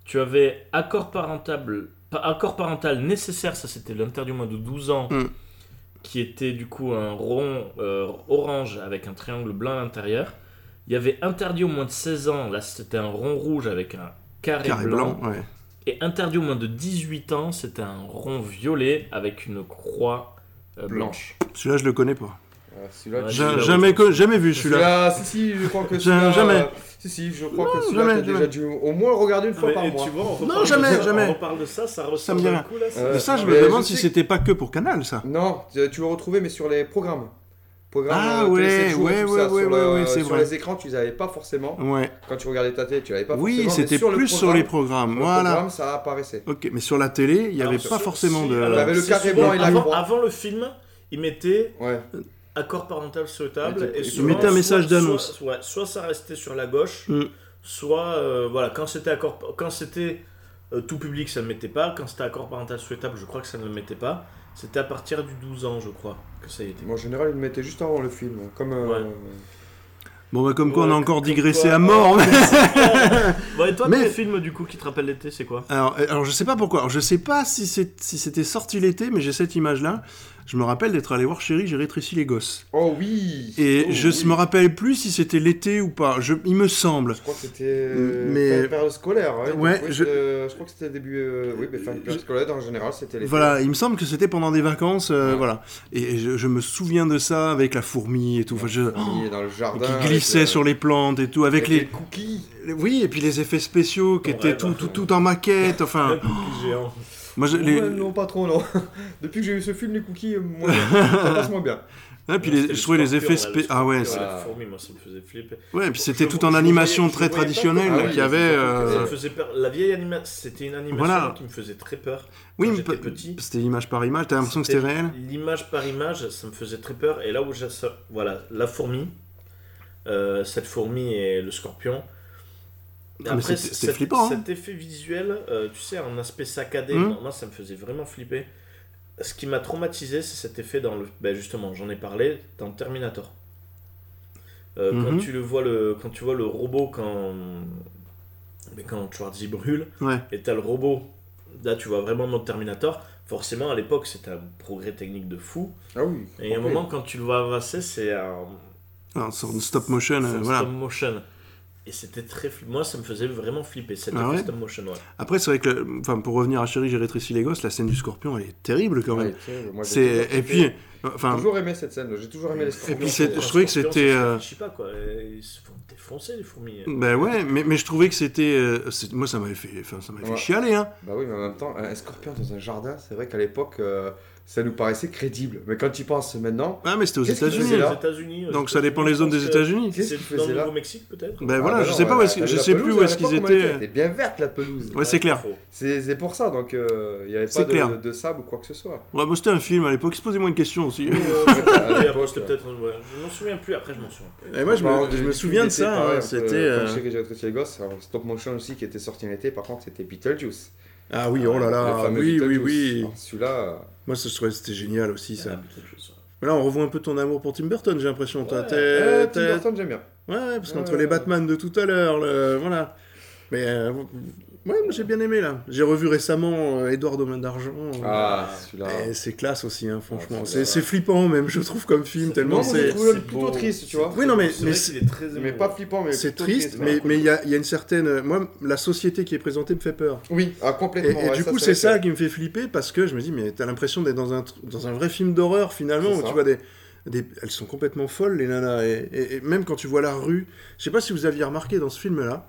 Tu avais accord parentable, pa- accord parental nécessaire, ça c'était l'interdit au moins de 12 ans, Mm. qui était du coup un rond euh, orange avec un triangle blanc à l'intérieur. Il y avait interdit au moins de 16 ans, là c'était un rond rouge avec un carré, Carré blanc. blanc, ouais. Et interdit au moins de 18 ans, c'était un rond violet avec une croix euh, blanche. Celui-là, je le connais pas. Ah, celui-là, Ouais, tu- J'ai- celui-là, jamais, ouais. co- jamais vu celui-là. Celui-là, si, si, je crois que Je- celui-là. jamais. euh, Si, si, je crois Non, que celui-là, jamais, t'as déjà jamais. dû au moins le regarder une fois par mois. Non, jamais, jamais. On parle de ça, ça ressemble dit à rien. coup là. ça- Euh, Mais ça, je mais me demande je si sais- c'était pas que pour Canal, ça. Non, tu tu le retrouvais, mais sur les programmes. Programmes, Ah, euh, ouais, Télé 7 jours et ouais, tout ça, ouais, ouais, sur le- ouais, ouais, c'est sur vrai. les écrans, tu les avais pas forcément. Ouais. Quand tu regardais ta télé, tu l'avais pas Oui, forcément. mais c'était sur le plus sur programme, les programmes. sur le Voilà. programme, ça apparaissait. Ok, mais sur la télé, il n'y avait Alors, pas si- forcément si, de. alors, Il y avait le c'est carré souvent- blanc et la avant, croix. avant le film, il mettait Ouais. accord parental souhaitable. Il Et mettait souvent, un message soit- d'annonce. Soit, ouais, soit ça restait sur la gauche, Mm. soit euh, voilà, quand c'était accord, quand c'était euh, tout public, ça ne le mettait pas. Quand c'était accord parental souhaitable, je crois que ça ne le mettait pas. C'était à partir du 12 ans, je crois, que ça y était. Moi, en général, ils le mettaient juste avant le film. Comme. euh, Bon, bah, comme quoi, on a Ouais, encore comme digressé quoi, à mort. Bon, et toi, Mais- tes films du coup qui te rappellent l'été, c'est quoi Alors, euh, alors je sais pas pourquoi. Alors, je sais pas si c'est- si c'était sorti l'été, mais j'ai cette image-là. Je me rappelle d'être allé voir Chérie, j'ai rétréci les gosses. Oh oui Et Oh, je oui. me rappelle plus si c'était l'été ou pas. Je, il me semble. Je crois que c'était Mais- mais... période scolaire. Ouais, Ouais, Donc, oui, je- euh, je crois que c'était début. euh, Oui, mais fin de période scolaire en général, c'était les. Voilà, il me semble que c'était pendant des vacances, euh, voilà. Et je, je me souviens de ça avec la fourmi et tout. Enfin, je- On est dans le jardin. euh, qui glissait sur les plantes et tout, avec les, cookies. les- oui, et puis les effets spéciaux qui Ton étaient rêve. tout, tout, tout en maquette. Enfin, géant. moi, je- les- Oh, Ouais, non, pas trop, non. Depuis que j'ai eu ce film, les cookies, euh, moins bien. ça passe moins bien. et ah, puis les- C'était le je trouvais les scorpion, effets là, le spé- ah ouais, c'est- scorpion, c'est- la fourmi, moi ça me faisait flipper. ouais, et puis Je- c'était je- tout je en voyais- animation je très voyais pas traditionnelle comment- Ah là, oui, qu'il y avait. Ça euh, me faisait peur. La vieille animation, c'était une animation Voilà. qui me faisait très peur. Oui, quand mais j'étais pe- petit. c'était image par image. T'as l'impression que c'était réel. L'image par image, ça me faisait très peur. Et là où j'ai ça, voilà, la fourmi, euh, cette fourmi et le scorpion. Ah, mais c'était- c'était flippant, hein. Cet effet visuel, euh, tu sais, un aspect saccadé, Mhm. moi, moi, ça me faisait vraiment flipper. Ce qui m'a traumatisé, c'est cet effet dans le. Ben justement, j'en ai parlé dans Terminator. Euh, Quand Mhm. tu le vois le, quand tu vois le robot quand, mais quand Schwarzy brûle, Ouais. et t'as le robot. Là, tu vois vraiment notre Terminator. Forcément, à l'époque, c'était un progrès technique de fou. Ah oui. Et à un complet. moment, quand tu le vois avancer, c'est un Alors, sur une stop motion, c'est euh, un voilà. stop motion. Et c'était très. fli- Moi, ça me faisait vraiment flipper. C'était Ah ouais stop motion, ouais. Après, c'est vrai que, le- enfin, pour revenir à Chérie, j'ai rétréci les gosses. La scène du scorpion, elle est terrible quand même. Ouais, tu sais, moi, j'ai c'est toujours et kiffé. puis, euh, J'ai enfin, toujours aimé cette scène, j'ai toujours aimé les Et puis, scorpions. c'est- Un je trouvais que scorpion, c'était, ça se euh, réfléchit pas, quoi. Et Ils se font défoncer, les fourmis. ben ouais, mais, mais je trouvais que c'était, euh, c'est- moi, ça m'avait fait, enfin, ça m'avait fait Ouais. chialer, hein. Bah oui, mais en même temps, un scorpion dans un jardin, c'est vrai qu'à l'époque, euh, ça nous paraissait crédible. Mais quand tu y penses maintenant, Ah, mais c'était aux Qu'est-ce qu'il États-Unis. hein. faisait là Aux États-Unis, aux Donc ça États-Unis, dépend les zones je pense des que États-Unis. qu'est-ce qu'ils C'est dans faisaient le là Nouveau-Mexique, peut-être Ben Ah, voilà, bah je non, sais pas où ouais, est-ce que- la je pelouse, sais plus où à est-ce qu'ils l'époque, on était- étaient. Elle était bien verte la pelouse. Ouais, c'est clair. faux. C'est c'est pour ça, donc euh, il n'y avait C'est pas de, clair. de sable ou quoi que ce soit. Ouais, bah, c'était un film à l'époque, se posez-moi une question aussi. Et À après, l'époque, c'était euh, peut-être. ouais, Je m'en souviens plus, après, je m'en souviens plus. Et moi, je Bah, me, on- je me l'été, souviens de ça, pareil, hein, un peu, c'était... comme euh, chez J'ai Rétréci les gosses, alors, stop motion aussi qui était sorti en été, par contre c'était Beetlejuice. Ah oui, oh là Le là, fameux oui, oui, Beetlejuice. oui. Alors, Celui-là, euh, Moi, ça, je trouvais que c'était génial aussi, ça. Ah, peut-être que ça. Là, on revoit un peu ton amour pour Tim Burton, j'ai l'impression. Toi, Ouais. t'es- euh, t'es- Tim Burton j'aime bien. Ouais, parce qu'entre Ouais. les Batman de tout à l'heure, le... voilà. Mais euh, ouais, moi, j'ai bien aimé, là. J'ai revu récemment euh, Edouard Domaine d'Argent. Euh, Ah, Eh, Ah, celui-là. Et c'est classe aussi, hein, franchement. Ah, c'est celui-là. c'est flippant, même, je trouve, comme film, C'est tellement Non, flippant, c'est c'est... mais- c'est plutôt beau. triste, tu vois. Oui, non, mais, C'est mais vrai qu'il est très Mais émouvant. pas flippant, mais. c'est plutôt triste, mais voilà. mais il y, a, il y a une certaine... Moi, la société qui est présentée me fait peur. Oui, ah, Et, complètement. et ouais, du coup, vrai c'est ça que- qui me fait flipper parce que je me dis, mais t'as l'impression d'être dans un, tr- dans un vrai film d'horreur finalement C'est où ça. tu vois des, des. Elles sont complètement folles, les nanas. Et, et- et même quand tu vois la rue, je sais pas si vous aviez remarqué dans ce film-là,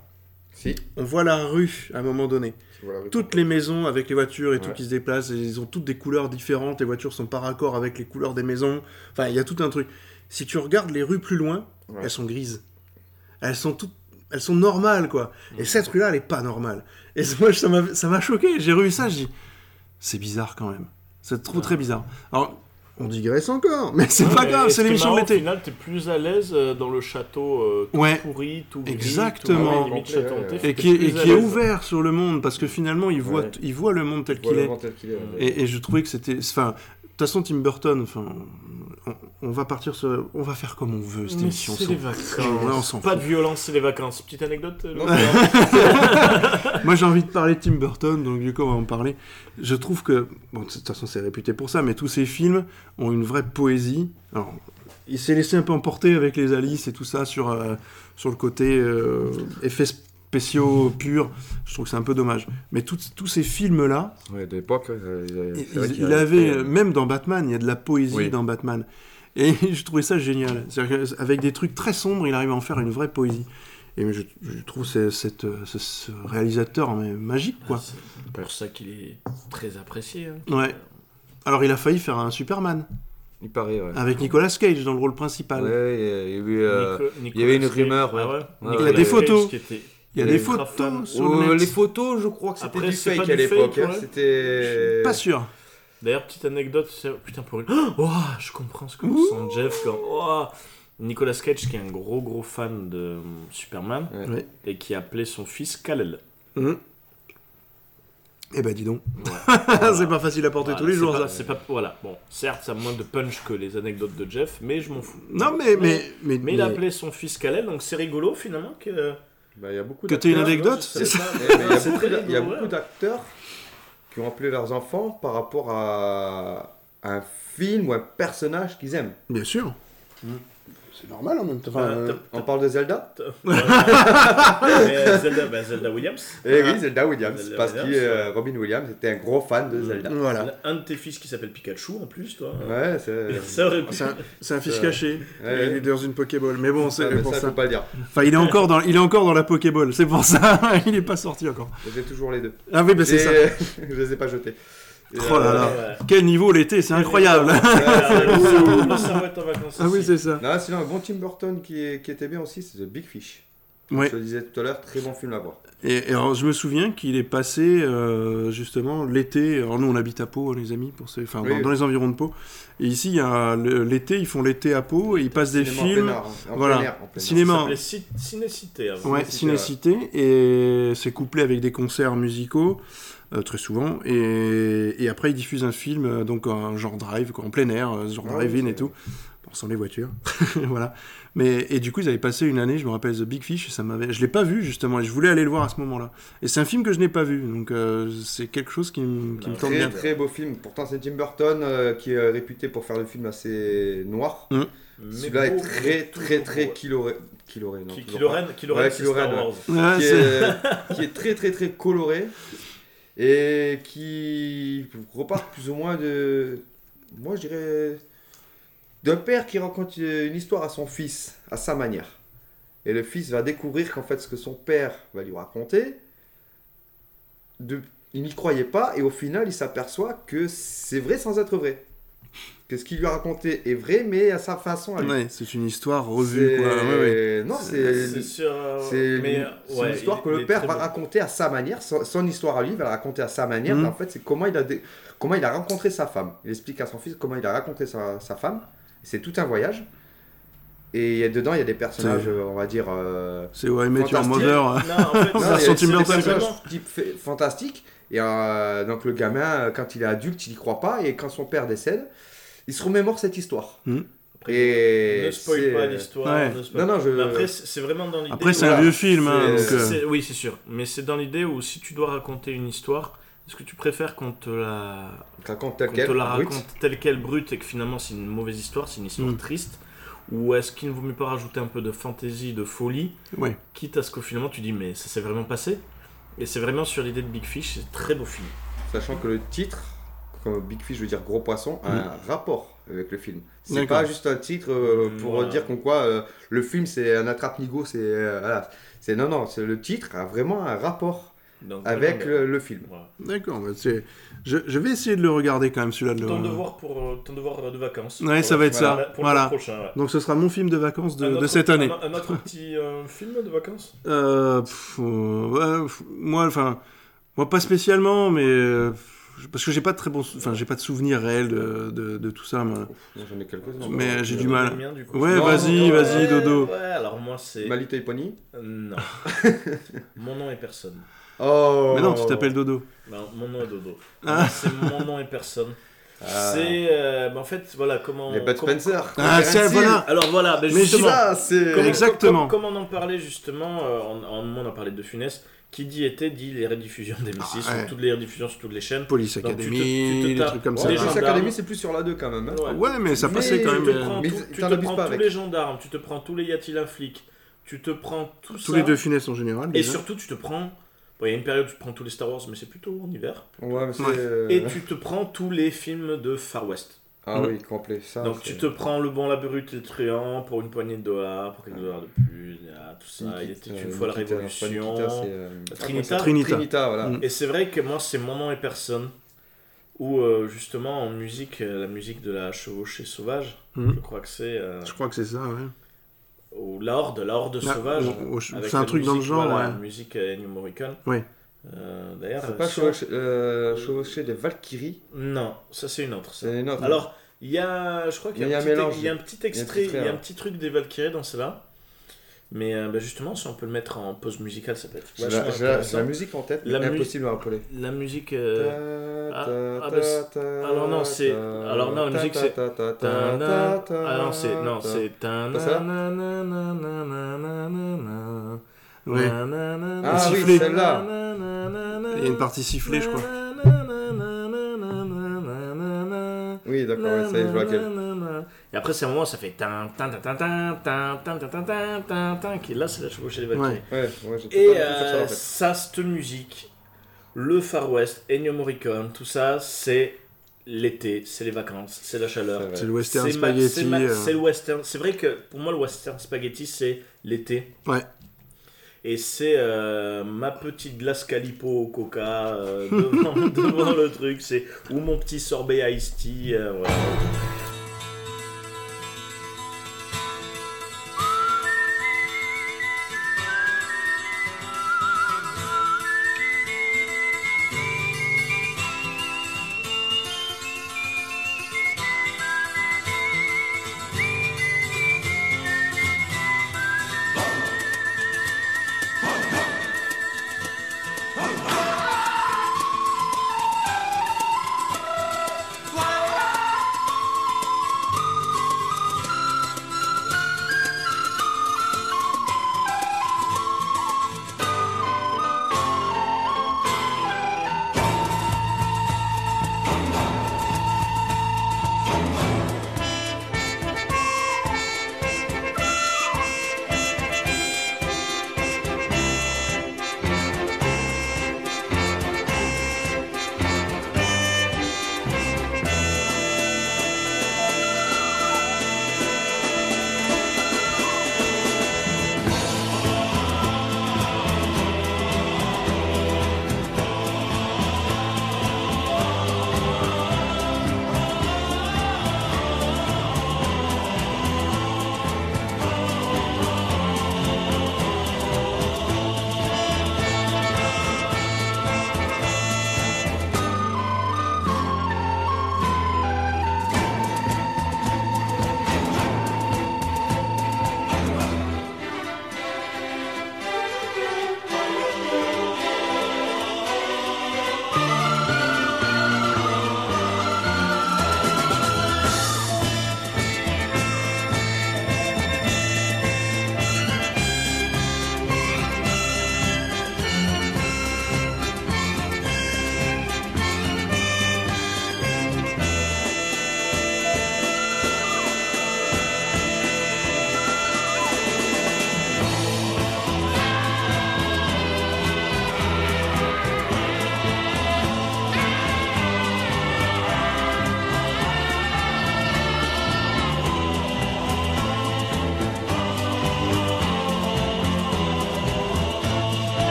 Si, on voit la rue à un moment donné. voilà, oui. Toutes les maisons avec les voitures et tout Ouais. qui se déplacent, et ils ont toutes des couleurs différentes, les voitures sont pas raccord avec les couleurs des maisons. Enfin, il y a tout un truc. Si tu regardes les rues plus loin, Ouais. elles sont grises. Elles sont toutes. Elles sont normales, quoi. Et cette rue-là, elle est pas normale. Et moi, ça m'a ça m'a choqué. J'ai revu ça, je dis. C'est bizarre quand même. C'est trop très bizarre. Alors, on digresse encore, mais c'est Ouais, pas mais grave, ce c'est qui est l'émission de marrant, Au l'été. final, t'es plus à l'aise euh, dans le château euh, tout Ouais. pourri, tout gris, Exactement. tout, limite château hanté, Et t'es qui est, plus et à qui est l'aise. ouvert sur le monde, parce que finalement, il voit, Ouais. il voit le monde tel qu'il Voilà est. le tel qu'il est. ouais. Et, et je trouvais que c'était. Enfin, de toute façon, Tim Burton, enfin, on, on va partir sur. On va faire comme on veut cette Mais émission. c'est on les s'en- Ouais, on vacances. s'en Pas de violence, c'est les vacances. Petite anecdote euh, Non, Laurent c'est vrai. Moi, j'ai envie de parler de Tim Burton, donc du coup, on va en parler. Je trouve que. Bon, de toute façon, c'est réputé pour ça, mais tous ces films ont une vraie poésie. Alors, il s'est laissé un peu emporter avec les Alice et tout ça sur, euh, sur le côté euh, effets spéciaux purs. Je trouve que c'est un peu dommage. Mais tous- tous ces films-là, Ouais, de l'époque. euh, Il, c'est vrai il- qu'il il avait, euh, même dans Batman, il y a de la poésie Oui. dans Batman. Et je trouvais ça génial. C'est-à-dire qu'avec des trucs très sombres, il arrive à en faire une vraie poésie. Et je, je trouve c'est- cette, euh, ce, ce réalisateur mais magique, quoi. Ah, C'est pour ça qu'il est très apprécié. hein. Ouais. Alors, il a failli faire un Superman, Il paraît, ouais. avec Nicolas Cage dans Ah, le rôle principal. Ouais, il y a- il y a eu, euh, Nico- il y avait une Nicolas Cage. rumeur, ouais. Ah Il y a Nicolas des photos. Cage qui était- Il y a Il des est ultra fan. photos sur Euh, le net. les photos, je crois que c'était Après, du c'est pas fake du à l'époque. fake, hein, ouais. C'était. Pas sûr. D'ailleurs, petite anecdote, c'est- putain, pour une. Oh, ouah, je comprends ce que ressent Jeff quand. Ouah. Nicolas Cage, qui est un gros gros fan de euh, Superman, Ouais. Ouais. et qui appelait son fils Kal-El. Hum. Eh ben, dis donc. Voilà. c'est pas facile à porter Voilà, tous les Ah, c'est jours, pas- ça. C'est pas voilà. Bon, certes, ça a moins de punch que les anecdotes de Jeff, mais je m'en fous. Non, mais... Mais, mais, Mais il mais- appelait son fils Kalel, donc c'est rigolo finalement que. Bah, il y a beaucoup Que t'aies une d'acteurs- anecdote, Non, je c'est savais ça pas. Eh, mais il y a C'est beaucoup très d'a- Il y a rigolo, beaucoup d'acteurs qui ont appelé leurs enfants par rapport à, un film ou un personnage qu'ils aiment. Bien sûr. Hmm. C'est normal en même temps. Enfin, Euh, euh, t'as- On parle de Zelda Mais, euh, Zelda, bah, Zelda Williams. Eh oui, Zelda Williams, Zelda parce que Williams, euh, Robin Williams était un gros fan de Zelda. Voilà. Un de tes fils qui s'appelle Pikachu en plus, toi. hein. Mm. Ouais, c'est. Ça aurait pu. C'est un, c'est un fiche Euh, caché. ouais. Il est dans une Pokéball. Mais bon, c'est Ah, mais pour ça, ça. faut pas le dire. Enfin, il est encore dans, il est encore dans la Pokéball. C'est pour ça. il est pas sorti encore. J'ai toujours les deux. Ah oui, bah, c'est Et- ça. je les ai pas jetés. Et, euh, Oh là là. Quel niveau l'été, c'est incroyable. Euh, Le cerveau est en vacances. ah oui, aussi. c'est ça. Non, sinon, un bon Tim Burton qui, est- qui était bien aussi, c'est The Big Fish. Ouais. Je te le disais tout à l'heure, très bon film à voir. Et, et alors, je me souviens qu'il est passé euh, justement l'été. Alors nous, on habite à Pau, hein, les amis, pour ces, enfin Oui, dans, oui. dans les environs de Pau. Et ici, il y a le- l'été, ils font l'été à Pau et ils passent des Cinéma en films. plein air, hein, en voilà. plein air, en plein air. Cinéma. Ça Non. s'appelait Ci- Cinécité avant. Ouais, Cinécité, Cinécité, et c'est couplé avec des concerts musicaux, euh, très souvent, et, et après ils diffusent un film, euh, donc un genre drive, quoi, en plein air, euh, genre Ouais, drive-in Ah c'est- et tout, bon, sans les voitures, voilà. Mais, et du coup, ils avaient passé une année, je me rappelle, The Big Fish, et ça m'avait... Je l'ai pas vu, justement, et je voulais aller le voir à ce moment-là. Et c'est un film que je n'ai pas vu, donc euh, c'est quelque chose qui, me- qui me Très- tente Bah, Très bien. très beau film. Pourtant, c'est Tim Burton euh, qui est réputé pour faire le film assez noir. Mais Celui-là est beau, très très très beau. kiloré. Kiloré, non. Qui- toujours Qui pas. Lorraine, qui Lorraine, Ouais, c'est qui Lorraine, Star Wars. Ouais, qui, Ah, c'est- est, qui est très très très coloré et qui repart plus ou moins de moi je dirais d'un père qui raconte une histoire à son fils à sa manière et le fils va découvrir qu'en fait ce que son père va lui raconter de- il n'y croyait pas et au final il s'aperçoit que c'est vrai sans être vrai que ce qu'il lui a raconté est vrai mais à sa façon à lui. ouais, c'est une histoire C'est- revue, quoi. ouais, ouais. non C'est c'est sur. euh, c'est mais, euh, c'est ouais, une histoire il- que il le est père très va beau. raconter à sa manière, son, son histoire à lui, il va la raconter à sa manière. Mhm. mais en fait, c'est comment il a dé- comment il a rencontré sa femme. Il explique à son fils comment il a rencontré sa, sa femme. C'est tout un voyage. Et il y a- dedans, il y a des personnages, C'est- euh, on va dire, euh, C'est ouais, I Met Your Fantastique. Mother, euh, Non, en fait, Ça non, il y a- sent Ah, c'est- Tim c'est des Burton, personnages simplement- type fa- fantastique. Et euh, donc le gamin, euh, quand il est adulte, il y croit pas. Et quand son père décède, il se remémore cette histoire. Mhm. Et Ne c'est- euh, spoil pas l'histoire. Ouais. ne spoil Non, euh, non, je. Mais Après, c'est c'est vraiment dans l'idée. Après, c'est un voilà, vieux film, hein, c'est- donc... euh, C'est- Oui, c'est sûr. Mais c'est dans l'idée où si tu dois raconter une histoire, est-ce que tu préfères qu'on te la, raconte tel qu'on quel, te la brut. raconte telle qu'elle brute et que finalement c'est une mauvaise histoire, c'est une histoire Mm. triste Ou est-ce qu'il ne vaut mieux pas rajouter un peu de fantaisie, de folie, ouais. quitte à ce qu'au finalement tu dis mais ça s'est vraiment passé Et c'est vraiment sur l'idée de Big Fish, c'est très beau film. Sachant que le titre, comme Big Fish veut dire gros poisson, a un rapport avec le film. C'est Mm. D'accord. pas juste un titre euh, pour Voilà. dire qu'on quoi euh, le film c'est un attrape-nigo, c'est euh, voilà. c'est non non, c'est le titre a vraiment un rapport Donc, avec vraiment, le, le film. voilà. D'accord, bah, c'est... Je, je vais essayer de le regarder quand même, celui-là. de le- Ton devoir pour euh, ton devoir de vacances. Ouais, ça va être ça. Pour Voilà. le prochain. ouais. Donc ce sera mon film de vacances de, Un de autre- cette année. Un, un autre petit euh, film de vacances Euh, pff, euh, ouais, pff, moi, enfin, moi pas spécialement, mais euh, pff, parce que j'ai pas de très bon, sou- enfin j'ai pas de souvenir réel de, de, de tout ça. moi. Moi, J'en ai quelques-uns. Mais j'ai du Euh, mal. le mien, du coup. Ouais, Non, vas-y, ouais, vas-y, dodo. Ouais, alors moi c'est. My Little Pony. Euh, Non. mon nom est personne. Oh. Mais non, tu t'appelles Dodo. Ben, mon nom est Dodo. Ah. Moi, C'est mon nom et personne. Ah. C'est. euh, ben, en fait, voilà comment. les Bud comment- Spencer. Ah, Terence tiens, Hill. voilà. Alors voilà, ben, Mais j'y justement. Ça c'est Comment- Exactement. Comme, comme on en parlait justement, euh, on, on, on a parlé de Funès. Qui dit été dit les rediffusions des M6, Ah, ouais. toutes les rediffusions sur toutes les chaînes. Police Donc, tu te- Academy, tu te des tapes- trucs comme Ouais, ça. les Ouais, gens- Police gendarmes. Academy, c'est plus sur la 2 quand même. hein. Ouais, mais ça Mais passait quand tu même. Tu te euh, prends, Mais tout- t'en tu te abuses prends pas tous avec. les gendarmes, tu te prends tous les y a-t-il un flic, tu te prends tout Tous ça. les deux finesses en général. et déjà. surtout, tu te prends. bon, Il y a une période où tu te prends tous les Star Wars, mais c'est plutôt en hiver. Ouais, mais c'est Ouais. euh, Et tu te prends tous les films de Far West. Ah Mm. oui, complet ça. Donc c'est- tu te prends le bon, la brute et le truand pour une poignée de dollars, pour quelques dollars de plus, ah, tout ça. Il Nikita, était une fois la Nikita, pas révolution. Nikita, c'est, euh, Trinita. Trinita. Trinita, voilà. Mm. Et c'est vrai que moi, c'est mon nom et personne. Ou euh, justement en musique, euh, la musique de la chevauchée sauvage, Mhm. je crois que c'est. euh, Je crois que c'est ça. Ouais. ou la horde, la horde Ah, sauvage. oh, oh, je- avec c'est un la truc dans le musique, genre. voilà, la ouais. musique euh, Ennio Morricone. Oui. Euh, D'ailleurs, C'est euh, pas si chevauché, euh, chevauché des Valkyries, on- Non, ça c'est une autre. ça. c'est une autre. Alors, il y a, je crois qu'il y, Il y a a un un petit ex- mélange. il y a un petit extrait, trait, il y a un ouais. petit truc des Valkyries dans celle-là. Mais euh, bah, justement, si on peut le mettre en pause musicale, ça peut être j'ai vachement la, j'ai la- j'ai intéressant. la musique en tête, La mais mu- impossible à rappeler. La musique. euh, ah, ah, bah, c'est- Alors non, c'est- alors non, la musique, c'est- Tana- Ah non, c'est. Non, c'est. Pas ça Tanananananananana. Ouais. Nananana. Ah oui, sifflet. celle-là. Nananana. Il y a une partie sifflée, je crois. Nananana. Oui, Oui, d'accord, ouais, ça y est, je vois laquelle. Nanana. Et après, c'est un moment où ça fait tin, tin, tin, tin, tin, tin, tin, tin, tin, tin, tin, tin, qui là, c'est la chevauchée des Valkyries. Ouais. Ouais, ouais, j'étais Et pas du tout sur ça, euh, en fait. ça, cette musique, le Far West, Ennio Morricone, tout ça, c'est l'été, c'est les vacances, c'est la C'est chaleur. vrai. C'est le western C'est ma- spaghetti. c'est ma- euh, C'est le western. C'est vrai que pour moi, le western spaghetti, c'est l'été. Ouais. Et c'est euh, ma petite glace calipo au coca euh, devant, devant le truc, c'est ou mon petit sorbet iced tea. euh, voilà.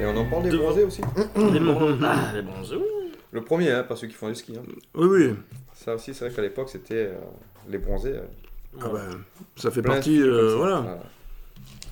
Et on en parle des Devant- bronzés aussi Les bronzes, ah, les bronzes, ouh. Le premier, hein, pas ceux qui font du ski. hein. Oui, oui. Ça aussi, c'est vrai qu'à l'époque, c'était euh, les bronzés. euh, Ah bah, ça fait plein de partie. trucs euh, comme ça. voilà. Voilà.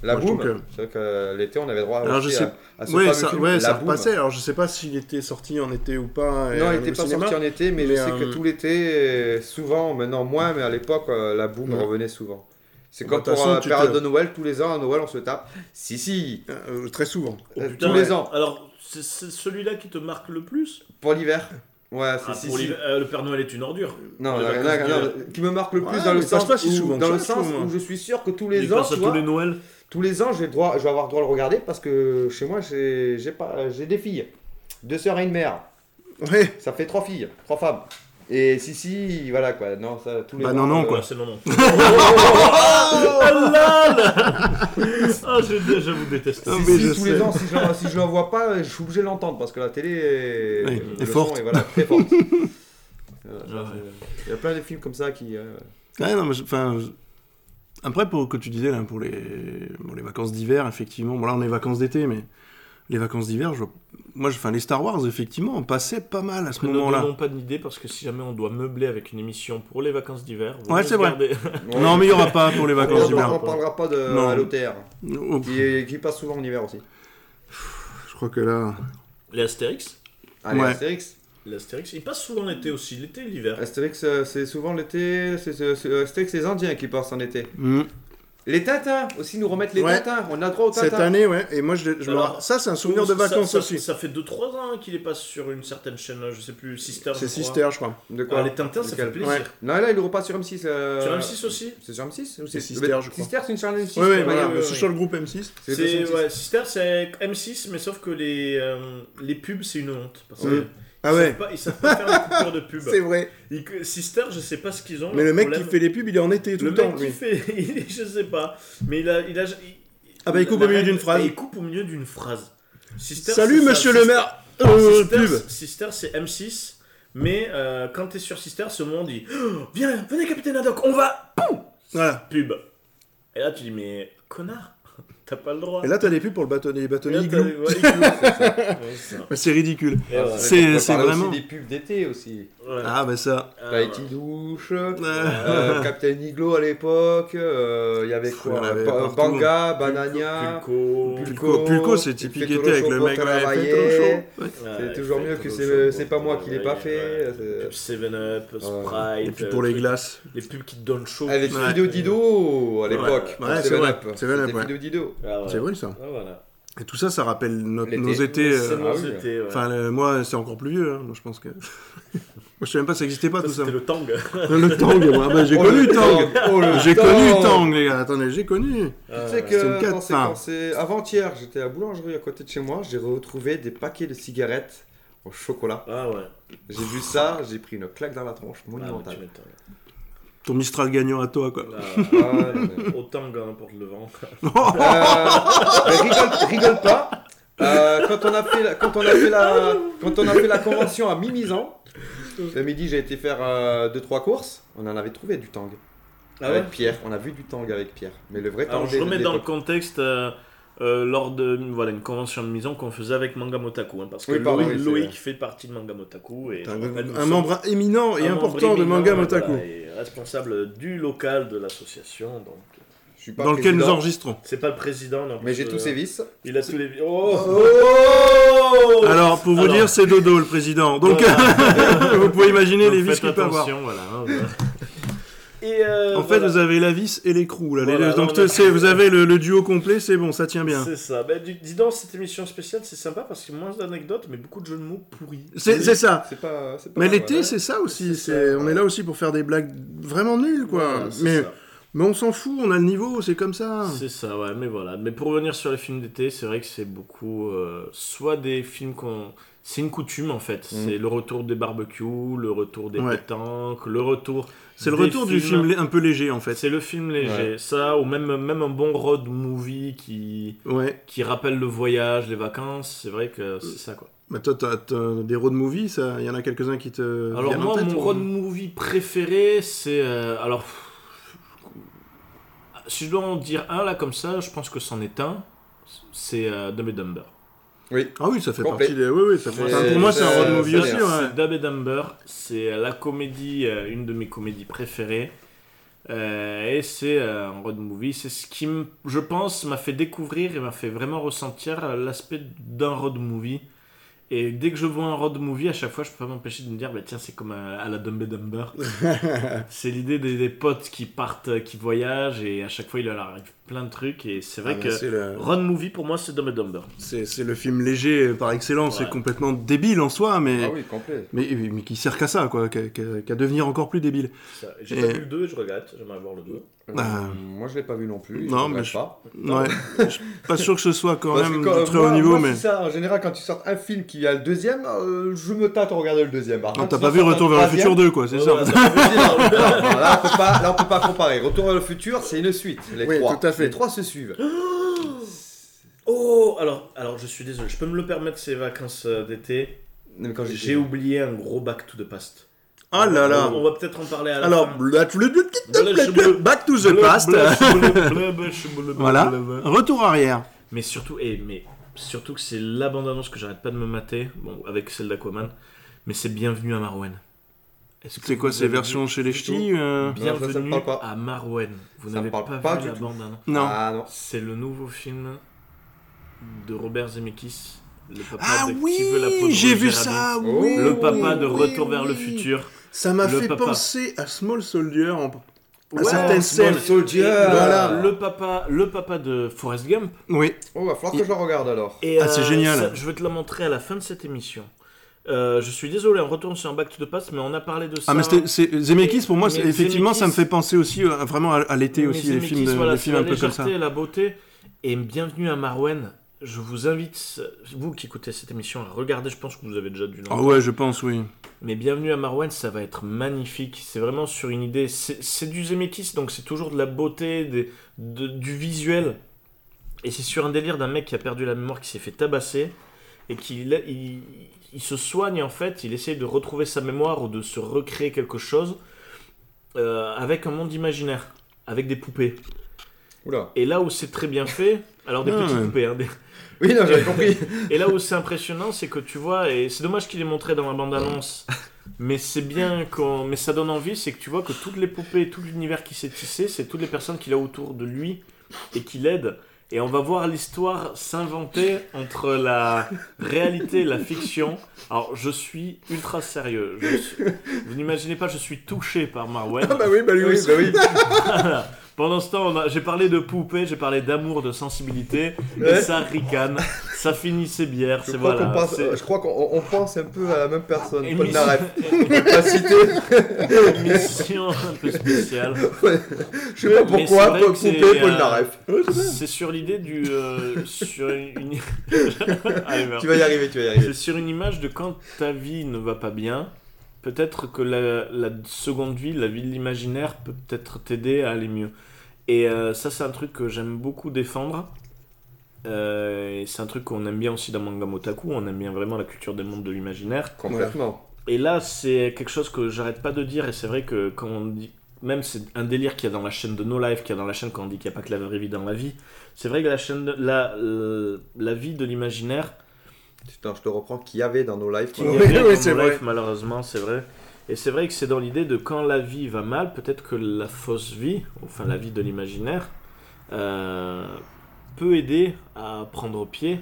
La Moi, je boum, trouve que- c'est vrai que euh, l'été, on avait droit Alors, aussi je sais- à, à ce Ouais, fameux ça, film, ouais, La ça Boum. repassait. Alors, je sais pas s'il était sorti en été ou pas. euh, Non, il au n'était pas cinéma. sorti en été, mais, mais, je sais euh, que tout l'été, euh, souvent, maintenant moins, mais à l'époque, euh, la boum Ouais. revenait souvent. C'est Bah, comme de toute pour façon, la tu période te- de Noël, tous les ans, à Noël, on se tape. Si, si, Euh, euh, très souvent. euh, Putain, tous ouais. les ans, Alors, c'est c'est celui-là qui te marque le plus pour l'hiver. Ouais, c'est Ah, si, pour si. l'hiver- euh, Le Père Noël est une ordure. Non, Les non, vacances non, d'hiver. non, qui me marque le plus Ouais, dans le mais ça se sens, passe si où, souvent dans que le ça, je sens trouve, hein. où moi. je suis sûr que tous Il les ans, passe à tu tous vois, les Noëls. tous les ans, j'ai le droit, je vais avoir le droit de le regarder parce que chez moi, j'ai j'ai pas, j'ai des filles, deux sœurs et une mère. Ouais. Ça fait trois filles, trois femmes. Et si, si, voilà quoi. Non, ça, tous les Bah ans, non, non, euh, quoi. Ah, c'est non, non. Ah là là Ah, je, je vous déteste. Ah, Si, mais si, je tous sais. les ans, si je, si je la vois pas, je suis obligé de l'entendre parce que la télé est, euh, Oui, le est son forte. est, voilà, très forte. Voilà, Ouais. ça, c'est- Il y a plein de films comme ça qui. euh, Ouais, non, mais je- enfin, je- Après, pour que tu disais, là, pour les, bon, les vacances d'hiver, effectivement. Bon, là, on est vacances d'été, mais les vacances d'hiver, je... moi, je... Enfin, les Star Wars, effectivement, on passait pas mal à ce Nous ne moment-là. donnons pas d'idée parce que si jamais on doit meubler avec une émission pour les vacances d'hiver, vous Ouais, nous c'est vrai. gardez- Non, mais il n'y aura pas pour les on, vacances on- on d'hiver. parlera pas de Non. à l'OTR Oh, pff, qui, est- qui passe souvent en hiver aussi. je crois que là. Les Astérix Allez, Ouais. Astérix. Les Astérix, ils passent souvent l'été aussi, l'été et l'hiver. euh, Astérix, euh, c'est souvent l'été. c'est- c'est- c'est- Astérix, c'est les Indiens qui passent en été. Hmm. Les Tintins aussi nous remettent les Ouais. Tintins. On a droit aux Tintins. Cette année, ouais. Et moi, je, je me- Alors, ça, c'est un souvenir de Ça- vacances ça, aussi. Ça fait 2-3 ans qu'il est passé sur une certaine chaîne, je sais plus, Sister. je C'est crois. Sister, je crois. De quoi Ah, les Tintins, ça Lequel fait plaisir. Ouais. Non, là, il repasse sur M6. euh, Sur M6 aussi C'est sur M6 ou C'est Sister, je crois. Sister, c'est une chaîne M6. Oui, oui, ouais, voilà. ouais, bah, ouais. c'est ouais. sur le groupe M6. C'est deux C'est M6. ouais, Sister, c'est M6, mais sauf que les, euh, les pubs, c'est une honte. Parce que Oui. Ah ils, ouais, savent pas, ils savent pas faire les coupures de pub. c'est vrai. Ils que- Sister, je sais pas ce qu'ils ont. Mais le mec problème. qui fait les pubs, il est en été tout le le, temps. mec qui lui. fait, il est- je sais pas, mais il a, il a- il- Ah bah, il coupe au la milieu règle- d'une phrase. Il coupe au milieu d'une phrase. Sister, Salut, c'est ça, monsieur le Sister- maire. Euh, Sister, pub. Sister, c'est M6, mais euh, quand t'es sur Sister, ce moment dit Oh, Viens, venez, Capitaine Haddock, on va Voilà. Pub. Et là, tu dis Mais connard, t'as pas le droit. Et là, t'as des pubs pour le bâtonnier. Les Et là, bâtonniers t'as- igloo. ouais, igloo, c'est ça. Ouais, c'est ça. Bah, C'est ridicule. Et voilà. C'est- On peut c'est parler aussi vraiment- des pubs d'été aussi. Ouais. Ah, bah ça. Ah, ouais. Tahiti Douche, Euh, euh, Captain Iglo à l'époque, euh, il y avait quoi Il y en avait Ba- partout. hein. Banga, Banania. Pulco. Pulco. Pulco, Pulco, c'est typique Fais-toi été avec chaud le pour mec. ouais, travailler. fais-toi chaud. Ouais. Ouais, C'est toujours mieux fait que tout c'est- le show, c'est pas moi qui l'ai pas ouais, fait, c'est- Pub 7-Up, Sprite. Et puis euh, pour les trucs- glaces. Les pubs qui te donnent chaud. Avec Ouais. Fido Ah, Dido à l'époque. Ouais, c'est Seven vrai. Up. Seven Up, C'était ouais. Fido Dido. Ah, ouais. C'est vrai ça. Ah, voilà. Et tout ça, ça rappelle notre- L'été. nos étés. C'est euh, nos ah oui. étés, ouais. Enfin, le- moi, c'est encore plus vieux. hein. Moi, je pense que. moi, je sais même pas, ça existait pas Ça, tout ça. C'était le Tang. Le Tang, ouais, bah, j'ai Oh, connu le Tang. Tang. Oh, le J'ai connu Tang. Tang, les gars. Attendez, j'ai connu. Ah, Tu sais ouais. C'est une que cata. quand c'est- quand c'est avant-hier, j'étais à boulangerie à côté de chez moi, j'ai retrouvé des paquets de cigarettes au chocolat. Ah ouais. J'ai vu ça, j'ai pris une claque dans la tronche, Ah, mais tu monumentale. m'étonnes. Ton Mistral gagnant à toi, quoi. Là, Ah, non, mais- Au Tang, à n'importe le vent. Euh, mais rigole, rigole pas. Euh, quand on a fait la, quand on a fait la, quand on a fait la convention à Mimizan, le midi j'ai été faire 2 deux trois courses. On en avait trouvé du tang avec Pierre. On a vu du tang avec Pierre, mais le vrai tang. Ah Alors je des- remets des dans le époques. contexte euh, euh, lors de voilà une convention de maison qu'on faisait avec Mangamotaku hein, parce que Oui, pardon, Loïc, oui, c'est Loïc vrai. fait partie de Mangamotaku et T'es Un, je rappelle, nous un sommes membre éminent un et membre important de éminent, Manga voilà, Motaku, et responsable du local de l'association donc Je suis pas dans lequel nous président, enregistrons. c'est pas le président non, Mais parce j'ai que euh, tous ses vices. il a tous les oh Oh Alors, pour vous Alors. dire, c'est Dodo le président. Donc, vous pouvez imaginer les vis qu'il peut avoir. voilà, hein, voilà. et euh, En fait, voilà. vous avez la vis et l'écrou. Là, les Voilà, deux. donc, là, on a- c'est- vous avez le, le duo complet, c'est bon, ça tient bien. c'est ça. Bah, dis dis donc, cette émission spéciale, c'est sympa parce qu'il y a moins d'anecdotes, mais beaucoup de jeux de mots pourris. C'est c'est ça. C'est pas. c'est pas- Mais l'été, voilà. c'est ça aussi. C'est c'est- ça, on ouais. est là aussi pour faire des blagues vraiment nulles, quoi. Euh, Voilà, c'est mais, ça. mais on s'en fout, on a le niveau, c'est comme ça. C'est ça, ouais, mais voilà. Mais pour revenir sur les films d'été, c'est vrai que c'est beaucoup. euh, soit des films qu'on. C'est une coutume en fait. C'est le retour des barbecues, le retour des Mm. Ouais. pétanques, le retour. C'est le des retour du films- film lé- un peu léger, en fait. C'est le film léger. Ça, ou même, même un bon road movie qui, Ouais. qui rappelle le voyage, les vacances. C'est vrai que c'est ça quoi. Mais Bah, toi, t'as t'as des road movies, ça Il y en a quelques-uns qui te. Alors viennent en moi, euh, tête, mon ou- road movie préféré, c'est... euh, alors... pff, Si je dois en dire un là comme ça, je pense que c'en est un. C'est euh, Dumb and Dumber. Ah oui, ça fait Complet. partie des. Oui, oui, ça fait... C'est- enfin, pour moi, c'est un c'est- road movie c'est- aussi, ouais. Euh, C'est Dumb and Dumber. C'est la comédie, euh, une de mes comédies préférées. Euh, et c'est euh, un road movie. C'est ce qui, me- je pense, m'a fait découvrir et m'a fait vraiment ressentir euh, l'aspect d'un road movie. Et dès que je vois un road movie, à chaque fois, je peux pas m'empêcher de me dire, bah, tiens, c'est comme à, à la Dumb and Dumber. c'est l'idée des, des potes qui partent, euh, qui voyagent, et à chaque fois, il leur arrive plein de trucs. Et c'est vrai Ah, mais que c'est le- road movie, pour moi, c'est Dumb and Dumber. C'est c'est le film léger euh, par excellence, Ouais. c'est complètement débile en soi, mais, Ah oui, complet. mais, mais qui sert qu'à ça, quoi, qu'à qu'à- qu'à devenir encore plus débile. Ça, J'ai pas Et- vu le 2, je regrette. J'aimerais voir le 2. Euh, Ah. Moi, je l'ai pas vu non plus. Non, mais je regrette je- pas. Ah Ouais, je suis pas sûr que ce soit quand Parce que même quand- de très moi- haut niveau, moi, mais. c'est ça. En général, quand tu sors un film qui a le deuxième, euh, je me tâte à regarder le deuxième. Par Non, contre, Ah, t'as si pas on vu sort un Retour vers le troisième, futur 2, quoi, c'est ça là, on peut pas, là, on peut pas comparer. Retour vers le futur, c'est une suite. Les Oui, trois. tout à fait. Les trois se suivent. Oh, alors, alors je suis désolé, je peux me le permettre ces vacances euh, d'été. Mais quand j'étais- J'ai oublié un gros back to the past. Ah là là On va peut-être en parler à la Alors, fin. bla- bla- bla- bla- Bla- bla- bla- back to the Bleu, past. bleu, bleu, bleu, bleu, bleu, bleu, Voilà, bleu. retour arrière. Mais surtout, et, mais surtout que c'est la bande-annonce que j'arrête pas de me mater, bon, avec celle d'Aquaman, mais c'est Bienvenue à Marouen. Est-ce que C'est quoi vous ces avez versions vu chez les plutôt ch'tis euh Non, ça, ça me Bienvenue parle pas. à Marouen. Vous Ça me n'avez pas, parle pas vu du la tout. bande-annonce. Non. Ah non. C'est le nouveau film de Robert Zemeckis, le papa Ah de Qui veut la peau oui, de j'ai vu Roger ça, Rabbit. Oh. oui, Le papa de oui, Retour oui. vers le futur. Ça m'a Le fait papa. penser à Small Soldier en- à certaines scènes. Small Soldier. Et le- Voilà. le, papa, le papa de Forrest Gump. Oui, Oh, va falloir que je le regarde alors. Et, euh, Ah, c'est génial. ça, je vais te la montrer à la fin de cette émission. Euh, je suis désolé, on retourne sur un back to the past, mais on a parlé de ça. ah mais c'était- c'est- Zemeckis pour moi, Mais c'est- effectivement, Zemeckis- ça me fait penser aussi euh, vraiment à, à l'été Mais aussi, les Zemeckis, films, de- voilà, les c'est films la un peu comme ça. légèreté, La beauté. Et bienvenue à Marwen. Je vous invite, vous qui écoutez cette émission, à regarder. Je pense que vous avez déjà dû Ah l'entendre. ouais, je pense, oui. Mais bienvenue à Marwen, ça va être magnifique. C'est vraiment sur une idée. C'est c'est du Zemeckis, donc c'est toujours de la beauté, des- de- du visuel. Et c'est sur un délire d'un mec qui a perdu la mémoire, qui s'est fait tabasser. Et qui il, il- il se soigne en fait, il essaye de retrouver sa mémoire ou de se recréer quelque chose euh, avec un monde imaginaire, avec des poupées. Oula. Et là où c'est très bien fait, alors des Ah petites ouais. poupées, hein, des- Oui, non, j'avais compris. et là où c'est impressionnant, c'est que tu vois, et c'est dommage qu'il ait montré dans la bande-annonce, mais c'est bien qu'on. Mais ça donne envie, c'est que tu vois que toutes les poupées, tout l'univers qui s'est tissé, c'est toutes les personnes qu'il a autour de lui et qui l'aident. Et on va voir l'histoire s'inventer entre la réalité et la fiction. Alors, je suis ultra sérieux. Je suis- Vous n'imaginez pas, je suis touché par Marwen. Ah bah oui, bah lui, oui, bah oui. Voilà. Pendant ce temps, on a- j'ai parlé de poupée, j'ai parlé d'amour, de sensibilité, et Ouais. ça ricane, ça finit ses bières, Je c'est crois voilà. qu'on pense- c'est- je crois qu'on on- on pense un peu à la même personne. Émission- Paul Naref. Je vais pas citer. euh, Émission un peu spéciale. Je sais pas Mais c'est pourquoi. vrai que c'est, Poupée Paul euh, Naref. C'est sur l'idée du. euh, sur une. Allez, merde. Tu vas y arriver, tu vas y arriver. C'est sur une image de quand ta vie ne va pas bien, peut-être que la, la seconde vie, la vie de l'imaginaire peut peut-être t'aider à aller mieux. Et euh, ça, c'est un truc que j'aime beaucoup défendre. Euh, et c'est un truc qu'on aime bien aussi dans Manga Motaku, on aime bien vraiment la culture des mondes de l'imaginaire. Complètement. Et là, c'est quelque chose que j'arrête pas de dire, et c'est vrai que quand on dit. Même c'est un délire qu'il y a dans la chaîne de No Life, qu'il y a dans la chaîne quand on dit qu'il n'y a pas que la vraie vie dans la vie. C'est vrai que la chaîne. de- La, euh, la vie de l'imaginaire, Putain, je te reprends qu'il y avait dans nos lives. qu'il y voilà. avait dans oui, c'est mon vrai. life, malheureusement, c'est vrai. Et c'est vrai que c'est dans l'idée de quand la vie va mal, peut-être que la fausse vie, enfin la vie de l'imaginaire, euh, peut aider à prendre pied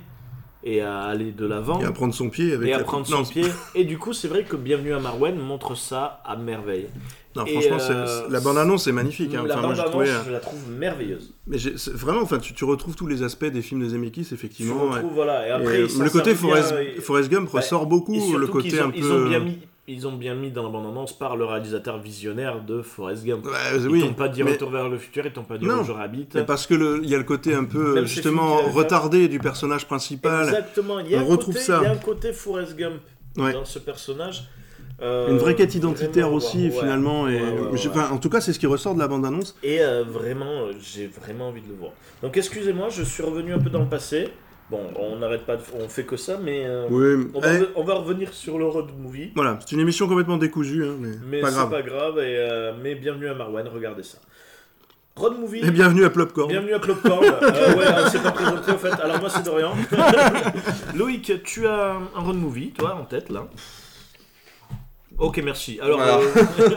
et à aller de l'avant Et à prendre son pied avec et à la- prendre Non, son pied. Et du coup, c'est vrai que Bienvenue à Marwen montre ça à merveille. Non, Et, franchement, c'est- euh, la bande-annonce est magnifique. hein. la Enfin, moi, bande j'ai annonce, trouvé, euh, je la trouve merveilleuse. mais j'ai- c'est- vraiment, enfin, tu, tu retrouves tous les aspects des films de Zemeckis, Tu effectivement. ouais. retrouves, voilà. Et Et, après, euh, ça, le ça côté revient, Forrest, et- Forrest Gump bah, ressort beaucoup et surtout le côté qu'ils ont, un peu. euh, ils ont bien mis, ils ont bien mis dans la bande annonce par le réalisateur visionnaire de Forrest Gump. Ouais, Ils oui, t'ont pas dit mais- retour vers le futur, ils t'ont pas dit Non. bonjour habite. mais parce que le- il y a le côté un peu Même ces films justement qui avaient- retardé du personnage principal. Exactement, il y a, On un retrouve côté, ça. il y a un côté Forrest Gump Ouais. dans ce personnage. Euh, Une vraie quête identitaire vraiment, aussi ouais. finalement. Et Ouais, ouais, j'ai- ouais. enfin, en tout cas, c'est ce qui ressort de la bande-annonce. Et euh, vraiment, euh, j'ai vraiment envie de le voir. Donc excusez-moi, je suis revenu un peu dans le passé. Bon, on n'arrête pas, de- on fait que ça, mais euh, Oui. on, va, eh, re- on va revenir sur le road movie. Voilà, c'est une émission complètement décousue, hein, mais, Mais pas c'est grave. pas grave. Et, euh, mais bienvenue à Marwan, regardez ça. Road movie. Et bienvenue à Plopcorn. Bienvenue à Popcorn. Euh, ouais, on s'est pas présenté en fait. Alors moi c'est Dorian. Loïc, tu as un road movie, toi, en tête là. Ok, merci. Alors, Voilà. euh,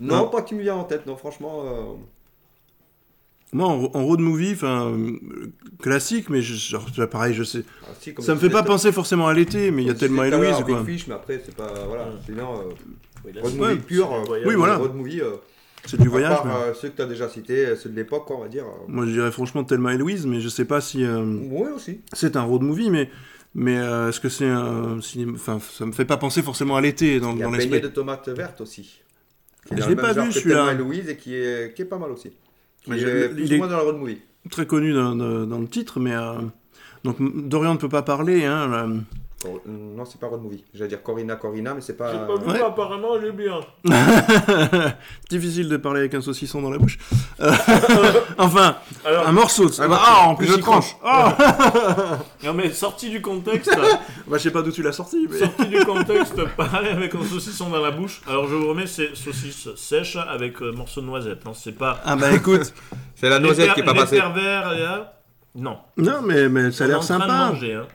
Non, pas qui me vient en tête, non, franchement. euh, Moi, en, en road movie, enfin euh, classique, mais je, genre, ça, pareil, je sais. ah, si, comme ça me tu fait disais pas tout- penser forcément à l'été, mais il y a comme tu disais tellement tout à l'heure, Héloïse Big quoi. Fish, mais après, c'est pas. Voilà. Mm. Sinon, euh, oui, là, road c'est- movie c'est pur. euh, incroyable. Oui, voilà. Road movie. euh, C'est du à voyage. part, mais- euh, ceux que t'as déjà cités, euh, ceux de l'époque, quoi, on va dire. euh, Moi, je dirais franchement Thelma et Louise, mais je sais pas si euh, Oui, aussi. c'est un road movie, mais mais euh, est-ce que c'est un cinéma Enfin, ça me fait pas penser forcément à l'été dans, Il y a dans Beignet l'esprit. de tomates vertes aussi. Je l'ai pas vu, celui-là. Et Louise et qui est, qui est pas mal aussi. Qui Mais est je- plus il ou est- moins dans la road movie. Très connu dans, dans- dans le titre, mais euh, donc m- Dorian ne peut pas parler. Hein, là. Cor- Oh, Non, c'est pas road movie. J'allais dire Corina, Corina, mais c'est J'ai pas. pas vu, Ouais. apparemment, il est bien. euh, Difficile de parler avec un saucisson dans la bouche. Euh, enfin, Alors, un morceau. de- un morceau. Ah, en plus, Je il tranche. Ah non mais sorti du contexte, bah, je sais pas d'où tu l'as sorti. Mais... sorti du contexte, parler avec un saucisson dans la bouche. Alors je vous remets, c'est saucisse sèche avec euh, morceau de noisette. hein, C'est pas. Ah bah écoute. C'est la Les per- les pervers, les- ah, Non. Non, mais, mais ça a On est l'air en train de sympa. manger, hein.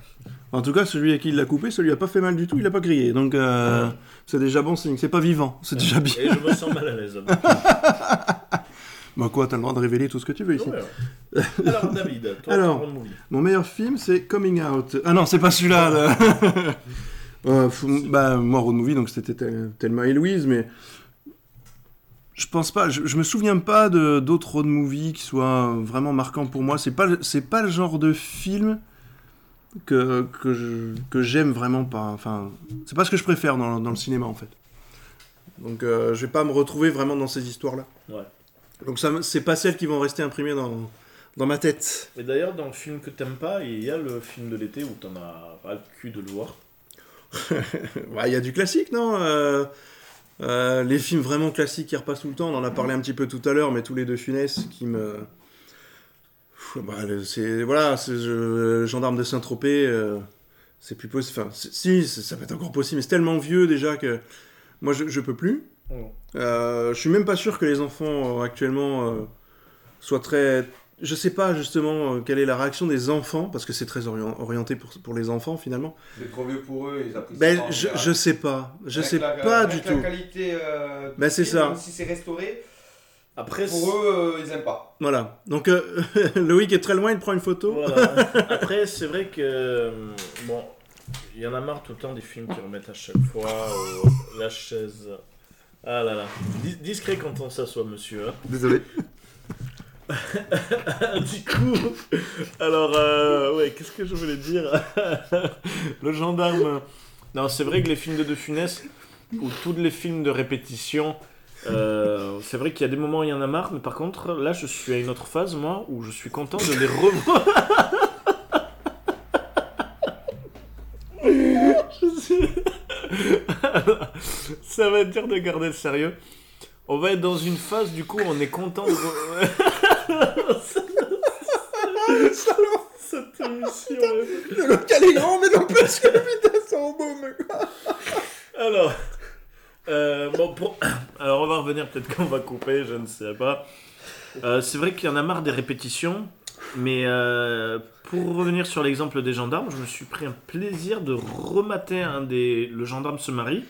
En tout cas, celui à qui il l'a coupé, ça lui a pas fait mal du tout. Il a pas crié. Donc, euh, c'est déjà bon signe. C'est pas vivant. C'est déjà bien. Et je me sens mal à l'aise. Bah quoi, t'as le droit de révéler tout ce que tu veux ici. Ah Ouais. hein. Alors David, toi, Alors. ton road movie. Mon meilleur film, c'est Coming Out. Ah non, c'est pas celui-là. là. Euh, fou- bah, moi, road movie, donc c'était Tel- Thelma et Louise, mais Je pense pas. Je, je me souviens pas de d'autres road movies qui soient vraiment marquants pour moi. C'est pas le- c'est pas le genre de film que que je- que j'aime vraiment pas. Enfin, c'est pas ce que je préfère dans, dans le cinéma en fait. Donc euh, je vais pas me retrouver vraiment dans ces histoires là. Ouais. Donc ça me- c'est pas celles qui vont rester imprimées dans dans ma tête. Mais d'ailleurs, dans le film que t'aimes pas, il y a le film de l'été où t'en as pas le cul de le voir. Ouais, Il y a du classique, non Euh, euh, Les films vraiment classiques qui repassent tout le temps, on en a parlé un petit peu tout à l'heure, mais tous les deux Funès qui me. Pff, bah, le- c'est voilà, c'est, je- gendarme de Saint-Tropez, euh, c'est plus possible. Enfin, c'est- si, c'est- ça va être encore possible, mais c'est tellement vieux déjà que moi je, je peux plus. Oh. Euh, je suis même pas sûr que les enfants euh, actuellement euh, soient très. Je sais pas justement euh, quelle est la réaction des enfants, parce que c'est très orient- orienté pour, pour les enfants finalement. C'est trop vieux pour eux, ils apprécient Ben, pas, en je, général. je sais pas. Je Avec sais la- pas avec du la tout. qualité, euh, du Ben, c'est film, ça. Même si c'est restauré, Après, pour eux, euh, ils aiment pas. Voilà. Donc, euh, Loïc est très loin, il prend une photo. Voilà. Après, c'est vrai que. euh, Bon, il y en a marre tout le temps des films qui remettent à chaque fois euh, la chaise. Ah là là. Dis- discret quand on s'assoit, monsieur. hein. Désolé. du coup, alors, euh, ouais, qu'est-ce que je voulais dire Le gendarme. Non, c'est vrai que les films de De Funès, ou tous les films de répétition, euh, c'est vrai qu'il y a des moments où il y en a marre, mais par contre, là, je suis à une autre phase, moi, où je suis content de les revoir. Je suis- Ça va être dur de garder le sérieux. On va être dans une phase, du coup, où on est content de... re- Cette émission. est- Le local est grand, mais non plus que putain, c'est en beau, mec. Alors, euh, bon, pour- alors on va revenir. Peut-être qu'on va couper. Je ne sais pas. Euh, c'est vrai qu'il y en a marre des répétitions, mais euh, pour revenir sur l'exemple des gendarmes, je me suis pris un plaisir de remater un des Le gendarme se marie,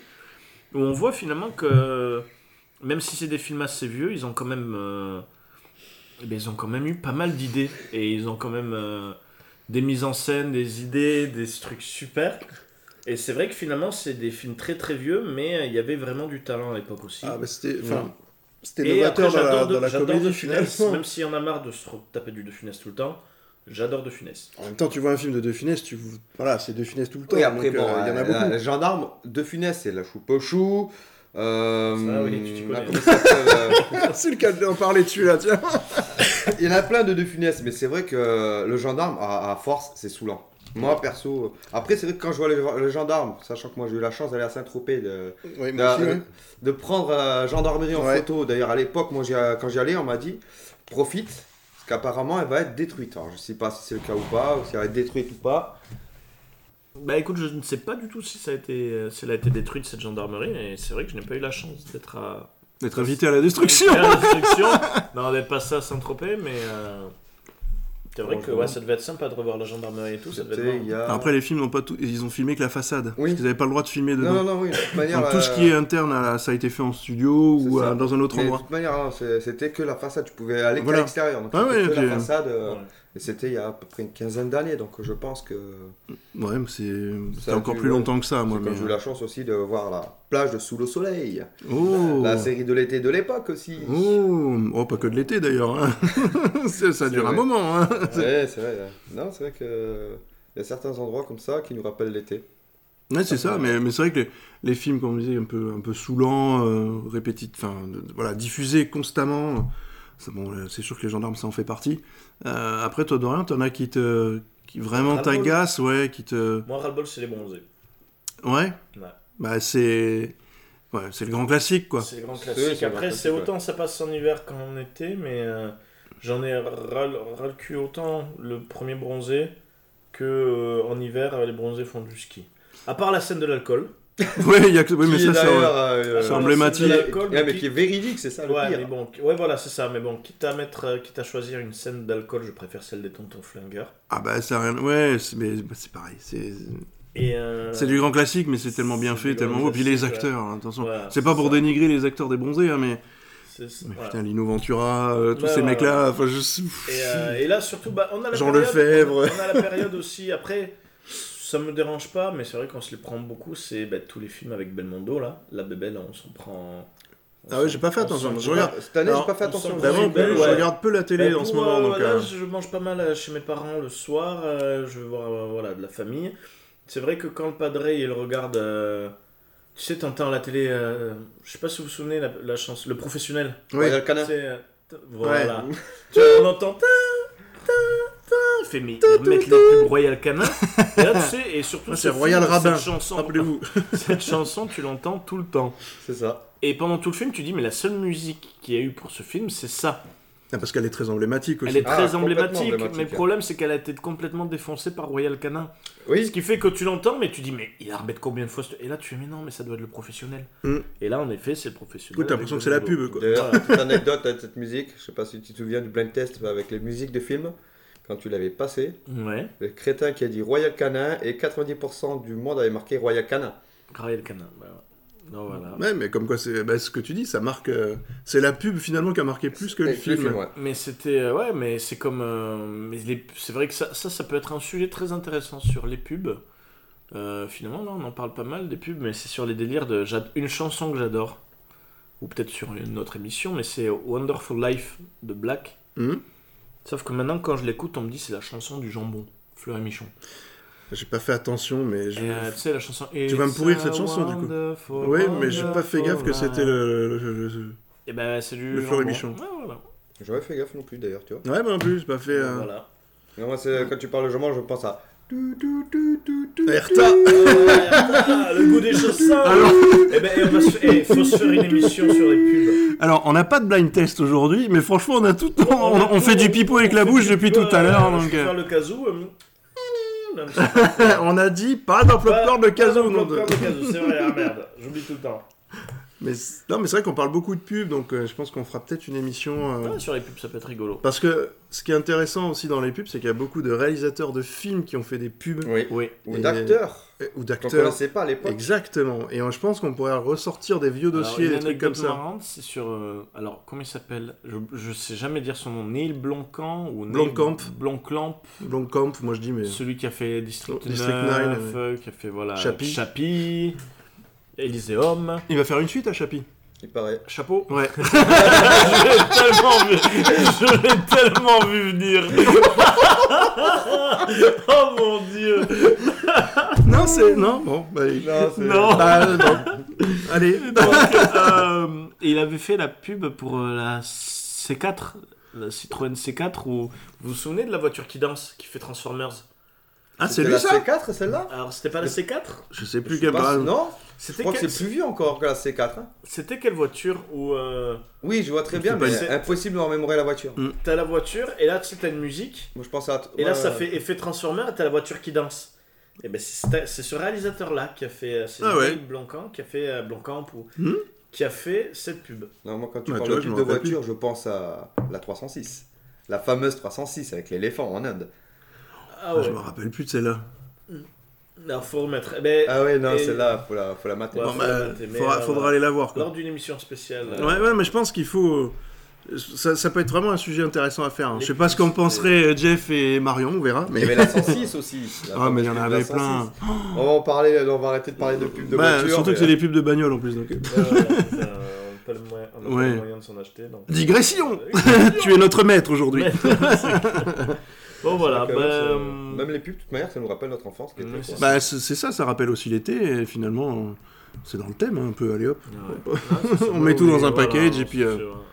où on voit finalement que même si c'est des films assez vieux, ils ont quand même, euh, eh ben, ils ont quand même eu pas mal d'idées et ils ont quand même euh, des mises en scène, des idées, des trucs super. Et c'est vrai que finalement, c'est des films très très vieux, mais euh, il y avait vraiment du talent à l'époque aussi. Ah, bah, c'était enfin, Ouais. c'était novateur dans la, j'adore de- dans la j'adore comédie, De Funès, finalement. Même s'il y en a marre de se taper du De Funès tout le temps, j'adore De Funès. En même temps, tu vois un film de De Funès, tu... voilà, c'est De Funès tout le temps. Oui, après, donc, bon, euh, il y en a euh, beaucoup. la- Les gendarmes de Funès, c'est la choupe au chou. Euh, Ça, oui, tu t'y connais. ah, comment ça s'appelle, euh, c'est le cas d'en parler dessus, là, tiens. Il y en a plein de De Funès, mais c'est vrai que euh, le gendarme, à, à force, c'est saoulant. Moi, perso. euh, Après, c'est vrai que quand je vois le, le gendarme, sachant que moi j'ai eu la chance d'aller à Saint-Tropez, de, Oui, de, moi aussi, de- ouais. de prendre euh, gendarmerie en Ouais. photo. D'ailleurs, à l'époque, moi, j'y- quand j'y allais, on m'a dit profite, parce qu'apparemment, elle va être détruite. Alors, je sais pas si c'est le cas ou pas, ou si elle va être détruite ou pas. Bah écoute, je ne sais pas du tout si, ça a été, euh, si elle a été détruite cette gendarmerie, et c'est vrai que je n'ai pas eu la chance d'être à. D'être invité à la destruction. à la destruction. non, d'être passé à Saint-Tropez, mais. euh, C'est vrai que Franchement. ouais, ça devait être sympa de revoir la gendarmerie et tout. Ça devait C'était être il marrant. y a- Après, les films n'ont pas tout. Ils ont filmé que la façade. Oui. Parce qu'ils n'avaient pas le droit de filmer dedans. Non, non, non, oui, de toute manière. Donc, tout ce euh, qui est interne, à- ça a été fait en studio C'est ou ça. à- dans un autre mais de endroit. toute manière, hein, c'est- c'était que la façade, tu pouvais aller Voilà. qu'à l'extérieur. Donc, Ah c'était ouais, que puis- la façade. euh, Ouais. Et c'était il y a à peu près une quinzaine d'années, donc je pense que. Ouais, mais c'est c'était a encore dû, plus ouais. longtemps que ça, moi. Parce que mais- euh, J'ai eu la chance aussi de voir la plage de Sous le Soleil, Oh. la série de l'été de l'époque aussi. Oh, oh, pas que de l'été d'ailleurs. hein. ça ça C'est dure un vrai. moment. Hein. Ouais, c'est vrai. ouais. Non, c'est vrai que euh, il y a certains endroits comme ça qui nous rappellent l'été. Ouais, c'est ça, mais, mais c'est vrai que les, les films, comme on disait, un peu, un peu saoulants, euh, répétit- enfin, de- de- voilà, diffusés constamment, c'est bon, euh, c'est sûr que les gendarmes, ça en fait partie. Euh, après, toi, Dorian, t'en as qui te. qui vraiment Ras-le-bol. t'agacent, ouais, qui te. Moi, ras-le-bol, c'est les bronzés. Ouais Ouais. Bah, c'est. Ouais, c'est le grand classique, quoi. C'est le grand C'est- classique. c'est le grand Après, classique, c'est ouais. autant ça passe en hiver qu'en été, mais euh, j'en ai ras, le- ras le cul autant le premier bronzé que euh, en hiver euh, les bronzés font du ski. À part la scène de l'alcool. Ouais, il y a que- oui, mais Qui ça, est c'est. d'ailleurs, À euh, part la emblématique. scène de qui- l'alcool, ouais, mais qui- qui est véridique, c'est ça le Ouais, pire. mais bon, qui- ouais, voilà, c'est ça. Mais bon, quitte à mettre, euh, quitte à choisir une scène d'alcool, je préfère celle des tontons flingueurs. Ah, bah, ça a rien. Ouais, c'est mais- bah, c'est pareil. C'est Et euh, c'est du grand classique, mais c'est tellement bien c'est fait, du grand tellement beau. Puis les classique, ouais. acteurs, hein, attention. Voilà, c'est pas c'est pour ça. dénigrer les acteurs des bronzés, hein, mais. c'est- c'est- Mais voilà. putain, Lino Ventura, euh, tous Ouais, ces ouais, mecs-là, enfin, je sais. Et, euh, et là, surtout, bah, on a la Jean période, Lefebvre. On a la période aussi. Après, ça me dérange pas, mais c'est vrai qu'on se les prend beaucoup. C'est bah, tous les films avec Belmondo, là. La bébelle, on s'en prend Ah ouais, j'ai pas fait attention. s'en- Je regarde. Cette année, j'ai Alors, pas fait on attention. s'en Vraiment, Ouais, peu- je ouais. regarde peu la télé Bah, en ce pour, moment, euh, donc. voilà, euh, je mange pas mal euh, chez mes parents le soir. euh, je vais voir euh, voilà, de la famille. C'est vrai que quand le padre il regarde. euh, tu sais, t'entends la télé. euh, je sais pas si vous vous souvenez la, la chanson. Le professionnel. Oui. Royal Canin. C'est, euh, t- voilà. Tu vois, on entend. Ta, ta, ta. Il fait mais ils remettent la pub Royal Canin. Et là, tu sais, et surtout. Ah, c'est ce film, Royal Rabbin. Cette chanson, Rappelez-vous. cette chanson, tu l'entends tout le temps. C'est ça. Et pendant tout le film, tu dis, mais la seule musique qu'il y a eu pour ce film, c'est ça. Ah, parce qu'elle est très emblématique aussi. Elle est Ah, très complètement emblématique, emblématique, mais le hein. problème, c'est qu'elle a été complètement défoncée par Royal Canin. Ce Oui. qui fait que tu l'entends, mais tu dis, mais il a rebête combien de fois ce- Et là, tu fais, mais non, mais ça doit être le professionnel. Mm. Et là, en effet, c'est le Oui, professionnel. t'as l'impression que c'est la Avec le pub, quoi. D'ailleurs, petite anecdote à cette musique. Je sais pas si tu te souviens du blind test avec les musiques de films. Quand tu l'avais passé, logo. Ouais, le crétin qui a dit Royal Canin et 90% du monde avait marqué Royal Canin. Royal Canin. voilà. Non, voilà. Ouais, mais comme quoi, c'est bah, ce que tu dis, ça marque. euh, C'est la pub finalement qui a marqué plus que le Et film. ouais. Mais c'était. euh, Ouais, mais c'est comme. euh, mais les- c'est vrai que ça, ça, ça peut être un sujet très intéressant sur les pubs. Euh, finalement, là, on en parle pas mal des pubs, mais c'est sur les délires de. j'ad- Une chanson que j'adore, ou peut-être sur une autre émission, mais c'est Wonderful Life de Black. Mhm. Sauf que maintenant, quand je l'écoute, on me dit c'est la chanson du jambon, Fleur et Michon. J'ai pas fait attention, mais. Je... Et, euh, tu sais, la chanson. Tu vas me pourrir cette chanson, du coup. ouais, mais j'ai pas fait gaffe que c'était le. le- le- Et ben, c'est du. le Fleur et jambon. Michon. Ouais, voilà. J'aurais fait gaffe non plus d'ailleurs, tu vois. Ouais, bah en plus, j'ai pas fait. euh, Voilà. Mais moi, c'est quand tu parles de jambon, je pense à. euh, Erta Ah, le goût des choses simples. Alors- Eh ben, on va se- eh, faut se faire une émission sur les pubs. Alors, on n'a pas de blind test aujourd'hui, mais franchement, on a tout. On, on- on fait du pipeau avec on la fait bouche Oh, du depuis pipeau, tout à euh, l'heure. Je donc, peux euh, faire le casou. euh, non, c'est pas- on a dit pas d'enveloppeur de pas casou, le non popcorn de casou, C'est vrai, ah, merde, j'oublie tout le temps. Mais c- non, mais c'est vrai qu'on parle beaucoup de pubs, donc euh, je pense qu'on fera peut-être une émission. euh, Ouais, sur les pubs, ça peut être rigolo. Parce que ce qui est intéressant aussi dans les pubs, c'est qu'il y a beaucoup de réalisateurs de films qui ont fait des pubs Oui. Oui. Ou Et- d'acteurs. euh, ou Qu'on d'acteurs. connaissait pas à l'époque. Exactement. Et euh, je pense qu'on pourrait ressortir des vieux dossiers, Alors, des une trucs comme anecdote ça. marrante, c'est sur. euh, alors, comment il s'appelle je, je sais jamais dire son nom. Neil Blomkamp ou Neil Blomkamp. Blomkamp, Blomkamp, moi je dis, mais. celui qui a fait District, Oh, District 9, 9, euh, qui a fait voilà, Chappie. Chappie Elyséum. Il va faire une suite à Chapi. Il paraît. Chapeau. Ouais. Je l'ai tellement vu, je l'ai tellement vu venir. oh mon dieu. non, c'est. Non, bon, bah. il- Non, c'est- Non. Bah, euh, non. Allez. Donc, euh, il avait fait la pub pour euh, la C4, la Citroën C4 où vous vous souvenez de la voiture qui danse, qui fait Transformers. Ah, c'est C'était lui la ça C4 celle-là Alors c'était pas la C4 Je sais plus Je sais quel pas, bah, Non Je C'était crois que quel- c'est plus vieux encore que la C4. hein. c'était quelle voiture où euh, Oui, je vois très bien, pas mais une- impossible d'en mémorer la voiture. Mm. t'as la voiture et là tu sais, t'as une musique Moi, je pense à. et là ouais, ça ouais. fait effet Transformers et t'as la voiture qui danse. Et ben c'est c'est ce réalisateur là qui a fait euh, c'est Ah ouais. Neil Blomkamp qui a fait euh, Blomkamp ou Hmm. qui a fait cette pub. Non, moi, quand tu Bah, parles tu de vois, je type m'en de rappelle voiture, je pense à la 306. La fameuse 306 avec l'éléphant en Inde. Ah ouais. Je me rappelle plus de celle-là. Alors faut remettre. Eh ben, Ah ouais, non, Et- celle-là, faut la, faut la mater. Ouais. Bon, faut bah, la mater, mais, faudra, euh, faudra aller la voir. Quoi. lors d'une émission spéciale. euh, Ouais, ouais, mais je pense qu'il faut. euh, Ça, ça peut être vraiment un sujet intéressant à faire. hein. Je sais pas ce qu'en L'électricité. penseraient euh, Jeff et Marion, on verra. Il y Mais... avait la 106 aussi. la Ah, mais il y en fameuse avait 106. plein. On va en parler, on va arrêter de parler de pubs de Bah, voiture. surtout mais- euh, que c'est des pubs de bagnole en plus. Donc... ouais, ouais, ouais, euh, on n'a pas le moyen, on n'a pas Ouais. le moyen de s'en acheter. Donc... Ah Digression Tu es notre maître aujourd'hui. bon voilà. Donc, Ben, euh, c'est- euh, Même les pubs, de toute manière, ça nous rappelle notre enfance. qui était, Ouais, quoi. c'est Bah, c'est c'est ça, ça rappelle aussi l'été. Et finalement, c'est dans le thème hein, un peu. Allez hop. ouais. Ah, c'est On beau, met tout oui, dans un voilà, package et puis, c'est euh, sûr, hein.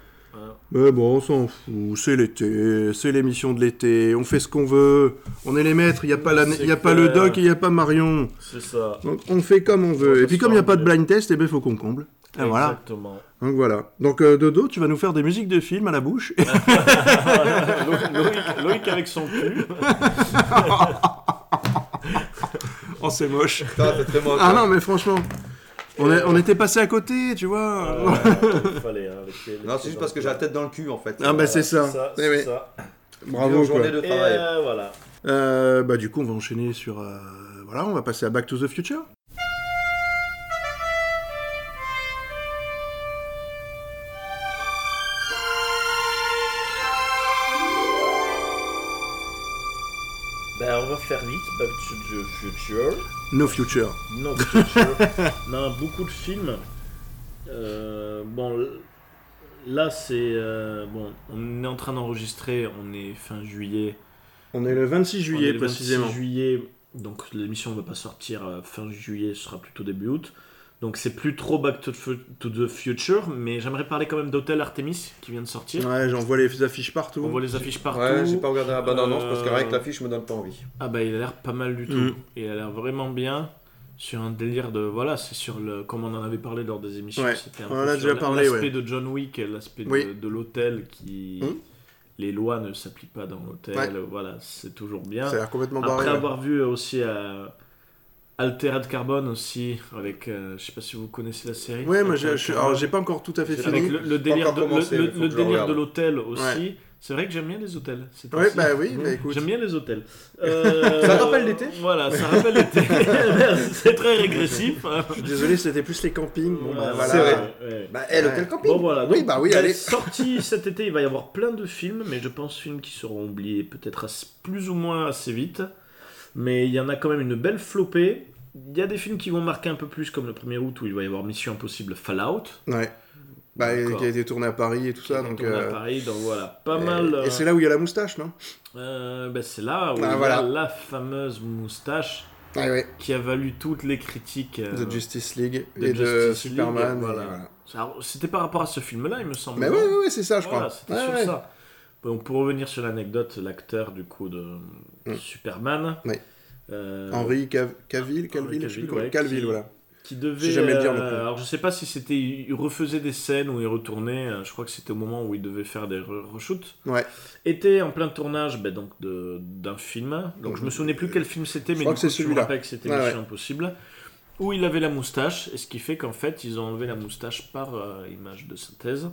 Mais Bah, bon, on s'en fout. C'est l'été. C'est l'émission de l'été. On fait ce qu'on veut. On est les maîtres. Il n'y a, pas, la... C'est y a pas le clair. doc et il n'y a pas Marion. C'est ça. Donc on fait comme on veut. Ouais, et puis comme il n'y a pas de formidable. blind test, eh ben faut qu'on comble. Et voilà. Exactement. Donc voilà. Donc euh, Dodo, tu vas nous faire des musiques de films à la bouche. Lo- Loïc, Loïc avec son cul. oh c'est moche. Putain, c'est très moche, Ah hein. non mais franchement, on, est- on était passé à côté, tu vois. Euh, il fallait, hein, avec les- les Non, c'est juste parce que j'ai la tête dans le cul en fait. Ah bah c'est ça. Ça, Eh c'est oui. ça. Bravo Une journée quoi. de Et travail. euh, voilà. Euh, bah du coup on va enchaîner sur euh, voilà, on va passer à Back to the Future. Ben, on va faire vite. Back to the future. No Future. Non, Picture. non, beaucoup de films. Euh, bon, l- là, c'est. euh, bon, on est en train d'enregistrer, on est fin juillet. On est le 26 On est juillet, le 26 précisément. juillet, donc l'émission ne va pas sortir euh, fin juillet, ce sera plutôt début août. Donc c'est plus trop Back to the, Fu- to the Future, mais j'aimerais parler quand même d'Hôtel Artemis qui vient de sortir. Ouais, j'en vois les affiches partout. On voit les affiches partout. Ouais, j'ai pas regardé Ah, bah, la bande annonce parce Euh, qu'avec l'affiche, je me donne pas envie. Ah bah il a l'air pas mal du tout. Mm. Il a l'air vraiment bien sur un délire de voilà, c'est sur le comme on en avait parlé lors des émissions, Ouais. c'était un On en a peu sur déjà parlé, l'aspect ouais. de John Wick, et l'aspect de- de, Oui. l'hôtel qui Mm. les lois ne s'appliquent pas dans l'hôtel, Ouais. voilà, c'est toujours bien. Ça a l'air complètement Après barré. ouais. avoir vu aussi euh, Altered Carbon aussi avec euh, je sais pas si vous connaissez la série. Ouais, moi j'ai Altered je- Carbon. alors, j'ai pas encore tout à fait J'ai fini. avec le, le J'ai pas délire encore de, le- commencé, le- mais faut le que je délire regarde. de l'hôtel aussi. C'est vrai que j'aime bien les hôtels. c'est Ouais, ainsi. bah oui, bah écoute. J'aime bien les hôtels. Euh, Ça rappelle l'été Voilà, ça rappelle l'été. Merci, c'est très régressif. Je suis désolé, c'était plus les campings. Bon, bah, Voilà, voilà. c'est vrai. ouais. Bah, elle, Ouais. hôtel camping Bon voilà, Oui, donc, bah oui, euh, allez. Sorti cet été, il va y avoir plein de films, mais je pense films qui seront oubliés peut-être assez- plus ou moins assez vite. Mais il y en a quand même une belle flopée. Il y a des films qui vont marquer un peu plus, comme le 1er août où il va y avoir Mission Impossible Fallout. Ouais. Bah, et- D'accord. qui a été tourné à Paris et tout ça. Donc, tourné à euh, Paris, donc voilà, pas et- mal. euh, Et c'est là où il y a la moustache, non euh, bah, c'est là Ah, où il y a voilà. la fameuse moustache. Ouais, Ah ouais. qui a valu toutes les critiques. euh, De Justice League de et de Justice League, Superman. et voilà. voilà. ça- C'était par rapport à ce film-là, il me semble. Mais non ouais, ouais, ouais, c'est ça, je Voilà, crois. c'était Ouais, sur ouais. ça. Bon, pour revenir sur l'anecdote, l'acteur du coup de Mm. Superman, Oui. euh, Henri Cav- Cavill, Henry Calville, je sais Cavill, plus comment. ouais, Calville, qui- voilà. qui Je devait. sais jamais le dire, non euh, plus. alors je sais pas si c'était, il refaisait des scènes où il retournait. euh, Je crois que c'était au moment où il devait faire des re- reshoots. Ouais. Était en plein tournage, ben, donc de- d'un film. Donc je me souvenais plus quel film c'était, mais Mhm. crois du que coup, c'est je me celui-là. rappelle que c'était Ouais, Mission Impossible. Où il avait la moustache, et ce qui fait qu'en fait ils ont enlevé la moustache par euh, image de synthèse,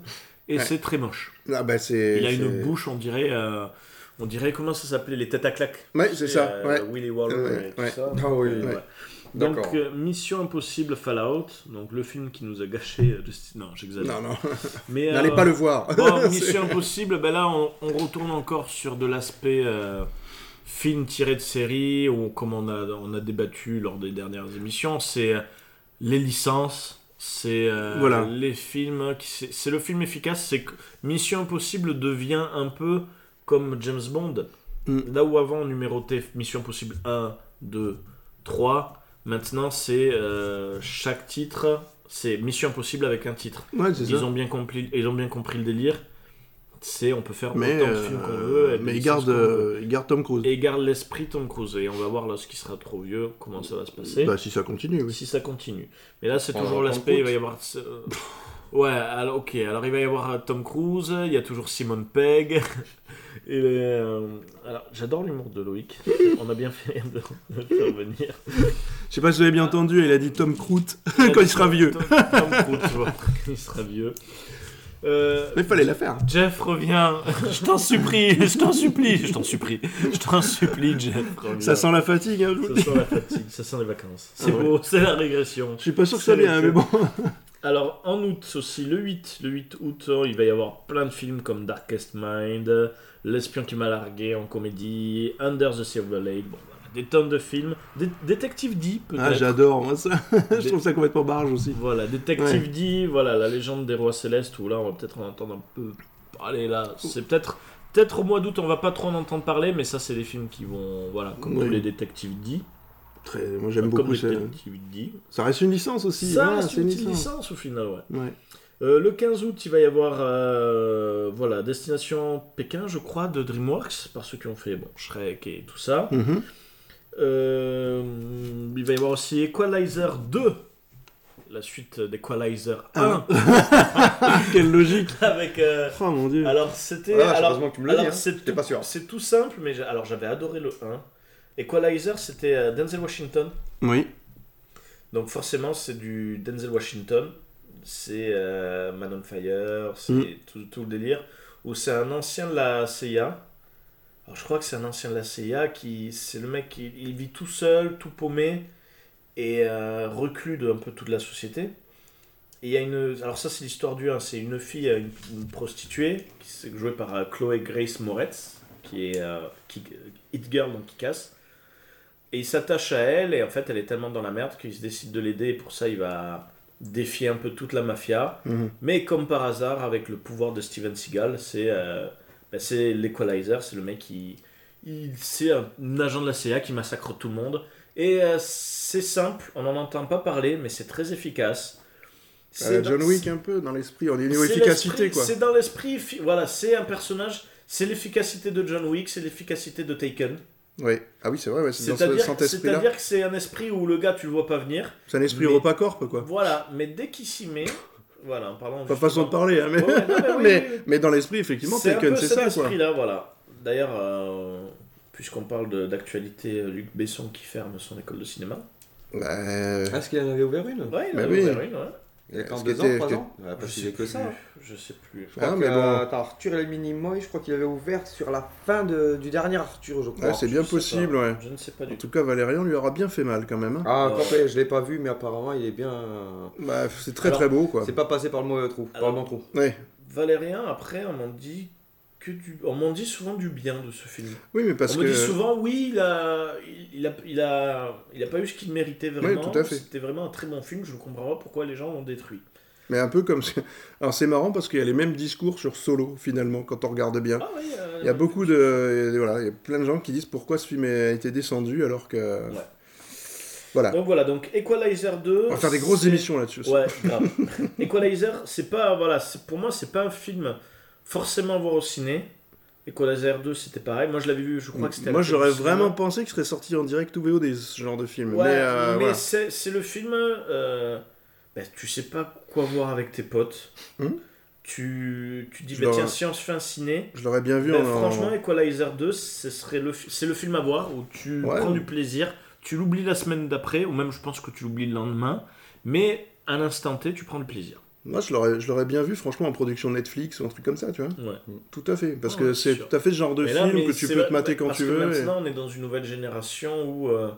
et Ouais. c'est très moche. Ah, bah, c'est. Il a c'est- une bouche, on dirait, euh, on dirait comment ça s'appelait, les têtes à claques. Ouais, c'est ça. Euh, Ouais. Willy Waller Ouais, et tout ouais. ça. Ah oui, Euh, ouais. voilà. D'accord. Donc, euh, Mission Impossible Fallout, donc le film qui nous a gâché. euh, Justi- Non, j'exagère. Non, non. Mais, N'allez euh, pas le voir. bon, Mission Impossible, ben là, on, on retourne encore sur de l'aspect euh, film tiré de série, ou comme on a, on a débattu lors des dernières émissions, c'est euh, les licences. C'est euh, Voilà. les films, qui- c'est c'est le film efficace. C'est que Mission Impossible devient un peu comme James Bond. Mm. Là où avant on numérotait Mission Impossible 1, 2, 3, maintenant c'est euh, chaque titre, c'est Mission Impossible avec un titre. Ouais, c'est ça. Ils ont bien compris, ils ont bien compris le délire. C'est on peut faire Mais, autant de films qu'on euh, veut. et de mais il garde, licences qu'on veut. euh, il garde Tom Cruise. Et garde l'esprit Tom Cruise et on va voir lorsqu'il sera trop vieux comment ça va se passer Bah, si ça continue, oui. si ça continue. Mais là c'est On toujours va l'aspect il va y prendre avoir ce- ouais alors ok alors il va y avoir euh, Tom Cruise il y a toujours Simon Pegg et euh, alors j'adore l'humour de Loïc on a bien fait de le faire venir Je sais pas si vous avez Ah. bien entendu, il a dit Tom Cruise quand il sera vieux. Tom, Tom Cruise tu vois, quand il sera vieux Euh, Mais fallait la faire. Jeff reviens, je t'en supplie, je t'en supplie, je t'en supplie, je t'en supplie, Jeff. reviens. Ça sent la fatigue, hein, je vous le Ça dis. sent la fatigue, ça sent les vacances. C'est Ah ouais. beau, c'est la régression. Je suis pas sûr que ça vient, hein, mais bon. Alors en août aussi, le 8, le 8 août, euh, il va y avoir plein de films comme Darkest Mind, euh, L'espion qui m'a largué en comédie, Under the Silver Lake, bon, voilà, des tonnes de films. Dé- Détective D Ah, peut-être. j'adore, moi, ça. je trouve ça complètement barge aussi. voilà, Détective D, voilà, la légende des rois célestes, où là on va peut-être en entendre un peu parler là. C'est peut-être peut-être au mois d'août on va pas trop en entendre parler, mais ça c'est des films qui vont, voilà, comme Oui. tous les Détectives D. Très... Moi, j'aime comme beaucoup les ça. Détectives D. Ça reste une licence aussi. Ça voilà, reste c'est une petite licence au final, ouais. Ouais. Euh, le 15 août, il va y avoir euh, voilà, Destination Pékin, je crois, de DreamWorks, par ceux qui ont fait bon, Shrek et tout ça. Mhm. Euh, il va y avoir aussi Equalizer 2, la suite d'Equalizer 1, Quelle logique. avec... euh, Oh mon dieu. alors, c'était... Ah, alors, heureusement que tu me l'as alors, dit, hein. c'est J'étais tout- pas sûr. C'est tout simple, mais j'ai- alors j'avais adoré le 1. Equalizer, c'était euh, Denzel Washington. Oui. Donc forcément, c'est du Denzel Washington, c'est euh, Man on Fire, c'est Mm. tout, tout le délire, où c'est un ancien de la CIA. Alors je crois que c'est un ancien de la CIA qui, c'est le mec qui il vit tout seul, tout paumé et euh, reclus de un peu toute la société. Et il y a une, alors ça c'est l'histoire du 1, c'est une fille, une, une prostituée qui c'est jouée par euh, Chloé Grace Moretz, qui est euh, qui, hit girl donc qui casse. Et il s'attache à elle, et en fait, elle est tellement dans la merde qu'il se décide de l'aider, et pour ça, il va défier un peu toute la mafia. Mhm. Mais comme par hasard, avec le pouvoir de Steven Seagal, c'est euh, bah, c'est l'Equalizer, c'est le mec qui. il- C'est un agent de la CIA qui massacre tout le monde. Et euh, c'est simple, on n'en entend pas parler, mais c'est très efficace. Euh, John dans- Wick un peu dans l'esprit, au niveau c'est efficacité l'esprit- quoi. C'est dans l'esprit, fi- voilà, c'est un personnage, c'est l'efficacité de John Wick, c'est l'efficacité de Taken. Ouais. Ah oui, c'est vrai, ouais, c'est dans ce, C'est-à-dire cet esprit-là. c'est-à-dire que c'est un esprit où le gars, tu le vois pas venir. C'est un esprit Mais- repas-corp quoi. Voilà, mais dès qu'il s'y met, voilà, en parlant. Pas justement- façon de parler, hein, mais, Ouais, ouais, non, mais oui, mais, oui, oui. mais dans l'esprit, effectivement, C'est un Taken, peu c'est cet ça quoi. esprit-là, voilà. D'ailleurs, euh, puisqu'on parle de- d'actualité, euh, Luc Besson qui ferme son école de cinéma. Bah, euh, Est-ce qu'il en avait ouvert une Ouais, il Bah a oui. Ah, ouvert une, ouais. Il y a quand Est-ce deux que t'es- ans, trois t'es- ans Ouais, Pas Je si sais vieux que ça. plus, Ah, hein. Je sais plus. Je crois Ah, que, mais bon. euh, attends, Arthur et les Minimoys, je crois qu'il avait ouvert sur la fin de- du dernier Arthur, je crois. ouais, Ah, c'est bien je sais pas. possible, ouais. Je ne sais pas En du tout. tout cas, Valérian lui aura bien fait mal quand même. hein. Ah, Ouais. complet, je l'ai pas vu, mais apparemment il est bien. Bah, c'est très Alors, très beau quoi. C'est pas passé par le mauvais trou, par Alors- le bon trou. Ouais. Valérien, après, on m'en dit que du... on m'en dit souvent du bien de ce film. Oui, mais parce on que. me dit souvent, oui, il a, il a, il a, il a pas eu ce qu'il méritait vraiment. tout à fait. C'était vraiment un très bon film. Je ne comprends pas pourquoi les gens l'ont détruit. Mais un peu comme. Alors c'est marrant parce qu'il y a les mêmes discours sur Solo finalement quand on regarde bien. Ah oui. euh, Il y a beaucoup de euh, voilà, il y a plein de gens qui disent pourquoi ce film a été descendu alors que Ouais. voilà. Donc voilà, donc Equalizer 2. on va faire des grosses c'est- émissions là-dessus. aussi. Ouais, grave. Equalizer, c'est pas, voilà, c'est- pour moi, c'est pas un film forcément à voir au ciné. Equalizer 2, c'était pareil. Moi, je l'avais vu. Je crois que c'était. à la Moi télé j'aurais au cinéma. vraiment pensé qu'il serait sorti en direct ou VOD ce genre de film. Ouais, mais euh, mais voilà. c'est c'est le film. euh, ben, tu sais pas quoi voir avec tes potes. Hum. Tu, tu dis, Je bah, l'aurais- tiens, si on se fait un ciné. je l'aurais bien vu ben, en Franchement, Equalizer 2, ce serait le fi- c'est le film à voir où tu Ouais. prends du plaisir. Tu l'oublies la semaine d'après, ou même je pense que tu l'oublies le lendemain. Mais à l'instant T, tu prends du plaisir. Moi je l'aurais je l'aurais bien vu franchement en production Netflix ou un truc comme ça, tu vois. Ouais. Tout à fait parce Ouais, que ouais, c'est Ah, sûr. tout à fait ce genre de Mais là, film mais que tu c'est peux vrai- te mater quand parce tu que veux. et- Maintenant, on est dans une nouvelle génération où euh,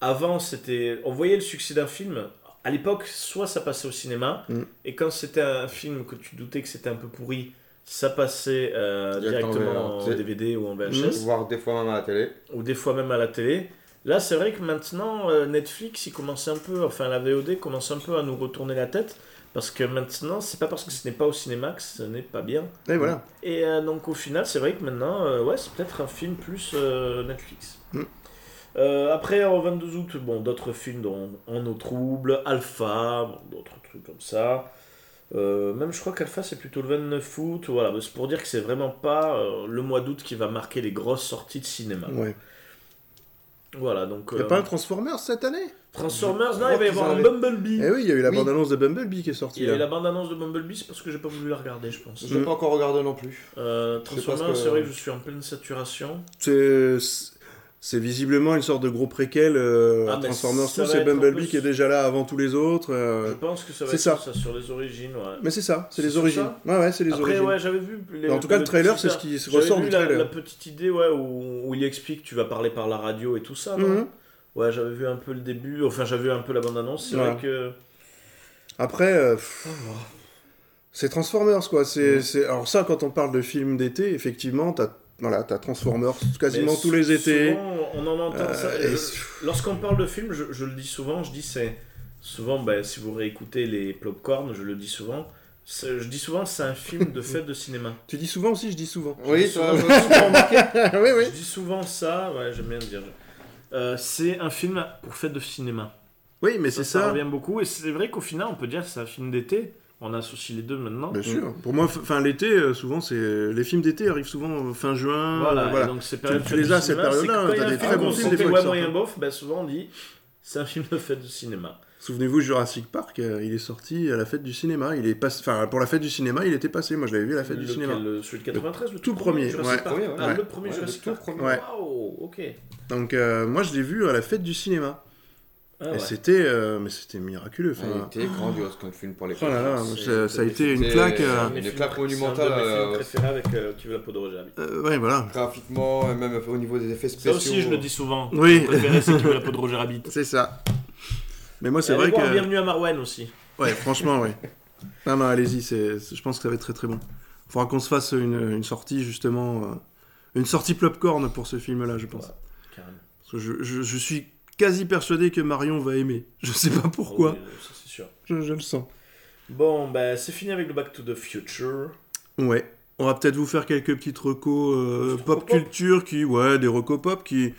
avant, c'était, on voyait le succès d'un film. À l'époque, soit ça passait au cinéma, Mm. et quand c'était un film que tu doutais que c'était un peu pourri, ça passait euh, Direct en directement VHS. en DVD ou en Mm. VHS, Voir des fois même à la télé. ou des fois même à la télé. Là, c'est vrai que maintenant, euh, Netflix, il commence un peu, enfin la VOD commence un peu à nous retourner la tête, parce que maintenant, c'est pas parce que ce n'est pas au cinéma que ce n'est pas bien. Et voilà. Et euh, donc au final, c'est vrai que maintenant, euh, ouais, c'est peut-être un film plus euh, Netflix. Mm. Euh, après, en 22 août, bon, d'autres films dont En eau trouble, Alpha, bon, d'autres trucs comme ça. Euh, même je crois qu'Alpha c'est plutôt le 29 août, voilà, mais c'est pour dire que c'est vraiment pas euh, le mois d'août qui va marquer les grosses sorties de cinéma. Ouais. Voilà, Ah, donc Y a euh, pas un Transformers cette année Transformers, Je non, crois il va y qu'ils avoir en un avaient- Bumblebee. Eh oui, il y a eu la Oui. bande-annonce de Bumblebee qui est sortie Il y a là. eu la bande-annonce de Bumblebee, c'est parce que j'ai pas voulu la regarder, je pense. Je l'ai Mm. pas encore regardé non plus. Euh, Je sais pas ce Transformers, que- c'est vrai que je suis en pleine saturation. C'est c'est visiblement une sorte de gros préquel euh, Ah, à mais Transformers. ça Tout, va c'est être un Bumblebee peu- qui est déjà là avant tous les autres. euh, Je pense que ça va c'est être ça. ça. sur les origines. Ouais. Mais c'est ça, c'est C'est les sur origines. ça Ouais, ouais, c'est les Après, origines. ouais, j'avais vu. les- Mais en tout cas, le trailer, c'est ce qui petit- ressort j'avais du vu la- trailer. La, petite idée, ouais, où, où il explique tu vas parler par la radio et tout ça. non Mhm. Ouais, j'avais vu un peu le début. Enfin, j'avais vu un peu la bande-annonce. C'est Ouais. vrai que. Après, euh, pff, c'est Transformers, quoi. C'est, Ouais. c'est- Alors ça, quand on parle de films d'été, effectivement, t'as voilà, t'as Transformers quasiment Mais tous les étés. souvent, on en entend ça. Euh, et- Je- Lorsqu'on parle de film, je, je le dis souvent, je dis c'est. Souvent, ben, si vous réécoutez les popcorn, je le dis souvent. c'est- Je dis souvent, c'est un film de fête de cinéma. Tu dis souvent aussi, je dis souvent. Oui, ça va. oui, oui. Je dis souvent ça, ouais, j'aime bien le dire. Euh, c'est un film pour fête de cinéma. Oui, mais c'est ça, ça. revient beaucoup. Et c'est vrai qu'au final, on peut dire que c'est un film d'été. On associe les deux maintenant. Bien sûr. Pour moi, f- enfin l'été, euh, souvent c'est les films d'été arrivent souvent euh, fin juin. Voilà, euh, et voilà. donc c'est période tu fête les du as, cette cinéma, c'est période-là, que quand il y t'as a un des film très bons qu'on films, des sent que fois, ouais, qui moyen sortent. bof, bah, souvent on dit c'est un film de fête de cinéma. Souvenez-vous, Jurassic Park, euh, il est sorti à la fête du cinéma. Il est passé, enfin pour la fête du cinéma, il était passé. Moi, je l'avais vu à la fête du Lequel, cinéma. le- Celui de 93, le tout premier, Jurassic ouais. Park. Ouais, ouais, Ah, ouais. le premier Ouais, Jurassic le tout Park. premier. Ouais. Waouh, ok. Donc euh, moi, je l'ai vu à la fête du cinéma. Ah, et ouais. Ah, c'était, euh, mais c'était miraculeux. Enfin, Il était grandiose comme film pour les Ah. oh là là, c'est- ça, ça a été une c'est- claque. C'est euh, un de mes une films claque pré- monumentale, C'est un de mes films euh, préférés avec euh, Qui veut la peau de Roger Rabbit. euh, ouais, voilà. Graphiquement, et même au niveau des effets Ça spéciaux. aussi, je le dis souvent. Oui. Mon préféré, c'est Qui veut la peau de Roger Rabbit. C'est ça. Mais moi, c'est Et allez vrai voir que, Bienvenue à Marwen aussi. ouais, franchement, ouais. Non, non, allez-y. c'est- c'est- Je pense que ça va être très, très bon. Faudra qu'on se fasse une, une sortie justement, euh, une sortie popcorn pour ce film-là, je pense. Ouais, carrément. Parce que je, je- je suis quasi persuadé que Marion va aimer. Je sais pas pourquoi. Oh, oui, ça, c'est sûr. Je, je le sens. Bon, ben c'est fini avec le Back to the Future. Ouais. On va peut-être vous faire quelques petites recos euh, Des petites pop recos pop. culture qui, ouais, des recos pop qui,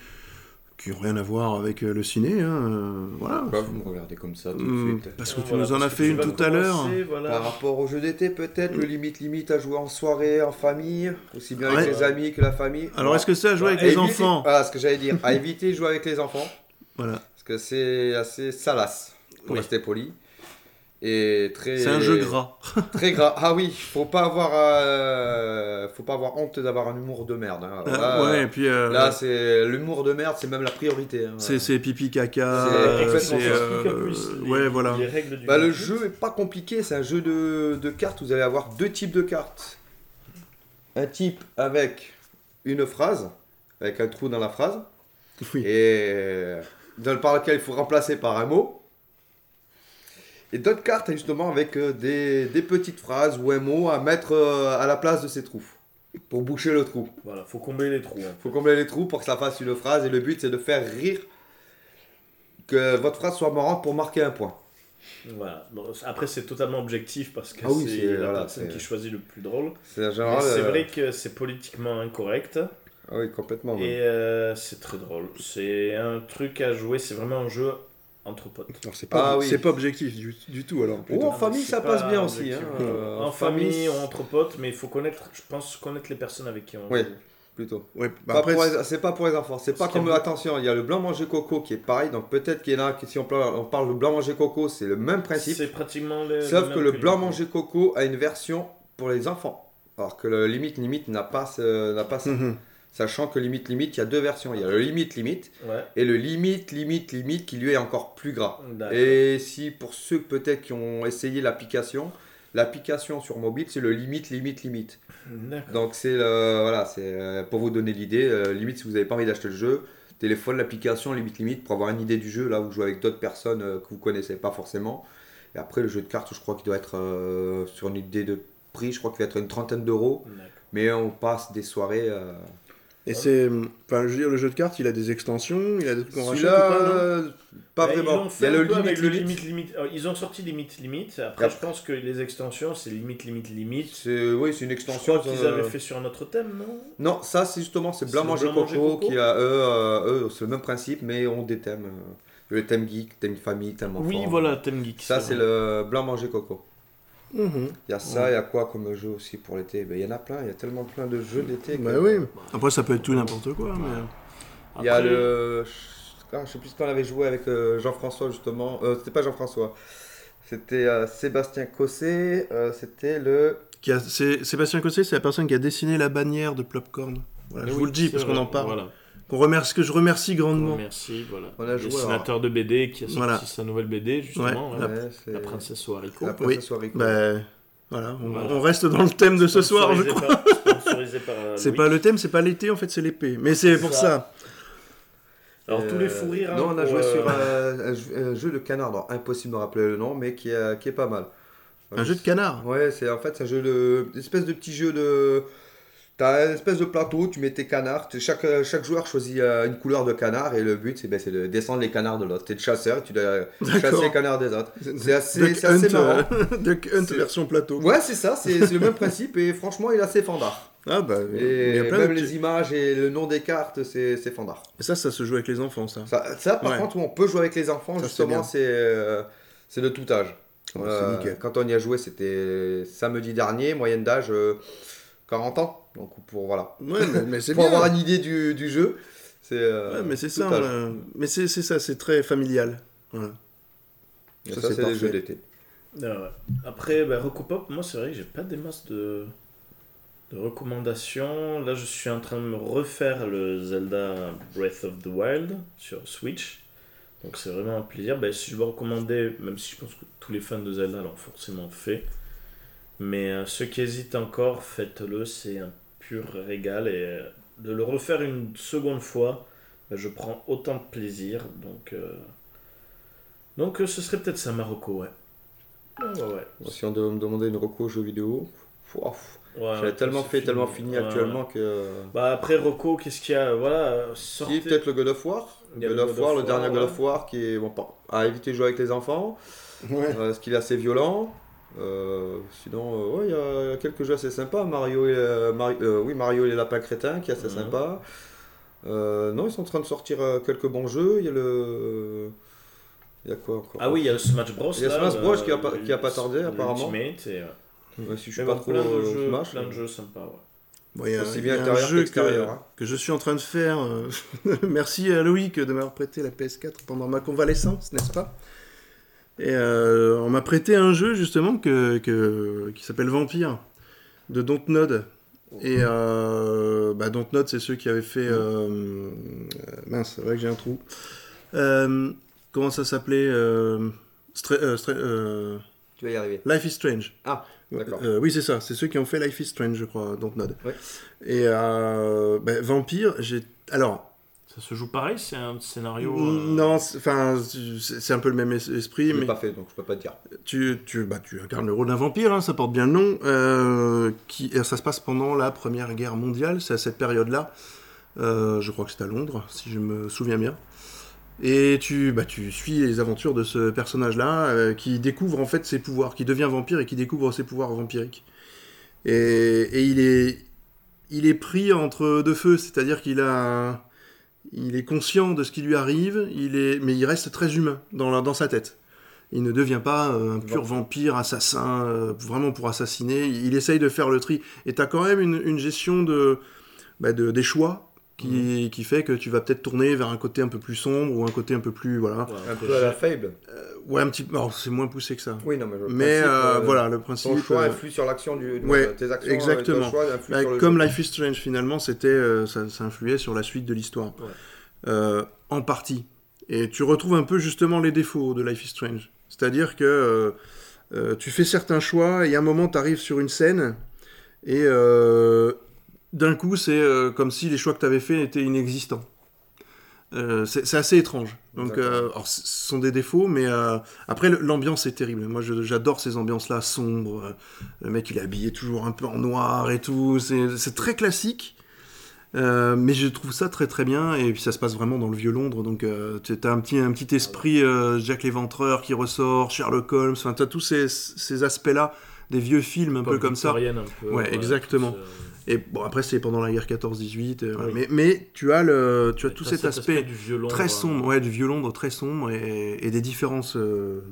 qui ont rien à voir avec euh, le ciné. hein, euh, voilà. Pourquoi vous me regardez comme ça Bah, tout Hum, de suite parce que tu Hein, Voilà, nous en as parce que fait tu une vas tout à l'heure. commencer, voilà. Par rapport au jeu d'été, peut-être, le limite limite à jouer en soirée, en famille, aussi bien Ouais. avec les amis que la famille. Alors, est-ce que ça joue avec À les éviter- enfants Voilà ce que j'allais dire. À éviter de jouer avec les enfants. Voilà. Parce que c'est assez salace, pour Oui. rester poli. Et très. C'est un jeu gras. Très gras. Ah oui, faut pas avoir, euh, faut pas avoir honte d'avoir un humour de merde. hein. Alors Ah, là, ouais, et puis euh, là, c'est l'humour de merde, c'est même la priorité. hein. c'est c'est pipi caca. C'est euh, Exactement, complètement c'est, ça explique en euh, plus les- ouais, voilà. les règles du Bah, le Back to the jeu est pas compliqué, c'est un jeu de, de cartes. Vous allez avoir deux types de cartes. Un type avec une phrase, avec un trou dans la phrase, Oui. et euh, dans le- par lequel il faut remplacer par un mot. Et d'autres cartes, justement, avec euh, des, des petites phrases ou un mot à mettre euh, à la place de ces trous, pour boucher le trou. Voilà, faut combler les trous. hein. faut combler les trous pour que ça fasse une phrase et le but c'est de faire rire que votre phrase soit marrante pour marquer un point. Voilà. Bon, après, c'est totalement objectif parce que Ah oui, c'est c'est- la voilà, personne c'est- qui choisit le plus drôle. C'est en Mais général. c'est euh, vrai que c'est politiquement incorrect ah oui, complètement. ouais. et euh, c'est très drôle. C'est un truc à jouer, c'est vraiment un jeu entre potes. Alors, c'est Ah oui. c'est pas objectif du, du tout alors. Ou en Ah, famille c'est ça pas passe bien aussi. hein, objectif. euh, en famille, entre potes, mais il faut connaître, je pense, connaître les personnes avec qui on Oui, joue. plutôt. Ouais, bah Pas après, pour les- c'est pas pour les enfants. C'est pas Ce qui est comme. bon. Attention, il y a le blanc manger coco qui est pareil. Donc peut-être qu'il y en a qui, si on parle, on parle de blanc manger coco, c'est le même principe. C'est pratiquement le. Sauf même que le les- blanc manger coco a une version pour les enfants. Alors que le limite limite n'a pas, ce- n'a pas ça. Mhm. Sachant que limite limite, il y a deux versions. Il y a le limite limite Ouais. et le limite, limite, limite qui lui est encore plus gras. D'accord. Et si pour ceux peut-être qui ont essayé l'application, l'application sur mobile c'est le limite, limite, limite. D'accord. Donc c'est le- voilà, c'est euh, pour vous donner l'idée. euh, limite si vous n'avez pas envie d'acheter le jeu, téléphone l'application limite, limite pour avoir une idée du jeu. Là vous jouez avec d'autres personnes euh, que vous connaissez pas forcément. Et après le jeu de cartes, je crois qu'il doit être euh, sur une idée de prix, je crois qu'il va être une trentaine d'euros. D'accord. Mais on passe des soirées. euh, Et c'est. Enfin, je veux dire, le jeu de cartes, il a des extensions, il a des trucs en rachète ou Celui-là, pas, non euh, pas Bah, Ils l'ont vraiment. Il y fait a un le peu avec limite, le limite. limite, limite. Alors, Ils ont sorti limite, limite. Après, Yep. je pense que les extensions, c'est limite, limite, limite. C'est oui, c'est une Je extension. crois qu'ils euh, avaient fait sur un autre thème, non Non, ça c'est justement c'est C'est Blanc le Manger Blanc Coco, Manger Coco qui a eux, euh, eux, c'est le même principe mais ont des thèmes. euh, le thème geek, thème famille, thème enfant. Oui, euh, voilà, thème geek. Ça c'est vrai. le Blanc Manger Coco. Mhm. Il y a ça, il y a quoi comme jeu aussi pour l'été Ben, Il y en a plein, il y a tellement plein de jeux d'été. que- Bah oui. Après, ça peut être tout et n'importe quoi, mais. euh, Il y a Après, le. Ah, je sais plus quand on avait joué avec euh, Jean-François justement. Euh, c'était pas Jean-François. C'était euh, Sébastien Cossé. euh, c'était le. Qui a- c'est- Sébastien Cossé, c'est la personne qui a dessiné la bannière de Plopcorn. Voilà, je oui, vous le dis c'est parce vrai, qu'on en parle. Voilà. Qu'on remercie, que je remercie grandement. Merci, voilà. On a joué, le dessinateur de BD qui a sorti Voilà. sa nouvelle BD, justement. Ouais, hein, La- Ouais, c'est- La princesse au haricot. La Oui. princesse Rico. Bah, voilà, on, Voilà. on reste dans le thème de ce soir, je Sponsorisé crois. par- sponsorisé par, euh, C'est Louis. pas le thème, c'est pas l'été en fait, c'est l'épée. Mais c'est C'est pour ça. ça. Alors, tous Euh, les fous rires. hein, Non, on a pour, joué euh, sur euh, un, jeu- un jeu de canard, alors, impossible de me rappeler le nom, mais qui, euh, qui est pas mal. Un jeu de canard. Ouais, c'est en fait c'est un jeu de. une espèce de petit jeu de. T'as une espèce de plateau, tu mets tes canards, tu- chaque, euh, chaque joueur choisit euh, une couleur de canard et le but c'est ben, c'est de descendre les canards de l'autre. T'es le chasseur, tu dois chasser les canards des autres. C'est assez, Duck c'est assez Hunt, marrant. euh, Duck Hunt C'est- version plateau. Ouais, c'est ça, c'est c'est le même principe et franchement il est assez fandard. Ah bah, il y Et a plein même de petits- les images et le nom des cartes, c'est c'est fandard. Et ça, ça se joue avec les enfants, ça. Ça, ça, par Ouais. contre, où on peut jouer avec les enfants, Ça, c'est bien. justement, c'est euh, c'est de tout âge. Oh, Euh, c'est nickel. quand on y a joué, c'était samedi dernier, moyenne d'âge euh, 40 ans. Donc, pour, voilà. Ouais, mais, mais c'est pour bien. avoir une idée du, du jeu, c'est. euh, Ouais, mais c'est tout ça. âge. euh, Mais c'est c'est ça, c'est très familial. Voilà. Et ça, c'est Ça, c'est des parfait. jeux d'été. Ah ouais. Après, bah, Recopop, moi c'est vrai que j'ai pas des masses de... de recommandations. Là, je suis en train de me refaire le Zelda Breath of the Wild sur Switch. Donc c'est vraiment un plaisir. Bah, si je veux recommander, même si je pense que tous les fans de Zelda l'ont forcément fait, mais euh, ceux qui hésitent encore, faites-le, c'est un pur régal. Et euh, de le refaire une seconde fois, bah, je prends autant de plaisir. Donc, euh, donc euh, ce serait peut-être ça, Marocco, ouais. Ouais, ouais, ouais. Si on devait me demander une reco jeux vidéo, ouf, Ouais, j'avais tellement Ah, c'est fait, tellement fini Ouais, actuellement ouais. que. Bah après Rocco, qu'est-ce qu'il y a Voilà, euh, Si, sortez... peut-être le God of War God of War, le dernier God of War qui est bon, pas- à éviter de jouer avec les enfants, Ouais. euh, parce qu'il est assez violent. Euh, sinon, euh, ouais, il y a- il y, a quelques jeux assez sympas. Mario et, euh, Mari- euh, oui, Mario et les lapins crétins qui est assez Mhm. sympa. Euh, non, ils sont en train de sortir euh, quelques bons jeux. Il y a le. Il y a quoi encore Ah oui, il y a le Smash Bros. Il y a là, Smash Bros le- qui a pas- qui a pas tardé, le apparemment. Ultimate et, euh, Ouais, si je suis mais pas bon, trop plein de euh, jeux, Smash. plein de jeux sympas. ouais. Bon, il y a, Aussi il y bien a un intérieur jeu qu'extérieur, que, hein. que je suis en train de faire. euh, Merci à Loïc de m'avoir prêté la PS4 pendant ma convalescence, n'est-ce pas Et euh, on m'a prêté un jeu justement que, que- qui s'appelle Vampire de Dontnod. Et euh, bah, Dontnod, c'est ceux qui avaient fait. euh, euh, mince, c'est vrai que j'ai un trou. Euh, comment ça s'appelait euh, Stra- euh, Stra- euh, Tu vas y arriver. Life is Strange. Ah, d'accord. Euh, oui, c'est ça. C'est ceux qui ont fait Life is Strange, je crois, Dontnod. Ouais. Et euh, ben, Vampire, j'ai. Alors, Ça se joue pareil, c'est un scénario. Mm, euh, non, c'est- enfin, c'est c'est un peu le même es- esprit, Je l'ai mais pas fait donc je peux pas te dire. tu, tu, bah, tu incarnes le rôle d'un vampire, hein, ça porte bien le nom. euh, qui, et ça se passe pendant la Première Guerre mondiale, c'est à cette période-là. Euh, je crois que c'est à Londres, si je me souviens bien. Et tu, bah, tu suis les aventures de ce personnage-là, euh, qui découvre en fait ses pouvoirs, qui devient vampire et qui découvre ses pouvoirs vampiriques. Et, et il, est, il est pris entre deux feux, c'est-à-dire qu'il a... un- Il est conscient de ce qui lui arrive, il est, mais il reste très humain dans, la- dans sa tête. Il ne devient pas euh, un pur vampire, assassin, euh, vraiment pour assassiner. Il, il essaye de faire le tri. Et tu as quand même une, une gestion de, bah, de- des choix qui, Mhm. qui fait que tu vas peut-être tourner vers un côté un peu plus sombre ou un côté un peu plus. Voilà. ouais, Un entre peu à jeux. la faible. Ouais, un petit alors, c'est moins poussé que ça. Oui, non, mais, le Mais principe, euh, euh, voilà, le Ton principe. choix euh, influe sur l'action du. ouais, euh, tes actions, euh, exactement. Ton choix influe bah, sur le comme jeu. Life is Strange, finalement, c'était, euh, ça, ça influait sur la suite de l'histoire. Ouais. Euh, en partie. Et tu retrouves un peu justement les défauts de Life is Strange. C'est-à-dire que euh, euh, tu fais certains choix et à un moment, tu arrives sur une scène et euh, d'un coup, c'est euh, comme si les choix que tu avais faits étaient inexistants. Euh, c'est c'est assez étrange. Donc, D'accord. euh, alors, ce sont des défauts, mais euh, après, le- l'ambiance est terrible. Moi, je- j'adore ces ambiances-là sombres. euh, le mec, il est habillé toujours un peu en noir et tout. C'est c'est très classique. Euh, mais je trouve ça très très bien et puis ça se passe vraiment dans le vieux Londres donc euh, tu- t'as un petit un petit esprit euh, Jack l'éventreur qui ressort Sherlock Holmes enfin t'as tous ces, ces aspects là des vieux films un peu Pop comme ça victorienne, un peu, Ouais, exactement. tout ce- et bon après c'est pendant la guerre 14-18 euh, voilà. Oui. mais mais tu as le tu as tout T'as cet aspect du violon. euh, très sombre, ouais, du vieux Londres très sombre et, et des différences euh,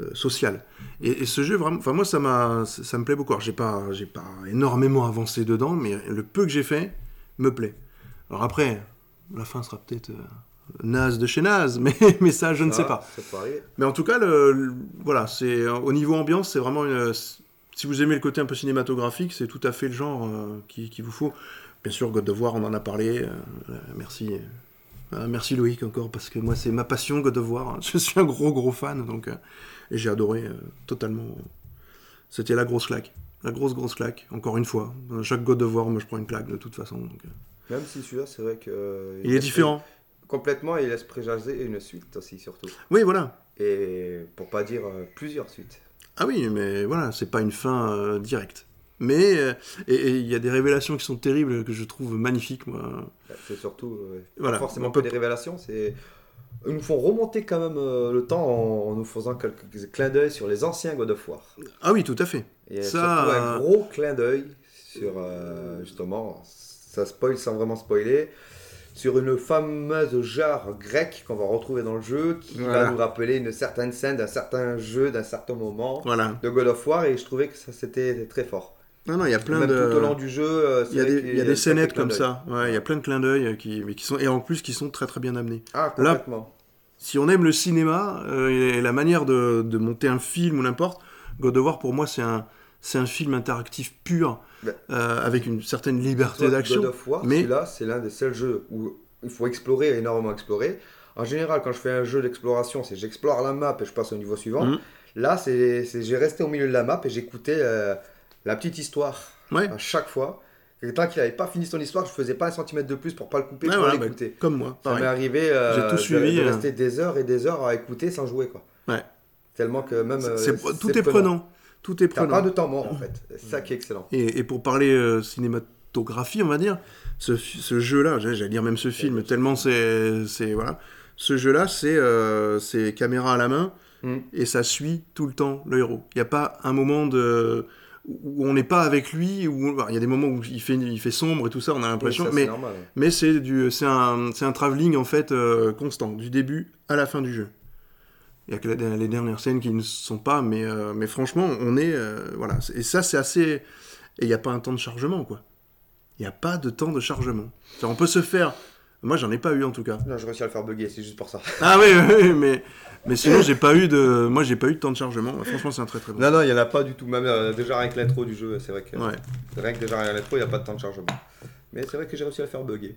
euh, sociales. Et, et ce jeu, vraiment, enfin moi ça m'a, ça ça me plaît beaucoup. Alors j'ai pas, j'ai pas énormément avancé dedans, mais le peu que j'ai fait me plaît. Alors après, la fin sera peut-être euh, naze de chez naze, mais, mais ça je ne sais Ah, pas. Ça peut arriver. Mais en tout cas, le, le- voilà, c'est au niveau ambiance, c'est vraiment une. Si vous aimez le côté un peu cinématographique, c'est tout à fait le genre euh, qui, qui vous faut. Bien sûr, God of War, on en a parlé. euh, euh, merci, euh, merci Loïc encore parce que moi c'est ma passion God of War. hein. Je suis un gros gros fan donc euh, et j'ai adoré euh, totalement. C'était la grosse claque, la grosse grosse claque. Encore une fois, Dans chaque God of War, moi je prends une claque de toute façon. donc, euh. Même si celui-là, c'est vrai que. euh, Il est laisse- différent. Complètement, il laisse préjaser une suite aussi, surtout. Oui voilà. Et pour pas dire euh, plusieurs suites. Ah oui, mais voilà, c'est pas une fin euh, directe. Mais euh, et- et il y a des révélations qui sont terribles que je trouve magnifiques moi. C'est surtout. euh, Voilà, pas forcément on peut- que des révélations, c'est. Ils nous font remonter quand même euh, le temps en, en nous faisant quelques clins d'œil sur les anciens God of War. Ah oui, tout à fait. Et Ça, surtout un euh, gros clin d'œil sur euh, justement, ça spoil sans vraiment spoiler, sur une fameuse jarre grecque qu'on va retrouver dans le jeu qui Voilà. va nous rappeler une certaine scène d'un certain jeu d'un certain moment Voilà. de God of War et je trouvais que ça c'était très fort. Non non, il y a plein Même de tout au long du jeu, euh, c'est Il y a vrai des, qu'il il y a des sacrés scénettes clins comme d'œil. ça. Ouais, il y a plein de clins d'œil euh, qui, mais qui sont et en plus qui sont très très bien amenés. Ah, Là- complètement. Si on aime le cinéma euh, et la manière de, de monter un film ou n'importe, God of War pour moi c'est un c'est un film interactif pur Ouais. euh, avec une certaine liberté God d'action. of War, mais- celui-là, c'est l'un des seuls jeux où il faut explorer, énormément explorer. En général, quand je fais un jeu d'exploration, c'est j'explore la map et je passe au niveau suivant. Mhm. Là, c'est c'est- j'ai resté au milieu de la map et j'écoutais euh, la petite histoire Ouais. à chaque fois. Et tant qu'il n'avait pas fini son histoire, je faisais pas un centimètre de plus pour pas le couper, Ouais, pour voilà, bah, l'écouter. comme moi, ça m'est pareil. arrivé euh, J'ai tout de- suivi, de, euh. rester des heures et des heures à écouter sans jouer. quoi. Ouais. Tellement que même... euh, C'est- c'est- tout est prenant, tout est T'as prenant. pas de temps mort en fait. C'est ça qui est excellent. Et, et pour parler euh, cinéma- cinématographie, on va dire, ce, fi- ce jeu-là, j'allais j'allais dire même ce film, tellement c'est. c'est- Voilà. Ce jeu-là, c'est euh, c'est caméra à la main Mm. et ça suit tout le temps le héros. Il n'y a pas un moment de où on n'est pas avec lui, où alors, il y a des moments où il fait, il fait sombre et tout ça, on a l'impression, Ça, c'est mais, normal. mais c'est du, c'est un, c'est un travelling en fait euh, constant, du début à la fin du jeu. Il y a que la- les dernières scènes qui ne sont pas, mais, euh, mais franchement, on est, euh, voilà, et ça c'est assez, et il n'y a pas un temps de chargement quoi. Il n'y a pas de temps de chargement. C'est-à-dire, On peut se faire, moi j'en ai pas eu en tout cas. Non, j'ai réussi à le faire bugger, c'est juste pour ça. Ah oui, oui, oui, mais, mais sinon j'ai pas eu de, moi j'ai pas eu de temps de chargement. Franchement, c'est un très très bon. Non, non, il n'y en a pas du tout. Même euh, déjà rien que l'intro du jeu, c'est vrai que Ouais. rien que déjà rien que l'intro, il n'y a pas de temps de chargement. Mais c'est vrai que j'ai réussi à le faire bugger.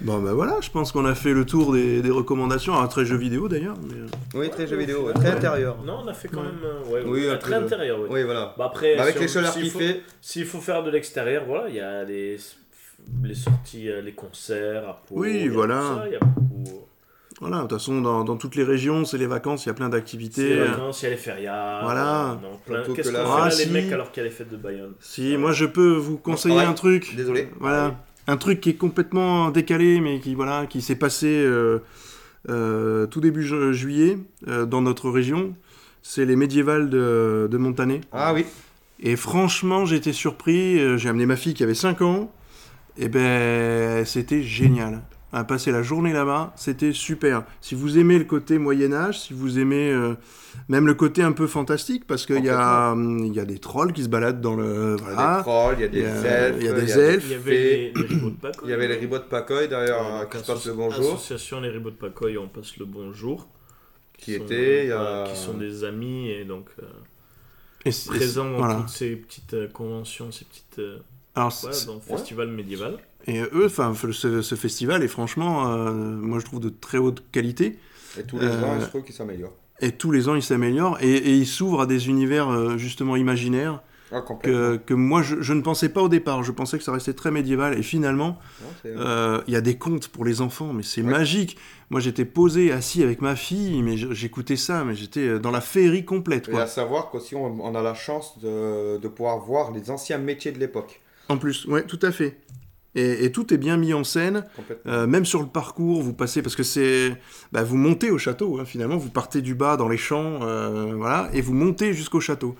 Bon ben voilà, je pense qu'on a fait le tour des, des recommandations, un très jeu vidéo d'ailleurs. Mais... euh, Oui, très jeu vidéo, ouais, très intérieur. Non, on a fait quand Ouais. même. euh, ouais, Oui, ouais, un très peu de- intérieur, oui. Oui, voilà. Bah après, Bah, avec si les on- chaleurs s'il qu'il faut- fait, S'il faut faire de l'extérieur, voilà, il y a les, les sorties, euh, les concerts à Pau, Oui, il y a voilà. tout ça, il y a beaucoup. euh, Voilà, de toute façon, dans, dans toutes les régions, c'est les vacances, il y a plein C'est les d'activités. vacances, il y a les férias. Voilà. euh, non, plein- Surtout Qu'est-ce que qu'on là- fait Ah, là, les si. mecs, alors qu'il y a les fêtes de Bayonne Si, moi je peux vous conseiller travail. Ah un truc. désolé. Voilà, un truc qui est complètement décalé, mais qui voilà, qui s'est passé euh, euh, tout début ju- juillet euh, dans notre région. C'est les médiévales de, de Montané. Ah oui. Et franchement, j'étais surpris. euh, J'ai amené ma fille qui avait 5 ans. Et ben, c'était génial. À passer la journée là-bas, c'était super. Si vous aimez le côté Moyen Âge, si vous aimez euh, même le côté un peu fantastique, parce qu'il y a hum, il y a des trolls qui se baladent dans le Il y voilà. a des trolls, il y a des il y a- elfes. il y a des elfes. Il y avait les, les ribots de Pacoy. Il y avait les ribots de Pacoy d'ailleurs Ouais, euh, donc qui se asso- passent le bonjour. Association Les Ribots de Pacoy, on passe le bonjour. Qui était, il y a- euh, voilà, Qui sont des amis et donc euh, Et c- et c- présents dans voilà. toutes ces petites euh, conventions, ces petites. euh, Alors, c- voilà, dans le festival médiéval. Et eux, enfin, f- ce, ce festival est franchement, euh, moi je trouve de très haute qualité. Et tous les Euh, ans, il se trouve qu'ils s'améliorent. Et tous les ans, il s'améliore et, et il s'ouvre à des univers euh, justement imaginaires Ah, complètement. que, que moi je, je ne pensais pas au départ. Je pensais que ça restait très médiéval et finalement, Non, c'est- euh, il y a des contes pour les enfants, mais c'est Ouais. magique. Moi j'étais posé, assis avec ma fille, mais je- j'écoutais ça, mais j'étais euh, dans la féerie complète Et quoi. à savoir qu'aussi, on, on a la chance de, de pouvoir voir les anciens métiers de l'époque. En plus, ouais, tout à fait. Et- et tout est bien mis en scène. Complètement. Euh, même sur le parcours, vous passez parce que c'est, bah, vous montez au château hein, finalement, vous partez du bas dans les champs, euh, voilà, et vous montez jusqu'au château.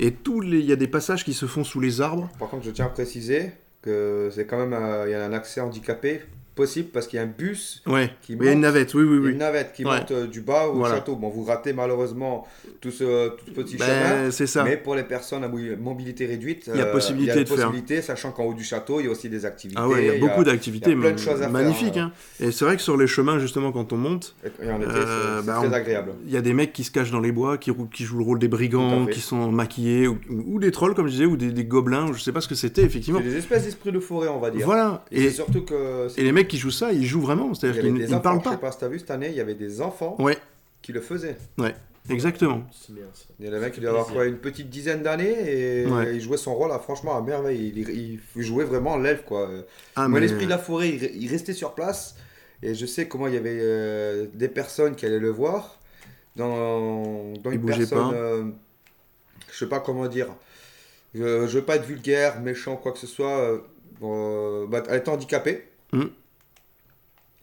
Et tous les, il y a des passages qui se font sous les arbres. Par contre, je tiens à préciser que c'est quand même euh, il y a un accès handicapé possible parce qu'il y a un bus, Ouais. Qui Il y a une monte. navette, oui, oui, une oui. navette qui Ouais. monte euh, du bas au Voilà. château. Bon, vous ratez malheureusement tout ce tout ce petit Ben, chemin. c'est ça. Mais pour les personnes à mo- mobilité réduite, Il y a euh, possibilité il y a de faire. possibilité, sachant qu'en haut du château, il y a aussi des activités. Ah ouais, il y a beaucoup d'activités, il y a plein de mais- choses à faire, magnifiques. euh. hein. Et c'est vrai que sur les chemins justement quand on monte, Et en été, Euh, c'est bah, c'est très on- agréable. il y a des mecs qui se cachent dans les bois, qui, rou- qui jouent le rôle des brigands, Tout à fait. qui sont maquillés, ou, ou- ou des trolls comme je disais, ou des, des gobelins, ou je sais pas ce que c'était effectivement. C'est des espèces d'esprit de forêt, on va dire. Voilà. Et, Et, c'est surtout que. c'est- et les mecs qui jouent ça, ils jouent vraiment, il y c'est-à-dire avait qu'ils des ils ne enfants, parlent Je pas. sais pas si t'as vu cette année, il y avait des enfants Ouais, qui le faisaient. exactement. C'est bien ça. Il y a le mec fait qui doit avoir plaisir. quoi, une petite dizaine d'années et Ouais. il jouait son rôle à, franchement à merveille. Il, il- il jouait vraiment l'elfe quoi. Ah, Moi, mais- l'esprit de la forêt, il, il restait sur place et je sais comment il y avait euh, des personnes qui allaient le voir. Dans, dans Il une bougeait personne, pas. euh, je sais pas comment dire. Je, je veux pas être vulgaire, méchant, quoi que ce soit. euh, euh, bah, elle était handicapée. Mm.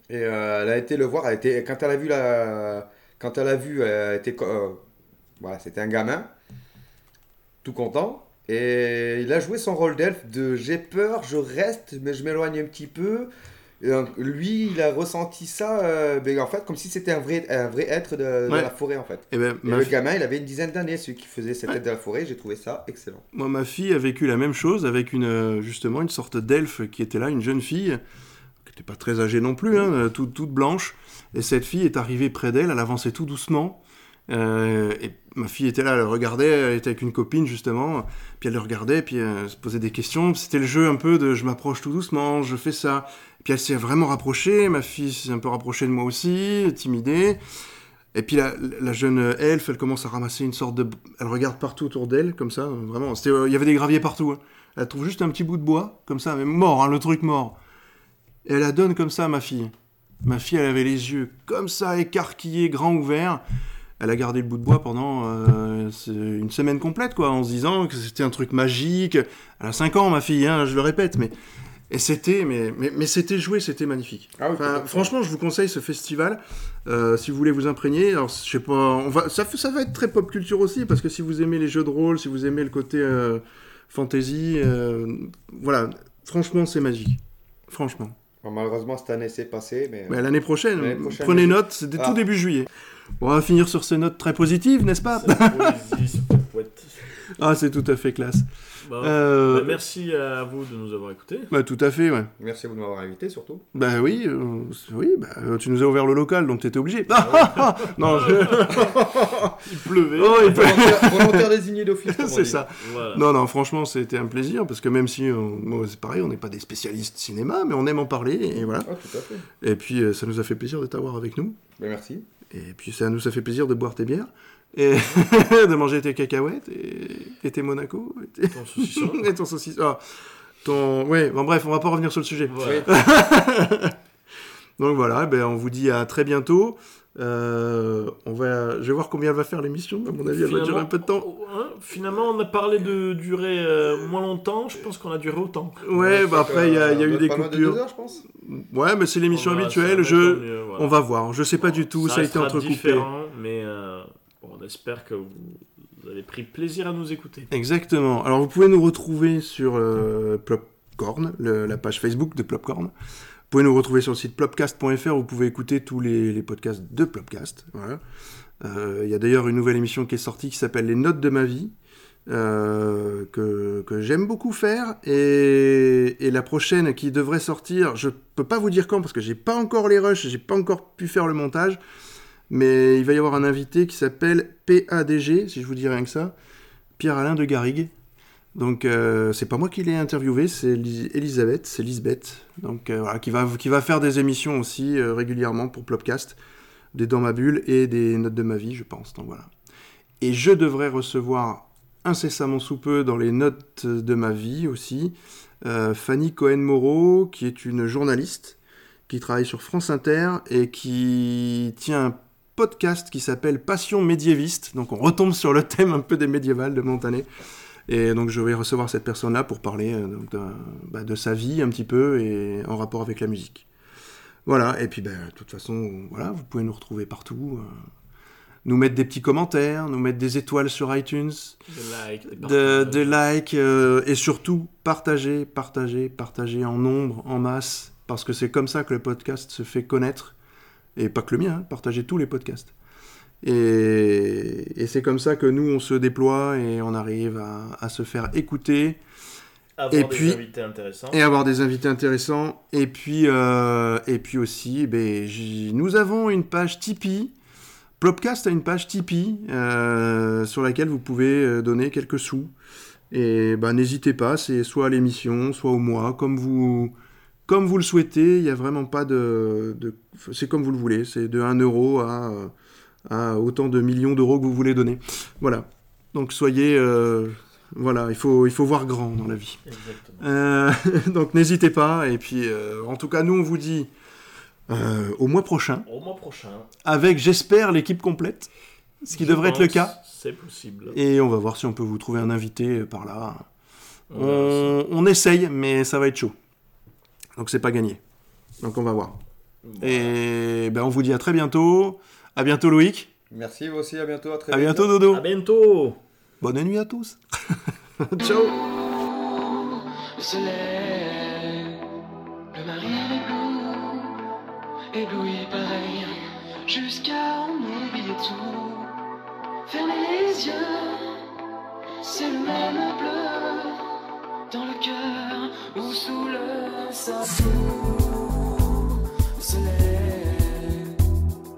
Et euh, elle a été le voir. Elle était, quand elle a vu la, quand elle a vu, elle était, co- euh, voilà, c'était un gamin, tout content. Et il a joué son rôle d'elfe de j'ai peur, je reste, mais je m'éloigne un petit peu. Et donc, lui, il a ressenti ça, euh, ben, en fait, comme si c'était un vrai, un vrai être de, de Ouais. la forêt, en fait. Eh ben, Et ma le fi- gamin, il avait une dizaine d'années, celui qui faisait cette être de la forêt. J'ai trouvé ça excellent. moi, ma fille a vécu la même chose avec une, euh, justement une sorte d'elfe qui était là, une jeune fille, qui n'était pas très âgée non plus, hein, euh, toute, toute blanche. Et cette fille est arrivée près d'elle, elle avançait tout doucement. euh, et ma fille était là, elle regardait, elle était avec une copine justement, puis elle le regardait, puis euh, elle se posait des questions. C'était le jeu un peu de je m'approche tout doucement, je fais ça. Puis elle s'est vraiment rapprochée, ma fille s'est un peu rapprochée de moi aussi, timidée. Et puis la, la jeune elfe, elle commence à ramasser une sorte de... Elle regarde partout autour d'elle, comme ça, euh, vraiment. C'était, euh, il y avait des graviers partout. hein. Elle trouve juste un petit bout de bois, comme ça, mais mort, hein, le truc mort. Et elle la donne comme ça à ma fille. Ma fille, elle avait les yeux comme ça, écarquillés, grands ouverts. elle a gardé le bout de bois pendant euh, c'est une semaine complète, quoi, en se disant que c'était un truc magique. Elle a 5 ans, ma fille, hein, je le répète, mais. Et c'était, mais, mais, mais c'était joué, c'était magnifique. Ah oui, Enfin, complètement. franchement, je vous conseille ce festival euh, si vous voulez vous imprégner. Alors, je sais pas, on va, ça, ça va être très pop culture aussi parce que si vous aimez les jeux de rôle, si vous aimez le côté euh, fantasy, euh, voilà, franchement, c'est magique. Franchement. Bon, malheureusement, cette année, c'est passé, mais. Mais l'année prochaine, L'année prochaine. prenez note, c'est dès- Ah. tout début juillet. Bon, on va finir sur ces notes très positives, n'est-ce pas Ah. Cette poésie, ce pot de poète. Ah, c'est tout à fait classe. Bon, Euh, bah, merci à vous de nous avoir écoutés. Bah, tout à fait, ouais. Merci de m'avoir invité, surtout. Bah oui, euh, oui, bah, euh, tu nous as ouvert le local, donc t'étais obligé. Ah, non, je... Il pleuvait. Oh, il peut- Volontaire, volontaire désigné d'office. comme on c'est dit. ça. Voilà. Non, non, franchement, c'était un plaisir, parce que même si, on- moi, c'est pareil, on n'est pas des spécialistes cinéma, mais on aime en parler, et voilà. Ah, tout à fait. Et puis, euh, ça nous a fait plaisir de t'avoir avec nous. Ben, merci. Et puis ça nous a fait plaisir de boire tes bières, et de manger tes cacahuètes, et, et tes Monaco, et, tes- Ton saucisson. et ton saucisse. Ah, ton... Ouais, bon bref, on va pas revenir sur le sujet. Voilà. Oui. Donc voilà, eh ben, on vous dit à très bientôt. Euh, on va... Je vais voir combien elle va faire l'émission, à mon avis, elle va durer un peu de temps. hein, finalement, on a parlé de durer euh, moins longtemps. Je pense qu'on a duré autant. Ouais, Ça bah fait, après, il y a, euh, il y a eu pas des loin de deux coupures. heures, je pense. Ouais, mais c'est l'émission On va- ça habituelle, va je... être mieux, voilà. On va voir, je sais pas du tout, ça, a été restera entrecoupé. différent, mais euh, bon, on espère que vous vous avez pris plaisir à nous écouter. Exactement. Alors vous pouvez nous retrouver sur euh, Plopcorn, le- la page Facebook de Plopcorn. Vous pouvez nous retrouver sur le site plopcast.fr, vous pouvez écouter tous les, les podcasts de Plopcast. voilà. Euh, Il y a d'ailleurs une nouvelle émission qui est sortie qui s'appelle Les Notes de ma vie, euh, que, que j'aime beaucoup faire. Et, et la prochaine qui devrait sortir, je peux pas vous dire quand parce que j'ai pas encore les rushs, j'ai pas encore pu faire le montage. Mais il va y avoir un invité qui s'appelle PADG, si je vous dis rien que ça. Pierre-Alain de Garrigue. Donc, euh, c'est pas moi qui l'ai interviewé, c'est Lis- Elisabeth, c'est Lisbeth, donc, euh, voilà, qui, va, qui va faire des émissions aussi euh, régulièrement pour Plopcast, des Dans ma bulle et des Notes de ma vie, je pense. Donc, voilà. Et je devrais recevoir incessamment sous peu dans les Notes de ma vie aussi euh, Fanny Cohen-Moreau, qui est une journaliste qui travaille sur France Inter et qui tient un podcast qui s'appelle Passion médiéviste. Donc on retombe sur le thème un peu des médiévales de Montané. Et donc je vais recevoir cette personne-là pour parler euh, donc, d'un- bah, de sa vie un petit peu et en rapport avec la musique. Voilà, et puis bah, de toute façon, voilà, vous pouvez nous retrouver partout. euh, nous mettre des petits commentaires, nous mettre des étoiles sur iTunes, Des likes, des de, partages. des likes euh, et surtout partager, partager, partager en nombre, en masse, parce que c'est comme ça que le podcast se fait connaître, et pas que le mien, hein, partager tous les podcasts. Et, et c'est comme ça que nous, on se déploie et on arrive à, à se faire écouter Avoir et des puis- invités intéressants. et avoir des invités intéressants. Et puis, euh, et puis aussi, ben, j'y- nous avons une page Tipeee. Plopcast a une page Tipeee euh, sur laquelle vous pouvez euh, donner quelques sous. Et ben, n'hésitez pas, c'est soit à l'émission, soit au mois, comme vous, comme vous le souhaitez. Il n'y a vraiment pas de. de- c'est comme vous le voulez, c'est de 1 euro à, euh, à autant de millions d'euros que vous voulez donner. Voilà. Donc soyez. euh, voilà, il faut, il faut voir grand dans la vie. Exactement. Euh, donc n'hésitez pas. Et puis, euh, en tout cas, nous, on vous dit euh, au mois prochain, Au mois prochain. avec, j'espère, l'équipe complète, ce qui je devrait être le pense, cas. C'est possible. Et on va voir si on peut vous trouver un invité euh, par là. On verra On, on essaye, mais ça va être chaud. Donc c'est pas gagné. Donc on va voir. ça. Et ben, on vous dit à très bientôt. À bientôt Loïc. Merci, vous aussi. À bientôt. À très À bientôt. bientôt Dodo. À bientôt Bonne nuit à tous. Ciao. Le soleil, le mari avec nous, ébloui pareil, jusqu'à en oublier tout. Fermer les yeux, c'est le même bleu, dans le cœur ou sous le sabot. Le soleil,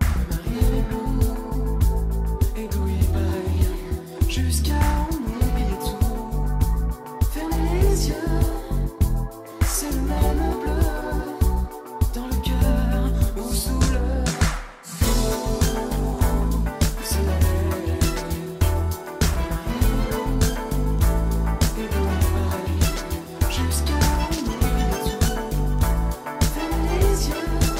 le mari avec nous, ébloui pareil, jusqu'à en oublier tout. Fermez les yeux, c'est le même bleu dans le cœur ou sous le soleil. Et pareil jusqu'à minuit. Fermez les yeux,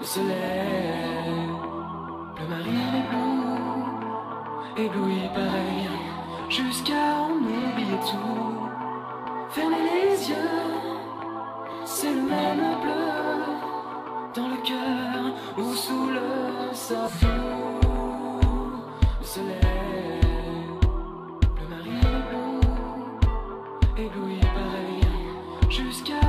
Le soleil, le mari avec nous, ébloui pareil, jusqu'à en oublier tout. Fermez les yeux, c'est le même bleu, dans le cœur ou sous le sapin. Le soleil, le mari avec nous, ébloui pareil, jusqu'à